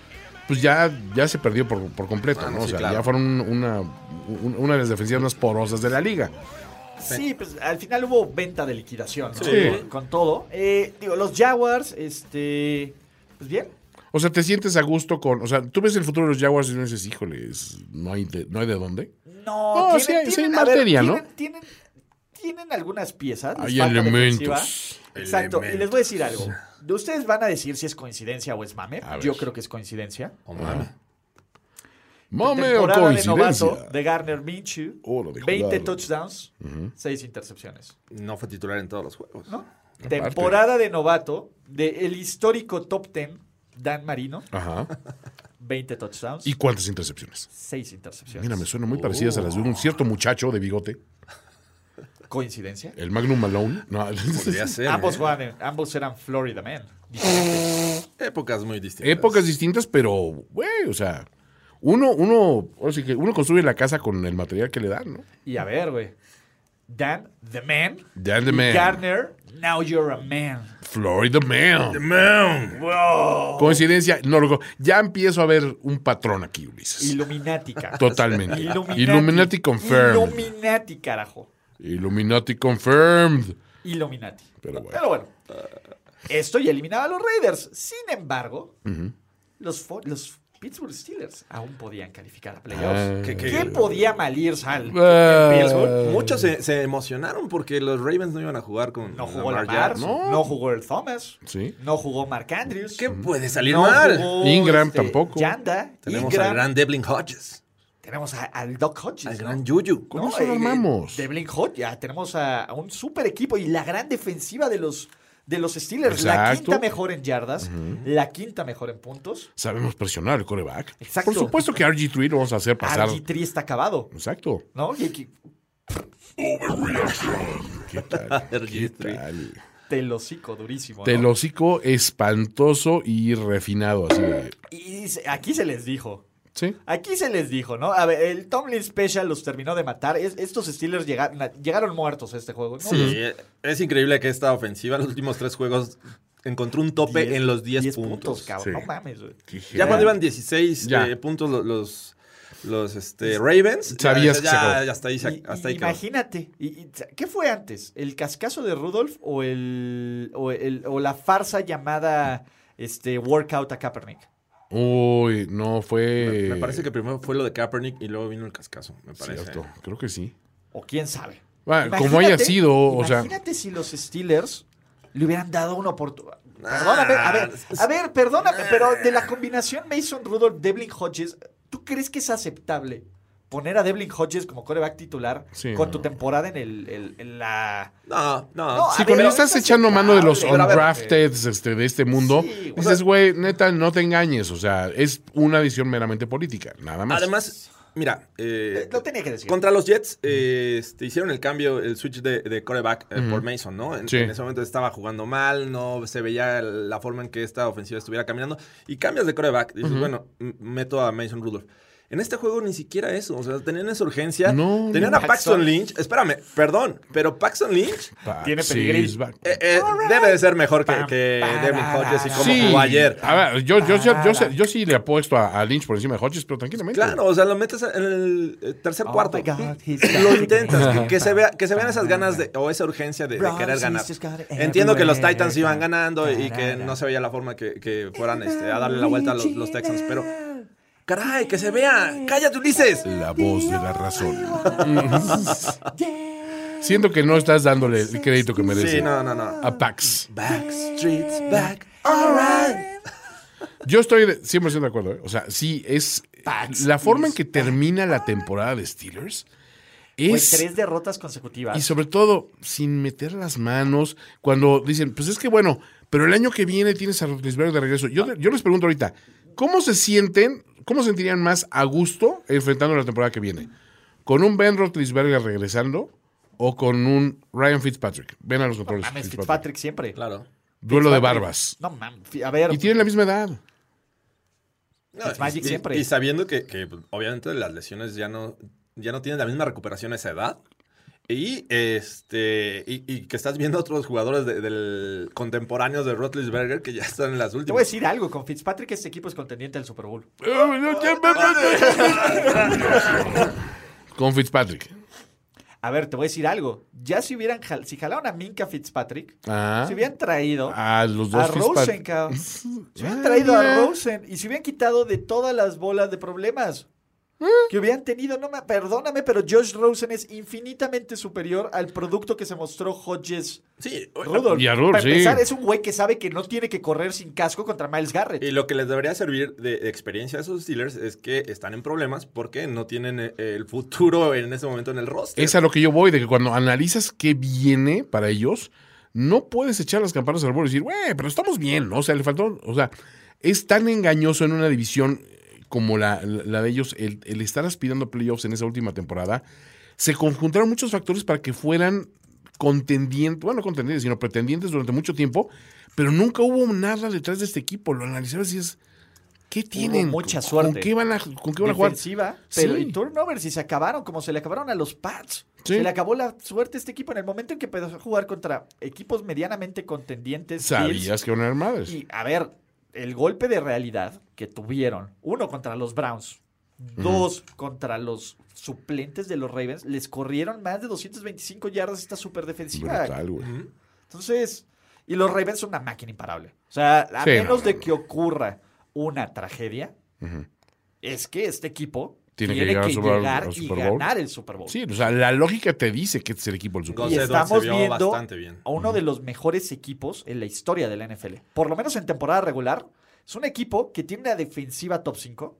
Speaker 6: pues ya, ya se perdió por, por completo,
Speaker 5: Ah,
Speaker 6: ¿no?
Speaker 5: sí,
Speaker 6: o sea,
Speaker 5: claro.
Speaker 6: ya fueron una, un- una de las defensivas más porosas de la liga.
Speaker 4: Sí, pues al final hubo venta de liquidación, ¿no?
Speaker 6: Sí.
Speaker 4: Con, con todo. Eh, digo, los Jaguars, este. Pues bien.
Speaker 6: O sea, te sientes a gusto con. O sea, tú ves el futuro de los Jaguars y no dices, híjole, es- no, hay de, no hay de dónde.
Speaker 4: No,
Speaker 6: No,
Speaker 4: tienen,
Speaker 6: sí hay- sí hay
Speaker 4: tienen- a ver,
Speaker 6: materia, ¿no?
Speaker 4: Tienen, tienen, tienen algunas piezas. les
Speaker 6: Hay
Speaker 4: falta
Speaker 6: elementos.
Speaker 4: defensiva. Exacto. Y les voy a decir algo. De ustedes van a decir si es coincidencia o es mame.
Speaker 6: A ver.
Speaker 4: Yo creo que es coincidencia.
Speaker 6: Mame o
Speaker 4: Temporada de
Speaker 6: coincidencia.
Speaker 4: novato de Garner Minshew.
Speaker 6: Oh, lo dijo
Speaker 4: 20
Speaker 6: Darwin.
Speaker 4: touchdowns, 6 intercepciones.
Speaker 5: No fue titular en todos los juegos.
Speaker 4: ¿no? Temporada de novato de el histórico top 10 Dan Marino.
Speaker 6: Ajá.
Speaker 4: 20 touchdowns,
Speaker 6: ¿Y cuántas intercepciones?
Speaker 4: 6 intercepciones.
Speaker 6: Mira, me suenan muy parecidas a las de un cierto muchacho de bigote,
Speaker 4: ¿Coincidencia?
Speaker 6: el Magnum Malone. No, [laughs]
Speaker 4: [laughs]
Speaker 5: Podría ser.
Speaker 4: Ambos,
Speaker 5: ¿eh?
Speaker 4: juegan en- ambos eran Florida Man.
Speaker 5: Épocas muy distintas.
Speaker 6: épocas distintas, pero, güey, o sea, uno, uno, ahora sí que uno construye la casa con el material que le dan, ¿no?
Speaker 4: Y a ver, güey. Dan, the man.
Speaker 6: Dan the
Speaker 4: Y
Speaker 6: man.
Speaker 4: Garner, now you're a man.
Speaker 6: Florida Man. Coincidencia, no, loco, ya empiezo a ver un patrón aquí, Ulises.
Speaker 4: Illuminática.
Speaker 6: Totalmente.
Speaker 4: Illuminati.
Speaker 6: Illuminati confirmed.
Speaker 4: Illuminati, carajo.
Speaker 6: Illuminati confirmed.
Speaker 4: Illuminati.
Speaker 6: Pero bueno.
Speaker 4: Pero bueno. Esto ya eliminaba a los Raiders. Sin embargo, los, fo- los Pittsburgh Steelers aún podían calificar a
Speaker 6: Eh.
Speaker 4: playoffs.
Speaker 5: Que- que-
Speaker 4: ¿Quién podía malir sal?
Speaker 6: Ah.
Speaker 4: Pittsburgh.
Speaker 5: Muchos se, se emocionaron porque los Ravens no iban a jugar con
Speaker 4: No jugó
Speaker 5: Lamar
Speaker 4: Lamar,
Speaker 5: Jackson.
Speaker 4: no. jugó el Thomas,
Speaker 6: Sí.
Speaker 4: no jugó Mark Andrews,
Speaker 5: ¿Qué puede salir
Speaker 4: no
Speaker 5: mal?
Speaker 4: jugó, este,
Speaker 6: Ingram tampoco.
Speaker 4: Yanda,
Speaker 5: Tenemos
Speaker 4: Ingram,
Speaker 5: al gran Devlin Hodges,
Speaker 4: tenemos a- al Doc Hodges.
Speaker 5: al
Speaker 4: ¿no?
Speaker 5: gran Juju.
Speaker 6: Con eso
Speaker 4: eh,
Speaker 6: lo armamos.
Speaker 4: De Blink Hot, ya tenemos a, a un super equipo y la gran defensiva de los, de los Steelers. La
Speaker 6: Exacto.
Speaker 4: quinta mejor en yardas, la quinta mejor en puntos.
Speaker 6: Sabemos presionar el coreback.
Speaker 4: Exacto.
Speaker 6: Por supuesto que RG3 lo vamos a hacer pasar.
Speaker 4: RG3 está acabado,
Speaker 6: Exacto.
Speaker 4: ¿no? Y que-
Speaker 6: ¿Qué
Speaker 4: [laughs]
Speaker 6: tal? ¿Qué
Speaker 5: RG3.
Speaker 6: tal?
Speaker 4: telocico durísimo. ¿no?
Speaker 6: Telocico espantoso y refinado, así de.
Speaker 4: Y se- aquí se les dijo.
Speaker 6: Sí.
Speaker 4: Aquí se les dijo, ¿no? A ver, el Tomlin Special los terminó de matar. Es- estos Steelers llegaron, llegaron muertos a este juego. ¿no?
Speaker 5: Sí, eh, es increíble que esta ofensiva, los últimos tres juegos, encontró un tope
Speaker 4: Diez-
Speaker 5: en los 10 puntos.
Speaker 4: cabrón.
Speaker 6: Sí.
Speaker 4: No mames, güey.
Speaker 5: Ya cuando iban 16
Speaker 6: Ya.
Speaker 5: eh, puntos lo- los, los este, Ravens,
Speaker 6: Sabías
Speaker 5: ya,
Speaker 6: que se
Speaker 5: ya-
Speaker 6: acabó.
Speaker 5: ya hasta ahí, se-
Speaker 4: Y-
Speaker 5: hasta
Speaker 4: y
Speaker 5: ahí quedó.
Speaker 4: imagínate, y- y- ¿qué fue antes? ¿El cascazo de Rudolph o, el, o, el- o la farsa llamada este, Workout a Kaepernick?
Speaker 6: Uy, no fue.
Speaker 5: Me parece que primero fue lo de Kaepernick y luego vino el cascazo, me parece.
Speaker 6: Cierto, creo que sí.
Speaker 4: ¿O quién sabe?
Speaker 6: Bueno,
Speaker 4: Imagínate-
Speaker 6: como haya sido, o sea-
Speaker 4: Imagínate si los Steelers le hubieran dado una oportunidad. Perdóname,
Speaker 5: Ah,
Speaker 4: a ver, a ver, perdóname, pero de la combinación Mason Rudolph, Devlin Hodges, ¿tú crees que es aceptable poner a Devlin Hodges como coreback titular
Speaker 6: Sí,
Speaker 4: con
Speaker 6: no.
Speaker 4: tu temporada en, el, el- en la...
Speaker 5: No, no.
Speaker 4: No,
Speaker 5: Ah, sí,
Speaker 6: Si
Speaker 4: a
Speaker 6: con
Speaker 4: ver,
Speaker 6: él estás
Speaker 4: es
Speaker 6: echando mano de los
Speaker 4: aceptable, pero a ver,
Speaker 6: undrafted este, de este mundo,
Speaker 4: Sí, güey.
Speaker 6: dices, güey, neta, no te engañes. O sea, es una decisión meramente política, nada más.
Speaker 5: Además, mira, eh,
Speaker 4: Lo tenía que decir.
Speaker 5: contra los Jets eh, este, hicieron el cambio, el switch de, de coreback eh, por Mason, ¿no? En,
Speaker 6: Sí.
Speaker 5: en ese momento estaba jugando mal, no se veía la forma en que esta ofensiva estuviera caminando. Y cambias de coreback, dices, bueno, m- meto a Mason Rudolph. En este juego ni siquiera eso. O sea, tenían esa urgencia.
Speaker 6: No,
Speaker 5: tenían
Speaker 6: no.
Speaker 5: a Paxton Lynch. Espérame, perdón, pero Paxton Lynch
Speaker 4: Tiene
Speaker 6: Paxis
Speaker 4: pedigrí.
Speaker 6: back.
Speaker 5: eh, eh, debe de ser mejor que, que Devin Hodges y como jugó ayer.
Speaker 6: A ver, yo, yo, yo, yo, sé- yo sí le apuesto a, a Lynch por encima de Hodges, pero tranquilamente.
Speaker 5: Claro, o sea, lo metes en el eh, tercer cuarto.
Speaker 4: Oh my God, he's got
Speaker 5: [laughs] lo
Speaker 4: it.
Speaker 5: intentas, que, que se vea, que se vean esas ganas de, o esa urgencia de, "Eh, de
Speaker 4: Bro,
Speaker 5: querer
Speaker 4: he's
Speaker 5: ganar.
Speaker 4: just got it
Speaker 5: Entiendo que los
Speaker 4: everywhere.
Speaker 5: Titans iban ganando y que no se veía la forma que, que fueran este, a darle la vuelta a los, los Texans, pero caray, que se vea. Cállate, Ulises.
Speaker 6: La voz de la razón. [laughs] Siento que no estás dándole el crédito que merece.
Speaker 5: Sí, no, no, no.
Speaker 6: A Pax.
Speaker 5: Back streets back.
Speaker 6: Yo estoy de- 100% de acuerdo. ¿eh? O sea, sí, es. La forma en que termina la temporada de Steelers
Speaker 4: [laughs] Güey,
Speaker 6: es.
Speaker 4: tres derrotas consecutivas.
Speaker 6: Y sobre todo, sin meter las manos, cuando dicen, pues es que bueno, pero el año que viene tienes a Rotlisberg de regreso. Yo, yo les pregunto ahorita, ¿cómo se sienten, cómo sentirían más a gusto enfrentando la temporada que viene? ¿Con un Ben Rotlisberger regresando o con un Ryan Fitzpatrick? Ven a los controles.
Speaker 4: Mames,
Speaker 6: Fitzpatrick.
Speaker 4: Fitzpatrick siempre.
Speaker 5: Claro.
Speaker 6: Duelo de
Speaker 4: Fitzpatrick.
Speaker 6: barbas.
Speaker 4: No mames, a ver.
Speaker 6: Y tienen la misma edad.
Speaker 5: No,
Speaker 4: Fitzmagic
Speaker 5: y, y-
Speaker 4: siempre.
Speaker 5: Y sabiendo que, que, pues, obviamente las lesiones ya no, ya no tienen la misma recuperación a esa edad. Y este y, y que estás viendo otros jugadores de- del contemporáneos de Rotlisberger que ya están en las
Speaker 4: Te voy a
Speaker 5: últimas.
Speaker 4: decir algo, con Fitzpatrick este equipo es contendiente al Super Bowl.
Speaker 6: Con Fitzpatrick.
Speaker 4: A ver, te voy a decir algo. Ya si hubieran, jal- si jalaron a Minka Fitzpatrick,
Speaker 6: Ah.
Speaker 4: si hubieran traído
Speaker 6: A los dos
Speaker 4: a Rosen,
Speaker 6: Fitzpatrick. [laughs]
Speaker 4: cabrón. Si hubieran traído a Rosen y se hubieran quitado de todas las bolas de problemas que hubieran tenido. No me, perdóname, pero Josh Rosen es infinitamente superior al producto que se mostró Hodges.
Speaker 5: Sí, o-
Speaker 4: Rudolph.
Speaker 6: Y a Rudolph,
Speaker 4: Para
Speaker 6: sí.
Speaker 4: empezar, es un güey que sabe que no tiene que correr sin casco contra Miles Garrett.
Speaker 5: Y lo que les debería servir de de experiencia a esos Steelers es que están en problemas porque no tienen eh, el futuro en este momento en el roster.
Speaker 6: Es a lo que yo voy, de que cuando analizas qué viene para ellos, no puedes echar las campanas al vuelo y decir, güey, pero estamos bien, ¿no? O sea, le faltó. O sea, es tan engañoso en una división eh, como la, la de ellos, el, el estar aspirando a playoffs en esa última temporada. Se conjuntaron muchos factores para que fueran contendientes, bueno, no contendientes, sino pretendientes durante mucho tiempo, pero nunca hubo nada detrás de este equipo. Lo analizabas y es. ¿Qué tienen?
Speaker 4: mucha
Speaker 6: ¿Con-
Speaker 4: suerte.
Speaker 6: ¿Con qué van a, con qué van a jugar?
Speaker 4: defensiva, pero
Speaker 6: Sí.
Speaker 4: en turnovers y se acabaron, como se le acabaron a los Pats.
Speaker 6: Sí.
Speaker 4: Se le acabó la suerte a este equipo en el momento en que empezó a jugar contra equipos medianamente contendientes.
Speaker 6: Sabías que van a haber madres.
Speaker 4: Bills, Y a ver, el golpe de realidad que tuvieron, uno contra los Browns, dos contra los suplentes de los Ravens, les corrieron más de 225 yardas esta super defensiva.
Speaker 6: Brutal, güey.
Speaker 4: Entonces, y los Ravens son una máquina imparable. O sea, a
Speaker 6: Sí,
Speaker 4: menos
Speaker 6: no,
Speaker 4: de que ocurra una tragedia, es que este equipo
Speaker 6: Tiene
Speaker 4: tiene,
Speaker 6: que
Speaker 4: que
Speaker 6: llegar
Speaker 4: llegar,
Speaker 6: al Super Bowl- al
Speaker 4: y
Speaker 6: Super Bowl.
Speaker 4: ganar el Super Bowl.
Speaker 6: Pues Sí, o sea, la lógica te dice que este es el equipo del Super Bowl.
Speaker 5: Con
Speaker 4: Y
Speaker 5: Sedón se
Speaker 4: estamos
Speaker 5: vio
Speaker 4: viendo
Speaker 5: bastante bien.
Speaker 4: a uno de los mejores equipos en la historia de la NFL. Por lo menos en temporada regular, es un equipo que tiene una defensiva top 5,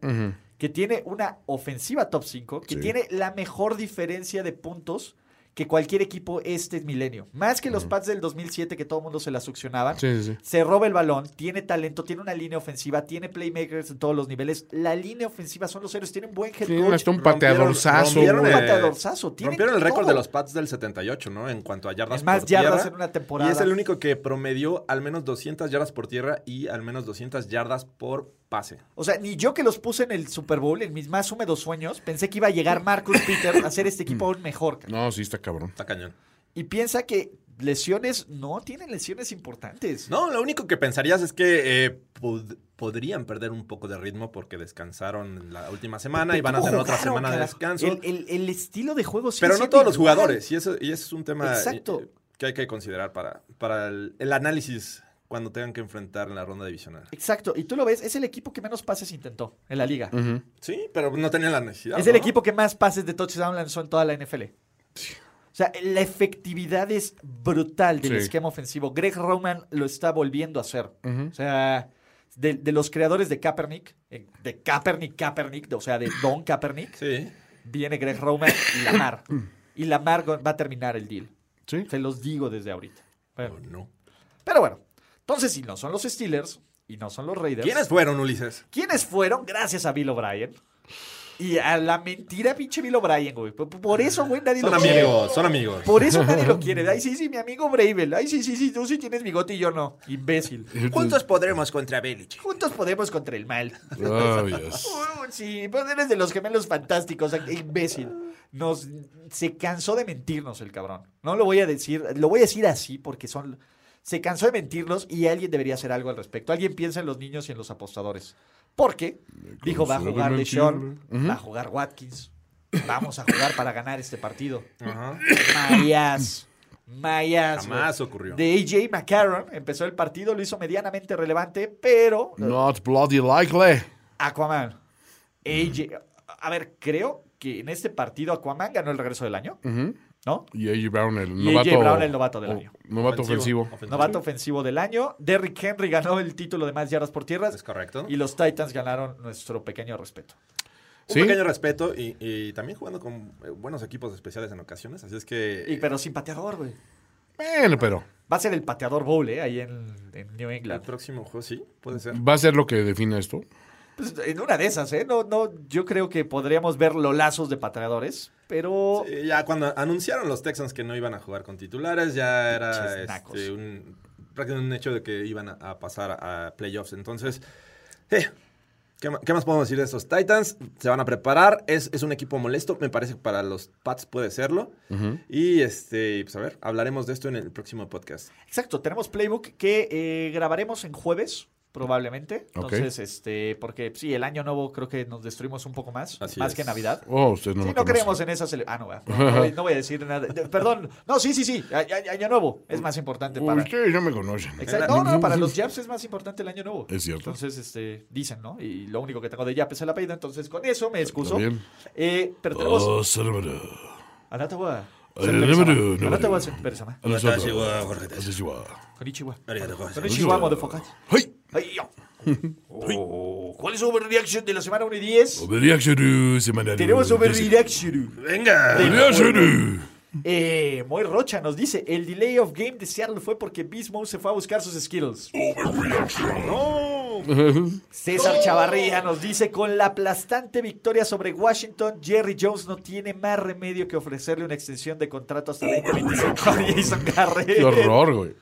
Speaker 4: que tiene una ofensiva top 5, que tiene la mejor diferencia de puntos que cualquier equipo este milenio. Más que los Pats del 2007 que todo el mundo se la succionaban.
Speaker 6: Sí, sí, sí.
Speaker 4: Se roba el balón, tiene talento, tiene una línea ofensiva, tiene playmakers en todos los niveles. La línea ofensiva son los héroes, tienen buen head
Speaker 6: Tienen
Speaker 4: coach,
Speaker 6: hasta un
Speaker 5: Rompieron-
Speaker 6: pateadorzazo,
Speaker 5: rompieron
Speaker 6: güey.
Speaker 5: el-
Speaker 4: pateadorzazo, tienen
Speaker 5: Rompieron el récord
Speaker 4: todo.
Speaker 5: de los Pats del 78, ¿no? En cuanto a yardas
Speaker 4: En más
Speaker 5: por
Speaker 4: yardas
Speaker 5: tierra.
Speaker 4: en una temporada.
Speaker 5: Y es el único que promedió al menos 200 yardas por tierra y al menos 200 yardas por pase.
Speaker 4: O sea, ni yo que los puse en el Super Bowl, en mis más húmedos sueños, pensé que iba a llegar Marcus Peter a hacer este equipo aún mejor. cabrón.
Speaker 6: No, sí, está cabrón.
Speaker 5: Está cañón.
Speaker 4: Y piensa que lesiones, no, tienen lesiones importantes.
Speaker 5: No, lo único que pensarías es que eh, pod- podrían perder un poco de ritmo porque descansaron la última semana y van a tener otra
Speaker 4: Jugaron,
Speaker 5: semana de
Speaker 4: carajo.
Speaker 5: descanso.
Speaker 4: El, el- el estilo de juego sigue
Speaker 5: Pero no
Speaker 4: siendo
Speaker 5: todos los
Speaker 4: igual.
Speaker 5: jugadores, y eso, y eso es un tema eh,
Speaker 4: Exacto.
Speaker 5: que hay que considerar para, para el, el análisis cuando tengan que enfrentar en la ronda divisional.
Speaker 4: Exacto, y tú lo ves, es el equipo que menos pases intentó en la liga.
Speaker 5: Sí, pero no tenían la necesidad.
Speaker 4: Es el
Speaker 5: ¿no?
Speaker 4: equipo que más pases de touchdown lanzó en toda la NFL. O sea, la efectividad es brutal del
Speaker 6: Sí.
Speaker 4: esquema ofensivo. Greg Roman lo está volviendo a hacer. O sea, de, de los creadores de Kaepernick, eh, de Kaepernick, Kaepernick, de- o sea, de Don Kaepernick,
Speaker 5: Sí.
Speaker 4: viene Greg Roman y Lamar. y Lamar go- va a terminar el deal.
Speaker 6: Sí.
Speaker 4: Se los digo desde ahorita. Bueno,
Speaker 5: No.
Speaker 4: pero bueno, entonces si no son los Steelers y no son los Raiders.
Speaker 5: ¿Quiénes fueron, Ulises?
Speaker 4: ¿Quiénes fueron? Gracias a Bill O'Brien. Y a la mentira, pinche Bill O'Brien, güey. Por- Por eso, güey, nadie
Speaker 5: Son
Speaker 4: lo quiere.
Speaker 5: amigos, son amigos.
Speaker 4: Por eso nadie lo quiere. Ay, sí, sí, mi amigo Bravel. Ay, sí, sí, sí, tú sí tienes bigote y yo no. Imbécil.
Speaker 5: Juntos podremos contra Belichick.
Speaker 4: Juntos podemos contra el mal.
Speaker 6: Ay, Dios.
Speaker 4: Uh, Sí, pues eres de los gemelos fantásticos, ac- imbécil. Nos se cansó de mentirnos el cabrón. No lo voy a decir, lo voy a decir así porque son se cansó de mentirnos y alguien debería hacer algo al respecto. Alguien piensa en los niños y en los apostadores. Porque dijo va a
Speaker 6: cansó de
Speaker 4: jugar
Speaker 6: mentir,
Speaker 4: LeSean, va a jugar Watkins. Vamos a jugar para ganar este partido. Mayas. Mayas. güey.
Speaker 5: Jamás ocurrió.
Speaker 4: De AJ McCarron empezó el partido, lo hizo medianamente relevante, pero
Speaker 6: Not bloody likely.
Speaker 4: Aquaman. AJ. A ver, creo que en este partido Aquaman ganó el regreso del año. ¿No?
Speaker 6: Y A.J. Brown, el
Speaker 4: Y A.J.
Speaker 6: novato.
Speaker 4: Brown, el novato del
Speaker 6: o-
Speaker 4: año.
Speaker 6: Novato ofensivo.
Speaker 4: Novato ofensivo del año. Derrick Henry ganó el título de más yardas por tierras.
Speaker 5: Es correcto.
Speaker 4: Y los Titans ganaron nuestro pequeño respeto.
Speaker 5: Un
Speaker 6: ¿Sí?
Speaker 5: pequeño respeto y, y también jugando con eh, buenos equipos especiales en ocasiones. Así es que.
Speaker 4: Y, pero sin pateador, güey.
Speaker 6: Bueno, pero
Speaker 4: Va a ser el pateador bowl, ¿eh? Ahí en, en New
Speaker 5: el
Speaker 4: England.
Speaker 5: próximo juego sí, puede ser.
Speaker 6: va a ser lo que define esto.
Speaker 4: Pues, en una de esas, ¿eh? No, no, yo creo que podríamos ver los lazos de pateadores, pero...
Speaker 5: Eh, ya cuando anunciaron los Texans que no iban a jugar con titulares, ya
Speaker 4: Pinches
Speaker 5: era
Speaker 4: nacos.
Speaker 5: este, un, prácticamente un hecho de que iban a, a pasar a, playoffs. Entonces, eh, ¿qué, ma- qué más podemos decir de estos Titans? Se van a preparar. Es, es un equipo molesto. Me parece que para los Pats puede serlo. Y este, pues a ver, hablaremos de esto en el próximo podcast.
Speaker 4: Exacto, tenemos playbook que eh, grabaremos en jueves, probablemente.
Speaker 6: Ok.
Speaker 4: Entonces, este, porque sí, el año nuevo creo que nos destruimos un poco más,
Speaker 5: Así
Speaker 4: más
Speaker 5: es.
Speaker 4: que Navidad.
Speaker 6: Oh, usted no
Speaker 4: sí,
Speaker 6: lo
Speaker 4: no
Speaker 6: conoce.
Speaker 4: creemos en esa cele- Ah, no, va. no, no voy- no voy a decir nada. De- Perdón, no, sí, sí, sí, a- a- año nuevo es más importante para.
Speaker 6: Ustedes ya me conocen.
Speaker 4: Exacto. No,
Speaker 6: [laughs]
Speaker 4: no, para los Japs es más importante el año nuevo.
Speaker 6: Es cierto.
Speaker 4: Entonces, este, dicen, ¿no? Y lo único que tengo de Jap es el apellido, entonces con eso me excuso.
Speaker 6: bien.
Speaker 4: Eh, pero tenemos.
Speaker 6: Oh, cerebro.
Speaker 4: Anatawa.
Speaker 6: Eh, cerebro, no.
Speaker 4: Anatawa, persona.
Speaker 6: A nosotros.
Speaker 5: Así, guau, Jorge.
Speaker 6: Así, sí, guau.
Speaker 4: Konnichiwa.
Speaker 5: Arigato, Jorge.
Speaker 4: Konnichiwa, motherfucker.
Speaker 6: ¡Hey!
Speaker 4: Ay,
Speaker 6: [laughs]
Speaker 4: yo. Oh, ¿Cuál es su overreaction de la semana 1 y 10?
Speaker 6: Overreaction semanal.
Speaker 4: Tenemos overreaction.
Speaker 5: Venga.
Speaker 6: Overreaction.
Speaker 4: Eh, Moy Rocha nos dice, el delay of game de Seattle fue porque Bismo se fue a buscar sus skills.
Speaker 6: [laughs]
Speaker 4: César Chavarría nos dice, con la aplastante victoria sobre Washington, Jerry Jones no tiene más remedio que ofrecerle una extensión de contrato hasta [laughs] 2025 a Jason Garrett.
Speaker 6: Qué
Speaker 4: [laughs]
Speaker 6: horror, güey.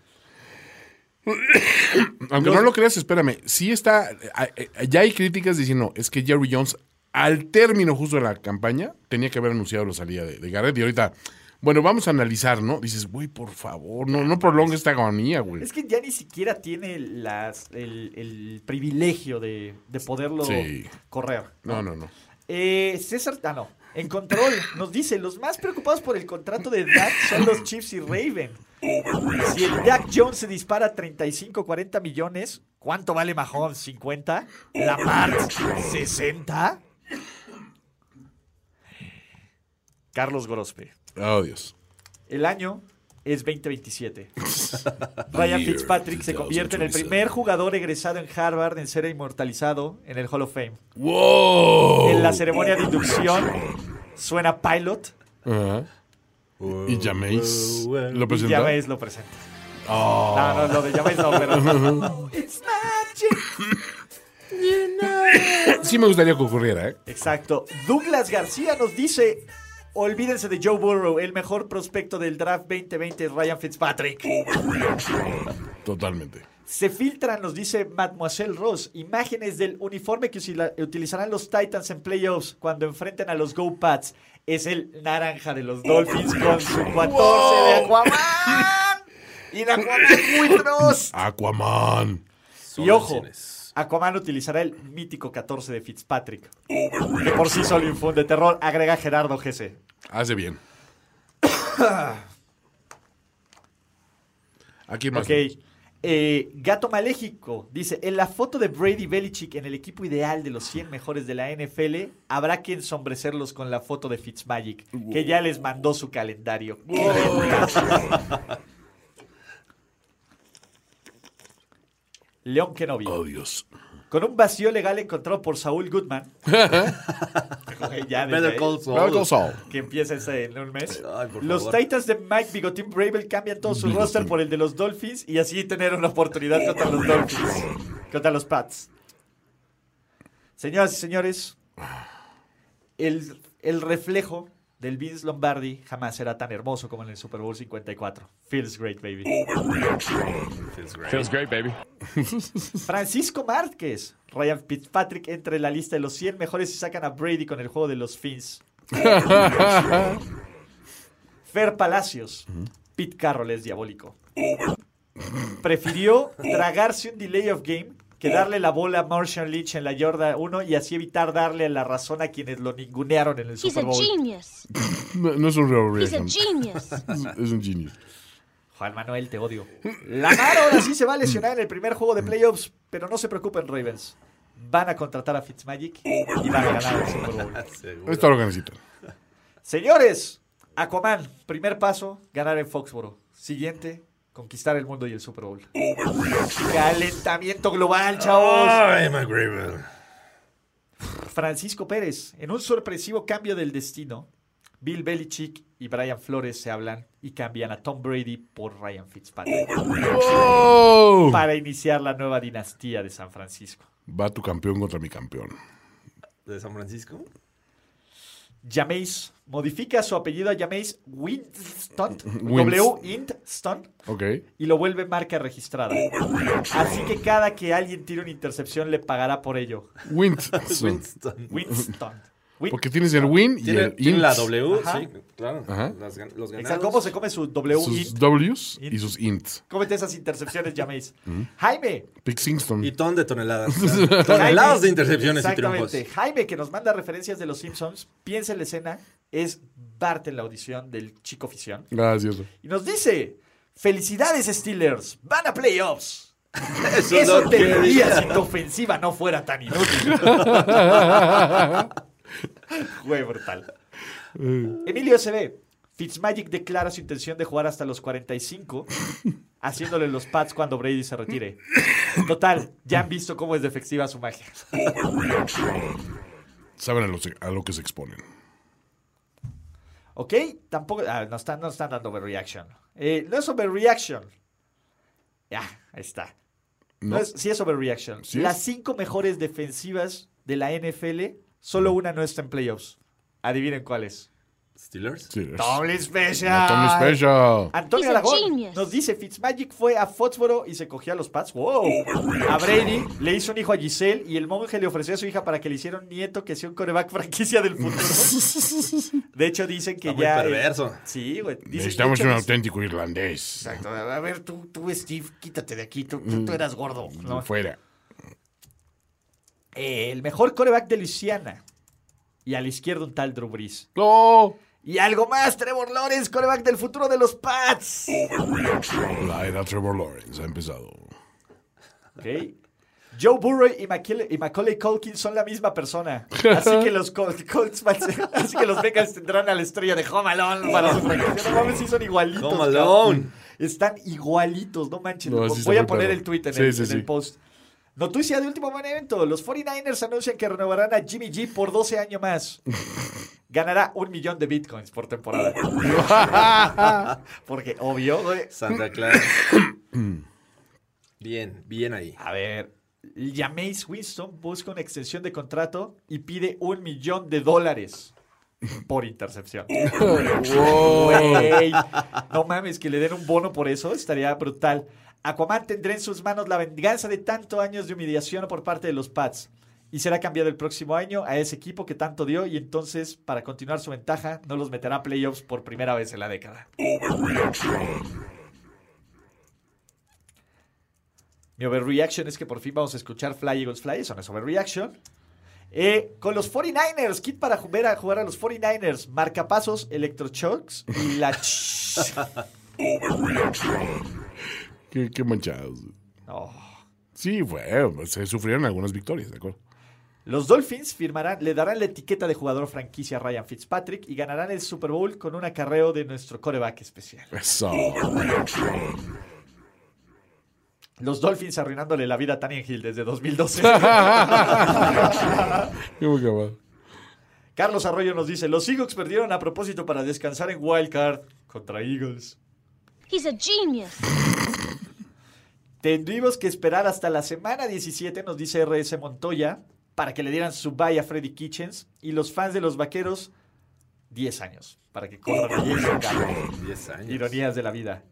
Speaker 6: Aunque no lo creas, espérame. Sí está. a- a- Ya hay críticas diciendo, es que Jerry Jones, al término justo de la campaña, tenía que haber anunciado la salida de, de Garrett. Y ahorita, bueno, vamos a analizar, ¿no? Dices, güey, por favor, no, no prolongue esta agonía, güey.
Speaker 4: Es que ya ni siquiera tiene las, el, el privilegio de, de poderlo
Speaker 6: Sí.
Speaker 4: correr.
Speaker 6: No, no, no.
Speaker 4: Eh, César, ah, no. En control nos dice, los más preocupados por el contrato de Dak son los Chiefs y Raven. Si el Dak Jones se dispara 35, 40 millones, ¿cuánto vale Mahomes? ¿50? ¿Lamar? ¿60? Carlos Gorospe.
Speaker 6: Oh, Dios.
Speaker 4: El año
Speaker 6: [laughs]
Speaker 4: es 2027. Ryan Fitzpatrick se convierte en el primer jugador egresado en Harvard en ser inmortalizado en el Hall of Fame.
Speaker 6: ¡Wow!
Speaker 4: En la ceremonia de inducción suena Pilot
Speaker 6: Ajá. Y llaméis. ¿Lo
Speaker 4: y
Speaker 6: presentó? Oh.
Speaker 4: James lo presenta. No, no, lo de James
Speaker 6: [laughs]
Speaker 4: no, pero. It's magic.
Speaker 6: Sí me gustaría que ocurriera, ¿eh?
Speaker 4: Exacto. Douglas García nos dice: Olvídense de Joe Burrow, el mejor prospecto del draft 2020 es Ryan
Speaker 6: Oh.
Speaker 4: Fitzpatrick.
Speaker 6: Totalmente.
Speaker 4: Se filtran, nos dice Mademoiselle Ross, imágenes del uniforme que usila- utilizarán los Titans en playoffs cuando enfrenten a los Go Pats. Es el naranja de los Dolphins con su 14 de Aquaman. Y de Aquaman Buitros.
Speaker 6: Aquaman.
Speaker 4: Y ojo, Aquaman utilizará el mítico 14 de Fitzpatrick. Que por sí solo infunde terror, agrega Gerardo GC.
Speaker 6: Hace bien. [coughs] Aquí más.
Speaker 4: Ok. Eh, Gato Maléjico dice: En la foto de Brady Belichick en el equipo ideal de los 100 mejores de la NFL, habrá que ensombrecerlos con la foto de Fitzmagic, que ya les mandó su calendario. [laughs] León Kenobi.
Speaker 6: Oh, Dios.
Speaker 4: Con un vacío legal encontrado por Saúl Goodman. [laughs] Ok, ya desde
Speaker 5: Better
Speaker 4: ahí,
Speaker 5: Call Saul.
Speaker 6: Better Call Saul.
Speaker 4: Que empieza ese en un mes.
Speaker 5: Ay, por
Speaker 4: los
Speaker 5: favor.
Speaker 4: Titans de Mike Bigotín Bravel cambian todo su roster por el de los Dolphins y así tener una oportunidad contra los Dolphins. Contra los Pats. Señoras y señores, el, el reflejo del Vince Lombardi jamás será tan hermoso como en el Super Bowl 54. Feels great, baby.
Speaker 8: Feels great, baby.
Speaker 4: Francisco Márquez. Ryan Fitzpatrick entre la lista de los 100 mejores y sacan a Brady con el juego de los Fins. Fer Palacios. Pete Carroll es diabólico. Prefirió tragarse un delay of game que darle la bola a Martian Lynch en la yarda 1 y así evitar darle la razón a quienes lo ningunearon en el
Speaker 9: He's a
Speaker 4: Super Bowl.
Speaker 9: genius.
Speaker 6: No, no es un real
Speaker 9: He's a
Speaker 6: reaction.
Speaker 9: genius.
Speaker 6: [laughs] Es, es un genius.
Speaker 4: Juan Manuel, te odio. Lamar ahora sí se va a lesionar en el primer juego de playoffs, pero no se preocupen, Ravens. Van a contratar a Fitzmagic y van a ganar el Super Bowl.
Speaker 6: Está lo que necesitan.
Speaker 4: Señores, Aquaman, primer paso, ganar en Foxboro. Siguiente, conquistar el mundo y el Super Bowl. Calentamiento global, chavos.
Speaker 5: Ay, McGraven.
Speaker 4: Francisco Pérez, en un sorpresivo cambio del destino, Bill Belichick y Brian Flores se hablan y cambian a Tom Brady por Ryan Fitzpatrick
Speaker 6: ¡Oh!
Speaker 4: para iniciar la nueva dinastía de San Francisco.
Speaker 6: Va tu campeón contra mi campeón.
Speaker 5: ¿De San Francisco?
Speaker 4: Jameis modifica su apellido a Jameis Winston,
Speaker 6: Winst-
Speaker 4: W-Inston,
Speaker 6: Ok.
Speaker 4: y lo vuelve marca registrada. Así que cada que alguien tire una intercepción le pagará por ello.
Speaker 6: [laughs] Winston.
Speaker 5: Winston.
Speaker 4: Winston. Win-
Speaker 6: Porque tienes el win y
Speaker 5: ¿Tiene,
Speaker 6: el
Speaker 5: tiene la
Speaker 6: ints.
Speaker 5: W?
Speaker 4: Ajá.
Speaker 5: Sí, claro.
Speaker 6: Ajá.
Speaker 5: Las gan- los
Speaker 4: Exacto,
Speaker 5: ganados.
Speaker 4: ¿Cómo se come su W?
Speaker 6: Sus
Speaker 4: Int?
Speaker 6: Ws
Speaker 4: Int.
Speaker 6: y sus ints.
Speaker 4: Cómete esas intercepciones, llaméis.
Speaker 6: Mm.
Speaker 4: Jaime.
Speaker 6: Pixingston.
Speaker 5: Y ton
Speaker 6: [laughs]
Speaker 5: de toneladas. claro. toneladas de intercepciones y triunfos.
Speaker 4: Exactamente. Jaime, que nos manda referencias de los Simpsons, piensa en la escena, es Bart en la audición del chico Fisión.
Speaker 6: Gracias.
Speaker 4: Y nos dice, felicidades Steelers, van a playoffs.
Speaker 5: Eso,
Speaker 4: Eso
Speaker 5: no
Speaker 4: te
Speaker 5: quería.
Speaker 4: diría si tu ofensiva no fuera tan inútil. Güey, brutal. Emilio SB. Fitzmagic declara su intención de jugar hasta los 45, haciéndole los pads cuando Brady se retire. Total, ya han visto cómo es defectiva su magia.
Speaker 6: Saben a lo, se- a lo que se exponen.
Speaker 4: ¿Ok? Tampoco. Ah, no están, no están dando overreaction. Eh, no es overreaction. Ya, ahí está.
Speaker 6: No.
Speaker 4: No. es, sí es overreaction.
Speaker 6: Sí
Speaker 4: Las
Speaker 6: es.
Speaker 4: cinco mejores defensivas de la NFL, solo una no está en playoffs. Adivinen cuáles.
Speaker 5: ¿Steelers?
Speaker 6: Sí, eres.
Speaker 4: Tomlin
Speaker 6: Pues, No,
Speaker 4: Special.
Speaker 6: Tommy Special.
Speaker 4: Antonio
Speaker 9: He's a
Speaker 4: Aragón
Speaker 9: genius.
Speaker 4: nos dice Fitzmagic fue a Foxboro y se cogió a los Pats. Wow. A Brady le hizo un hijo a Giselle y el monje le ofreció a su hija para que le hiciera un nieto que sea un coreback franquicia del
Speaker 6: [laughs]
Speaker 4: futuro. De hecho dicen que
Speaker 5: Está muy
Speaker 4: ya eh,
Speaker 5: perverso.
Speaker 4: Sí, güey. Dicen-
Speaker 6: Necesitamos
Speaker 4: de hecho,
Speaker 6: un
Speaker 4: dicen-
Speaker 6: auténtico irlandés.
Speaker 4: Exacto. A ver, tú, tú, Steve, quítate de aquí. Tú, tú- tú
Speaker 6: Mm.
Speaker 4: eras gordo. ¿no?
Speaker 6: Fuera.
Speaker 4: Eh, el mejor coreback de Luisiana. Y a la izquierda un tal Drew Brees.
Speaker 6: No.
Speaker 4: Y algo más, Trevor Lawrence, coreback del futuro de los Pats.
Speaker 6: La era Trevor Lawrence ha empezado.
Speaker 4: Ok. Joe Burrow y, Maquil- y Macaulay Culkin son la misma persona. Así que los Col- Colts, [laughs] van a ser- así que los Bengals tendrán a la estrella de Home Alone para su franquicia. No mames, sí son igualitos.
Speaker 5: Home
Speaker 4: cabrón.
Speaker 5: Alone.
Speaker 4: Están igualitos, no manches.
Speaker 6: No,
Speaker 4: Lo-
Speaker 6: sí está
Speaker 4: Voy a
Speaker 6: muy
Speaker 4: poner
Speaker 6: perro.
Speaker 4: el tweet en,
Speaker 6: Sí,
Speaker 4: el,
Speaker 6: sí,
Speaker 4: en el
Speaker 6: sí.
Speaker 4: post. Noticia de último momento. Los 49ers anuncian que renovarán a Jimmy G por 12 años más. Ganará un millón de bitcoins por
Speaker 6: [laughs]
Speaker 4: temporada. Porque, obvio, güey,
Speaker 5: Santa
Speaker 6: [coughs]
Speaker 5: Clara. bien, bien ahí.
Speaker 4: A ver, Jameis Winston busca una extensión de contrato y pide un millón de dólares por intercepción. Güey, no mames, que le den un bono por eso estaría brutal. Aquaman tendrá en sus manos la venganza de tantos años de humillación por parte de los Pats. Y será cambiado el próximo año a ese equipo que tanto dio y entonces, para continuar su ventaja, no los meterá a playoffs por primera vez en la década. Mi overreaction es que por fin vamos a escuchar Fly Eagles Fly, eso no es overreaction. Eh, con los 49ers, kit para jugar a, jugar a los 49ers, marcapasos, electrochocks y la... ch-
Speaker 6: Qué, qué manchados.
Speaker 4: No.
Speaker 6: Sí, fue. pues, Se sufrieron algunas victorias, ¿de acuerdo?
Speaker 4: Los Dolphins firmarán, le darán la etiqueta de jugador franquicia a Ryan Fitzpatrick y ganarán el Super Bowl con un acarreo de nuestro coreback especial.
Speaker 6: Eso.
Speaker 4: Los Dolphins arruinándole la vida a Tannehill desde 2012.
Speaker 6: Qué buen cabrón.
Speaker 4: Carlos Arroyo nos dice, los Seahawks perdieron a propósito para descansar en Wild Card contra Eagles.
Speaker 9: He's a genius.
Speaker 4: Tendríamos que esperar hasta la semana 17, nos dice RS Montoya, para que le dieran su bye a Freddy Kitchens y los fans de los vaqueros 10 años para que corran 10 años.
Speaker 5: 10 años.
Speaker 4: Ironías de la vida.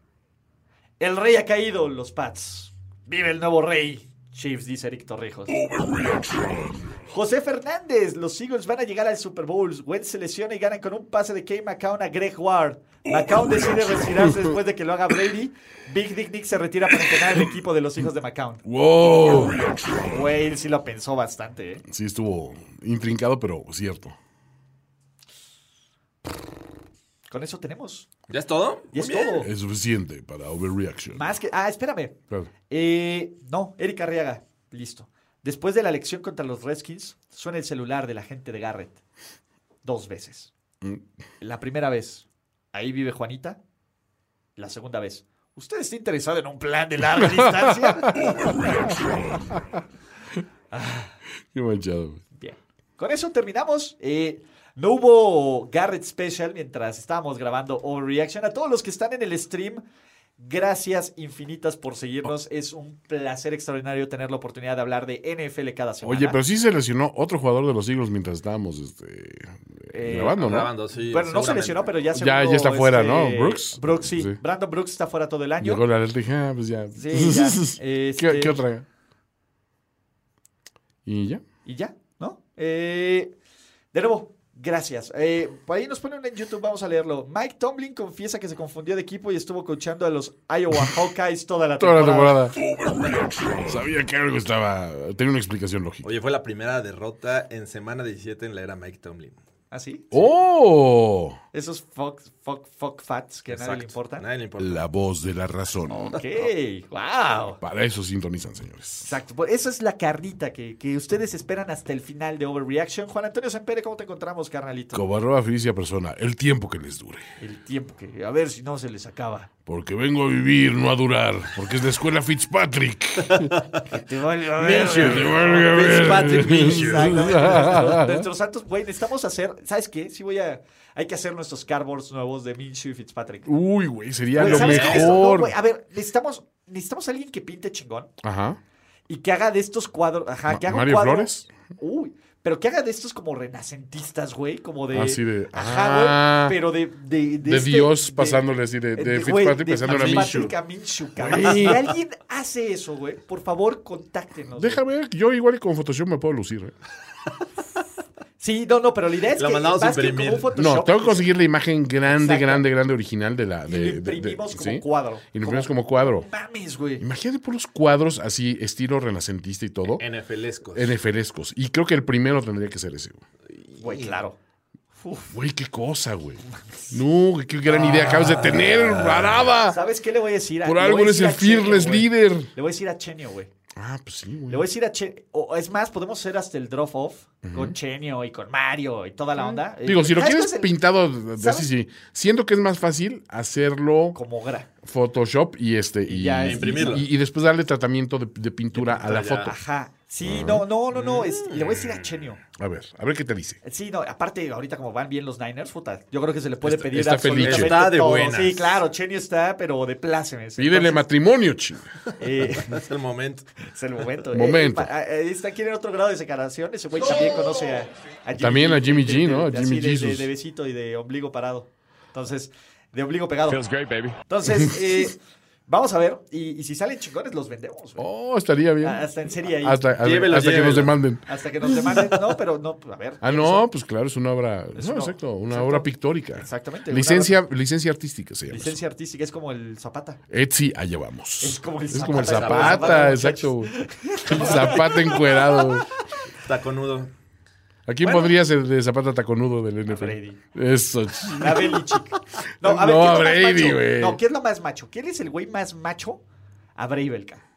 Speaker 4: El rey ha caído, los Pats. Vive el nuevo rey. Chiefs, dice Eric Torrijos. José Fernández, los Eagles van a llegar al Super Bowl. Wentz se lesiona y ganan con un pase de Kay McCown a Greg Ward. McCown decide retirarse después de que lo haga Brady. Big Dick Nick se retira para entrenar el equipo de los hijos de McCown.
Speaker 6: ¡Wow!
Speaker 4: Güey, él sí lo pensó bastante, ¿eh?
Speaker 6: Sí, estuvo intrincado, pero cierto.
Speaker 4: Con eso tenemos.
Speaker 5: ¿Ya es todo?
Speaker 4: Y es
Speaker 5: Muy bien.
Speaker 4: todo.
Speaker 6: Es suficiente para Overreaction.
Speaker 4: Más que. Ah, espérame.
Speaker 6: Claro.
Speaker 4: Eh, no, Eric Arriaga. Listo. Después de la elección contra los Redskins, suena el celular de la gente de Garrett. Dos veces. La primera vez, ahí vive Juanita. La segunda vez, ¿usted está interesado en un plan de larga distancia?
Speaker 6: Qué manchado. güey.
Speaker 4: Bien. Con eso terminamos. Eh, no hubo Garrett Special mientras estábamos grabando Overreaction. A todos los que están en el stream, gracias infinitas por seguirnos. Es un placer extraordinario tener la oportunidad de hablar de NFL cada semana.
Speaker 6: Oye, pero sí se lesionó otro jugador de los Eagles mientras estábamos este,
Speaker 4: Eh,
Speaker 6: grabando, ¿no?
Speaker 5: Grabando, sí,
Speaker 4: Bueno, no se
Speaker 5: seguramente.
Speaker 4: lesionó, pero ya se este,
Speaker 6: Ya- ya está fuera, ¿no? Brooks.
Speaker 4: Brooks, sí.
Speaker 6: Sí.
Speaker 4: Brandon Brooks está fuera todo el año.
Speaker 6: Llegó la alerta y dije, ah, pues ya.
Speaker 4: Sí, ya.
Speaker 6: ¿Qué, [laughs]
Speaker 4: Este-
Speaker 6: qué otra? ¿Y ya?
Speaker 4: Y ya, ¿no? Eh, de nuevo, gracias. Eh, por ahí nos ponen en YouTube, vamos a leerlo. Mike Tomlin confiesa que se confundió de equipo y estuvo coachando a los
Speaker 6: [laughs]
Speaker 4: Iowa Hawkeyes toda la
Speaker 6: Toda
Speaker 4: temporada.
Speaker 6: la temporada. Sabía que algo estaba. Tenía una explicación lógica.
Speaker 5: Oye, fue la primera derrota en semana 17 en la era Mike Tomlin.
Speaker 4: ¿Ah, sí?
Speaker 6: ¡Oh!
Speaker 4: Esos fuck, fuck, fuck facts que a nadie le
Speaker 5: Exacto.
Speaker 4: importan.
Speaker 5: Nadie le importa.
Speaker 1: La voz de la razón.
Speaker 4: Ok, wow.
Speaker 6: Para eso sintonizan, señores.
Speaker 4: Exacto, por- esa es la carnita que, que ustedes esperan hasta el final de Overreaction. Juan Antonio Sempere, ¿cómo te encontramos, carnalito?
Speaker 6: Como arroba felicia persona, el tiempo que les dure.
Speaker 4: El tiempo que, a ver si no se les acaba.
Speaker 6: Porque vengo a vivir, no a durar. Porque es la escuela Fitzpatrick.
Speaker 4: Te vale, a ver.
Speaker 5: Fitzpatrick Minshew.
Speaker 4: Exactamente. Nuestros- Nuestros santos, güey, necesitamos hacer, ¿sabes qué? Sí voy a, hay que hacer nuestros cardboards nuevos de Minshew y Fitzpatrick.
Speaker 6: Uy, güey, sería
Speaker 4: Güey,
Speaker 6: lo
Speaker 4: ¿sabes qué? No,
Speaker 6: mejor.
Speaker 4: güey, a ver, necesitamos, necesitamos a alguien que pinte chingón
Speaker 6: Ajá.
Speaker 4: y que haga de estos cuadros, ajá,
Speaker 6: Ma-
Speaker 4: que haga un
Speaker 6: ¿Mario
Speaker 4: cuadro-
Speaker 6: Flores?
Speaker 4: Uy, pero que haga de estos como renacentistas, güey, como de,
Speaker 6: Así de- ah.
Speaker 4: ajá, güey, pero de, de, este, de
Speaker 6: De Dios pasándole así, de- de
Speaker 4: güey,
Speaker 6: Fitzpatrick pasándole a
Speaker 4: Fitzpatrick a Minshew, cabrón.
Speaker 6: Güey.
Speaker 4: Si alguien hace eso, güey, por favor, contáctenos. güey.
Speaker 6: Déjame, yo igual y con Photoshop me puedo lucir. ¿eh?
Speaker 4: Sí, no, no, pero la idea es
Speaker 5: Lo
Speaker 4: que
Speaker 5: mandamos a
Speaker 4: más que
Speaker 5: imprimir.
Speaker 4: como un Photoshop,
Speaker 6: No, tengo que conseguir la imagen grande,
Speaker 4: Exacto.
Speaker 6: grande, grande original de la.
Speaker 4: Y
Speaker 6: De,
Speaker 4: lo
Speaker 6: de- de-
Speaker 4: imprimimos como
Speaker 6: ¿sí?
Speaker 4: cuadro.
Speaker 6: Y lo imprimimos como cuadro.
Speaker 4: Mames, güey.
Speaker 6: Imagínate puros cuadros así, estilo renacentista y todo.
Speaker 5: NFLescos.
Speaker 6: NFLescos. Y creo que el primero tendría que ser ese, güey.
Speaker 4: Güey, claro.
Speaker 6: Güey, qué cosa, güey. No, qué gran idea acabas de tener, Araba.
Speaker 4: ¿Sabes qué le voy a decir a
Speaker 6: Por
Speaker 4: le
Speaker 6: algo
Speaker 4: voy a
Speaker 6: eres
Speaker 4: decir
Speaker 6: el
Speaker 4: a Chenio,
Speaker 6: fearless
Speaker 4: güey.
Speaker 6: líder.
Speaker 4: Le voy a decir a Chenio, güey.
Speaker 6: Ah, pues sí,
Speaker 4: Le
Speaker 6: güey.
Speaker 4: voy a decir a Chenio. O, es más, podemos hacer hasta el drop-off con Chenio y con Mario y toda la onda.
Speaker 6: Digo, si lo
Speaker 4: Ah, esto
Speaker 6: quieres
Speaker 4: es el-
Speaker 6: pintado de- de- así,
Speaker 4: ¿Sabes?
Speaker 6: sí. Siento que es más fácil hacerlo
Speaker 4: Como gra.
Speaker 6: Photoshop y este.
Speaker 4: Y
Speaker 6: Y,
Speaker 4: ya,
Speaker 6: y-
Speaker 5: imprimirlo.
Speaker 6: y- y después darle tratamiento de, de pintura a la
Speaker 5: pintura ya.
Speaker 6: foto.
Speaker 4: Ajá. Sí, no, no, no, no. es- le voy a decir
Speaker 6: Mm.
Speaker 4: a Chenio.
Speaker 6: A ver, a ver qué te dice.
Speaker 4: Sí, no, aparte, ahorita como van bien los Niners, puta, yo creo que se le puede pedir
Speaker 6: está
Speaker 4: absolutamente
Speaker 6: feliz.
Speaker 5: Está de
Speaker 4: todo.
Speaker 5: buenas.
Speaker 4: Sí, claro, Chenio está, pero de plácemes.
Speaker 6: Pídele
Speaker 4: Entonces,
Speaker 6: matrimonio, chinga.
Speaker 4: eh,
Speaker 5: [laughs] Es el momento.
Speaker 4: Es el momento.
Speaker 6: Momento.
Speaker 4: Eh, pa- eh, está, quiere otro grado de separación. Ese güey también conoce a, a Jimmy
Speaker 6: También
Speaker 4: G,
Speaker 6: a Jimmy
Speaker 4: de-
Speaker 6: G,
Speaker 4: de-
Speaker 6: ¿no?
Speaker 4: de-
Speaker 6: A
Speaker 4: así
Speaker 6: Jimmy
Speaker 4: de- de-
Speaker 6: Jesus.
Speaker 4: De besito y de ombligo parado. Entonces, de ombligo pegado.
Speaker 8: Feels great, baby.
Speaker 4: Entonces,
Speaker 6: [laughs]
Speaker 4: eh, vamos a ver. Y, y si salen chingones, los vendemos. güey.
Speaker 6: Oh, estaría bien.
Speaker 4: A- Hasta Ah, en serie ahí.
Speaker 6: Hasta,
Speaker 4: Hasta,
Speaker 6: hasta-
Speaker 5: Llévelo,
Speaker 6: hasta que
Speaker 5: llévelo.
Speaker 6: nos demanden.
Speaker 4: que nos demanden. No, pero no, a ver.
Speaker 6: Ah, no, pues claro, es una obra.
Speaker 4: Es
Speaker 6: no,
Speaker 4: una-
Speaker 6: exacto, una
Speaker 4: exacto.
Speaker 6: obra pictórica.
Speaker 4: Exactamente, una
Speaker 6: Licencia, licencia artística se llama. eso.
Speaker 4: Licencia artística es como el Zapata.
Speaker 6: Etsy, allá vamos.
Speaker 4: Es como el
Speaker 6: Es como el
Speaker 4: Zapata.
Speaker 6: zapata, exacto. güey. El zapata encuerado. güey.
Speaker 5: Taconudo.
Speaker 6: ¿A quién podría ser de zapata taconudo del NFL?
Speaker 4: Brady.
Speaker 6: Eso. ch-
Speaker 4: La Belichick. No, a ver,
Speaker 6: No,
Speaker 4: ¿quién es
Speaker 6: a
Speaker 4: lo más
Speaker 6: Brady,
Speaker 4: macho?
Speaker 6: güey.
Speaker 4: No, ¿quién es lo más macho? ¿Quién es el güey más macho? A Brady Belka.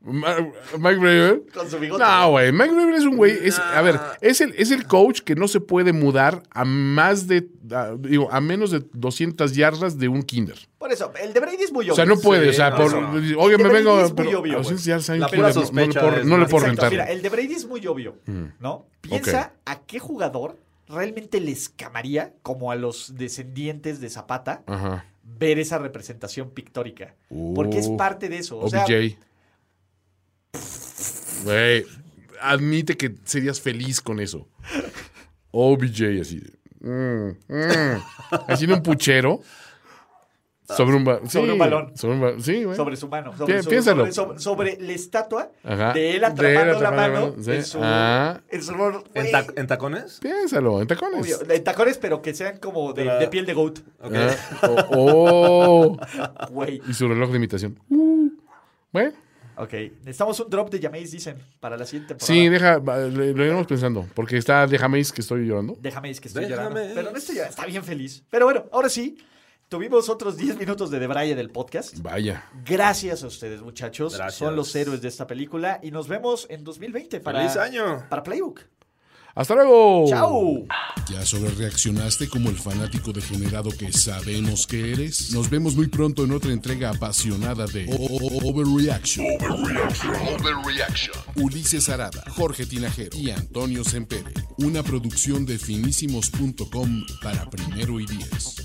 Speaker 6: Ma- Mike Braver.
Speaker 4: Con su bigote.
Speaker 6: No, güey. Mike Braver es un güey. es- a ver, es el, es el coach que no se puede mudar a más de. a- digo, a menos de 200 yardas de un kinder.
Speaker 4: Por eso, el de Brady es muy obvio.
Speaker 6: O sea, no puede. o sea,
Speaker 5: no,
Speaker 6: por,
Speaker 5: eso no.
Speaker 6: oye, me
Speaker 4: Brady
Speaker 6: vengo.
Speaker 4: es muy
Speaker 6: pero
Speaker 4: obvio, pues.
Speaker 6: a
Speaker 4: güey.
Speaker 6: 200 yardas, ¿saben
Speaker 5: La
Speaker 6: quién
Speaker 5: pura
Speaker 6: le- no- no, le
Speaker 5: sospecha
Speaker 6: puedo,
Speaker 5: es
Speaker 6: no le
Speaker 5: más-
Speaker 6: puedo
Speaker 4: Exacto,
Speaker 6: rentar.
Speaker 4: Mira, el de Brady es muy obvio,
Speaker 6: Mm.
Speaker 4: ¿no? Piensa a qué jugador realmente les camaría, como a los descendientes de Zapata,
Speaker 6: Ajá.
Speaker 4: ver esa representación pictórica. Porque es
Speaker 6: Uh,
Speaker 4: parte de eso. O sea,
Speaker 6: OBJ. Güey. admite que serías feliz con eso. OBJ así. mm, mm, así en un puchero. Sobre un, ba-
Speaker 4: Sobre
Speaker 6: sí,
Speaker 4: un balón.
Speaker 6: Sobre un ba- Sí, güey.
Speaker 4: Sobre su mano. Sobre,
Speaker 6: Pi-
Speaker 4: su-
Speaker 6: piénsalo.
Speaker 4: sobre- sobre- sobre la estatua
Speaker 6: Ajá.
Speaker 4: de él
Speaker 6: De
Speaker 4: atrapando
Speaker 6: él
Speaker 4: la
Speaker 6: atrapando la
Speaker 4: mano
Speaker 6: mano, sí.
Speaker 4: en su...
Speaker 6: Ah.
Speaker 4: En su rol.
Speaker 5: ¿En,
Speaker 4: Güey,
Speaker 5: ta- en tacones?
Speaker 6: Piénsalo, en tacones.
Speaker 4: obvio, en tacones, pero que sean como de, de piel de goat.
Speaker 6: Ah, oh, oh.
Speaker 4: Güey.
Speaker 6: Y su reloj de imitación. Uh, Bueno,
Speaker 4: Ok. Necesitamos un drop de Jameis, dicen, para la siguiente temporada.
Speaker 6: sí, deja, va, le- lo iremos pensando. Porque está, déjame es que estoy llorando.
Speaker 4: Déjame, es que estoy
Speaker 5: Déjame.
Speaker 4: llorando. Pero no estoy llorando, está bien feliz. Pero bueno, ahora sí, tuvimos otros 10 minutos de debraye del podcast.
Speaker 6: Vaya.
Speaker 4: Gracias a ustedes, muchachos.
Speaker 5: Gracias.
Speaker 4: Son los héroes de esta película y nos vemos en 2020 para,
Speaker 5: ¡Feliz año!
Speaker 4: para Playbook.
Speaker 6: Hasta luego.
Speaker 4: ¡Chao!
Speaker 1: ¿Ya sobre reaccionaste como el fanático degenerado que sabemos que eres? Nos vemos muy pronto en otra entrega apasionada de O- O- O- Overreaction. Ulises Arada, Jorge Tinajero y Antonio Sempere. Una producción de finísimos.com para primero y diez.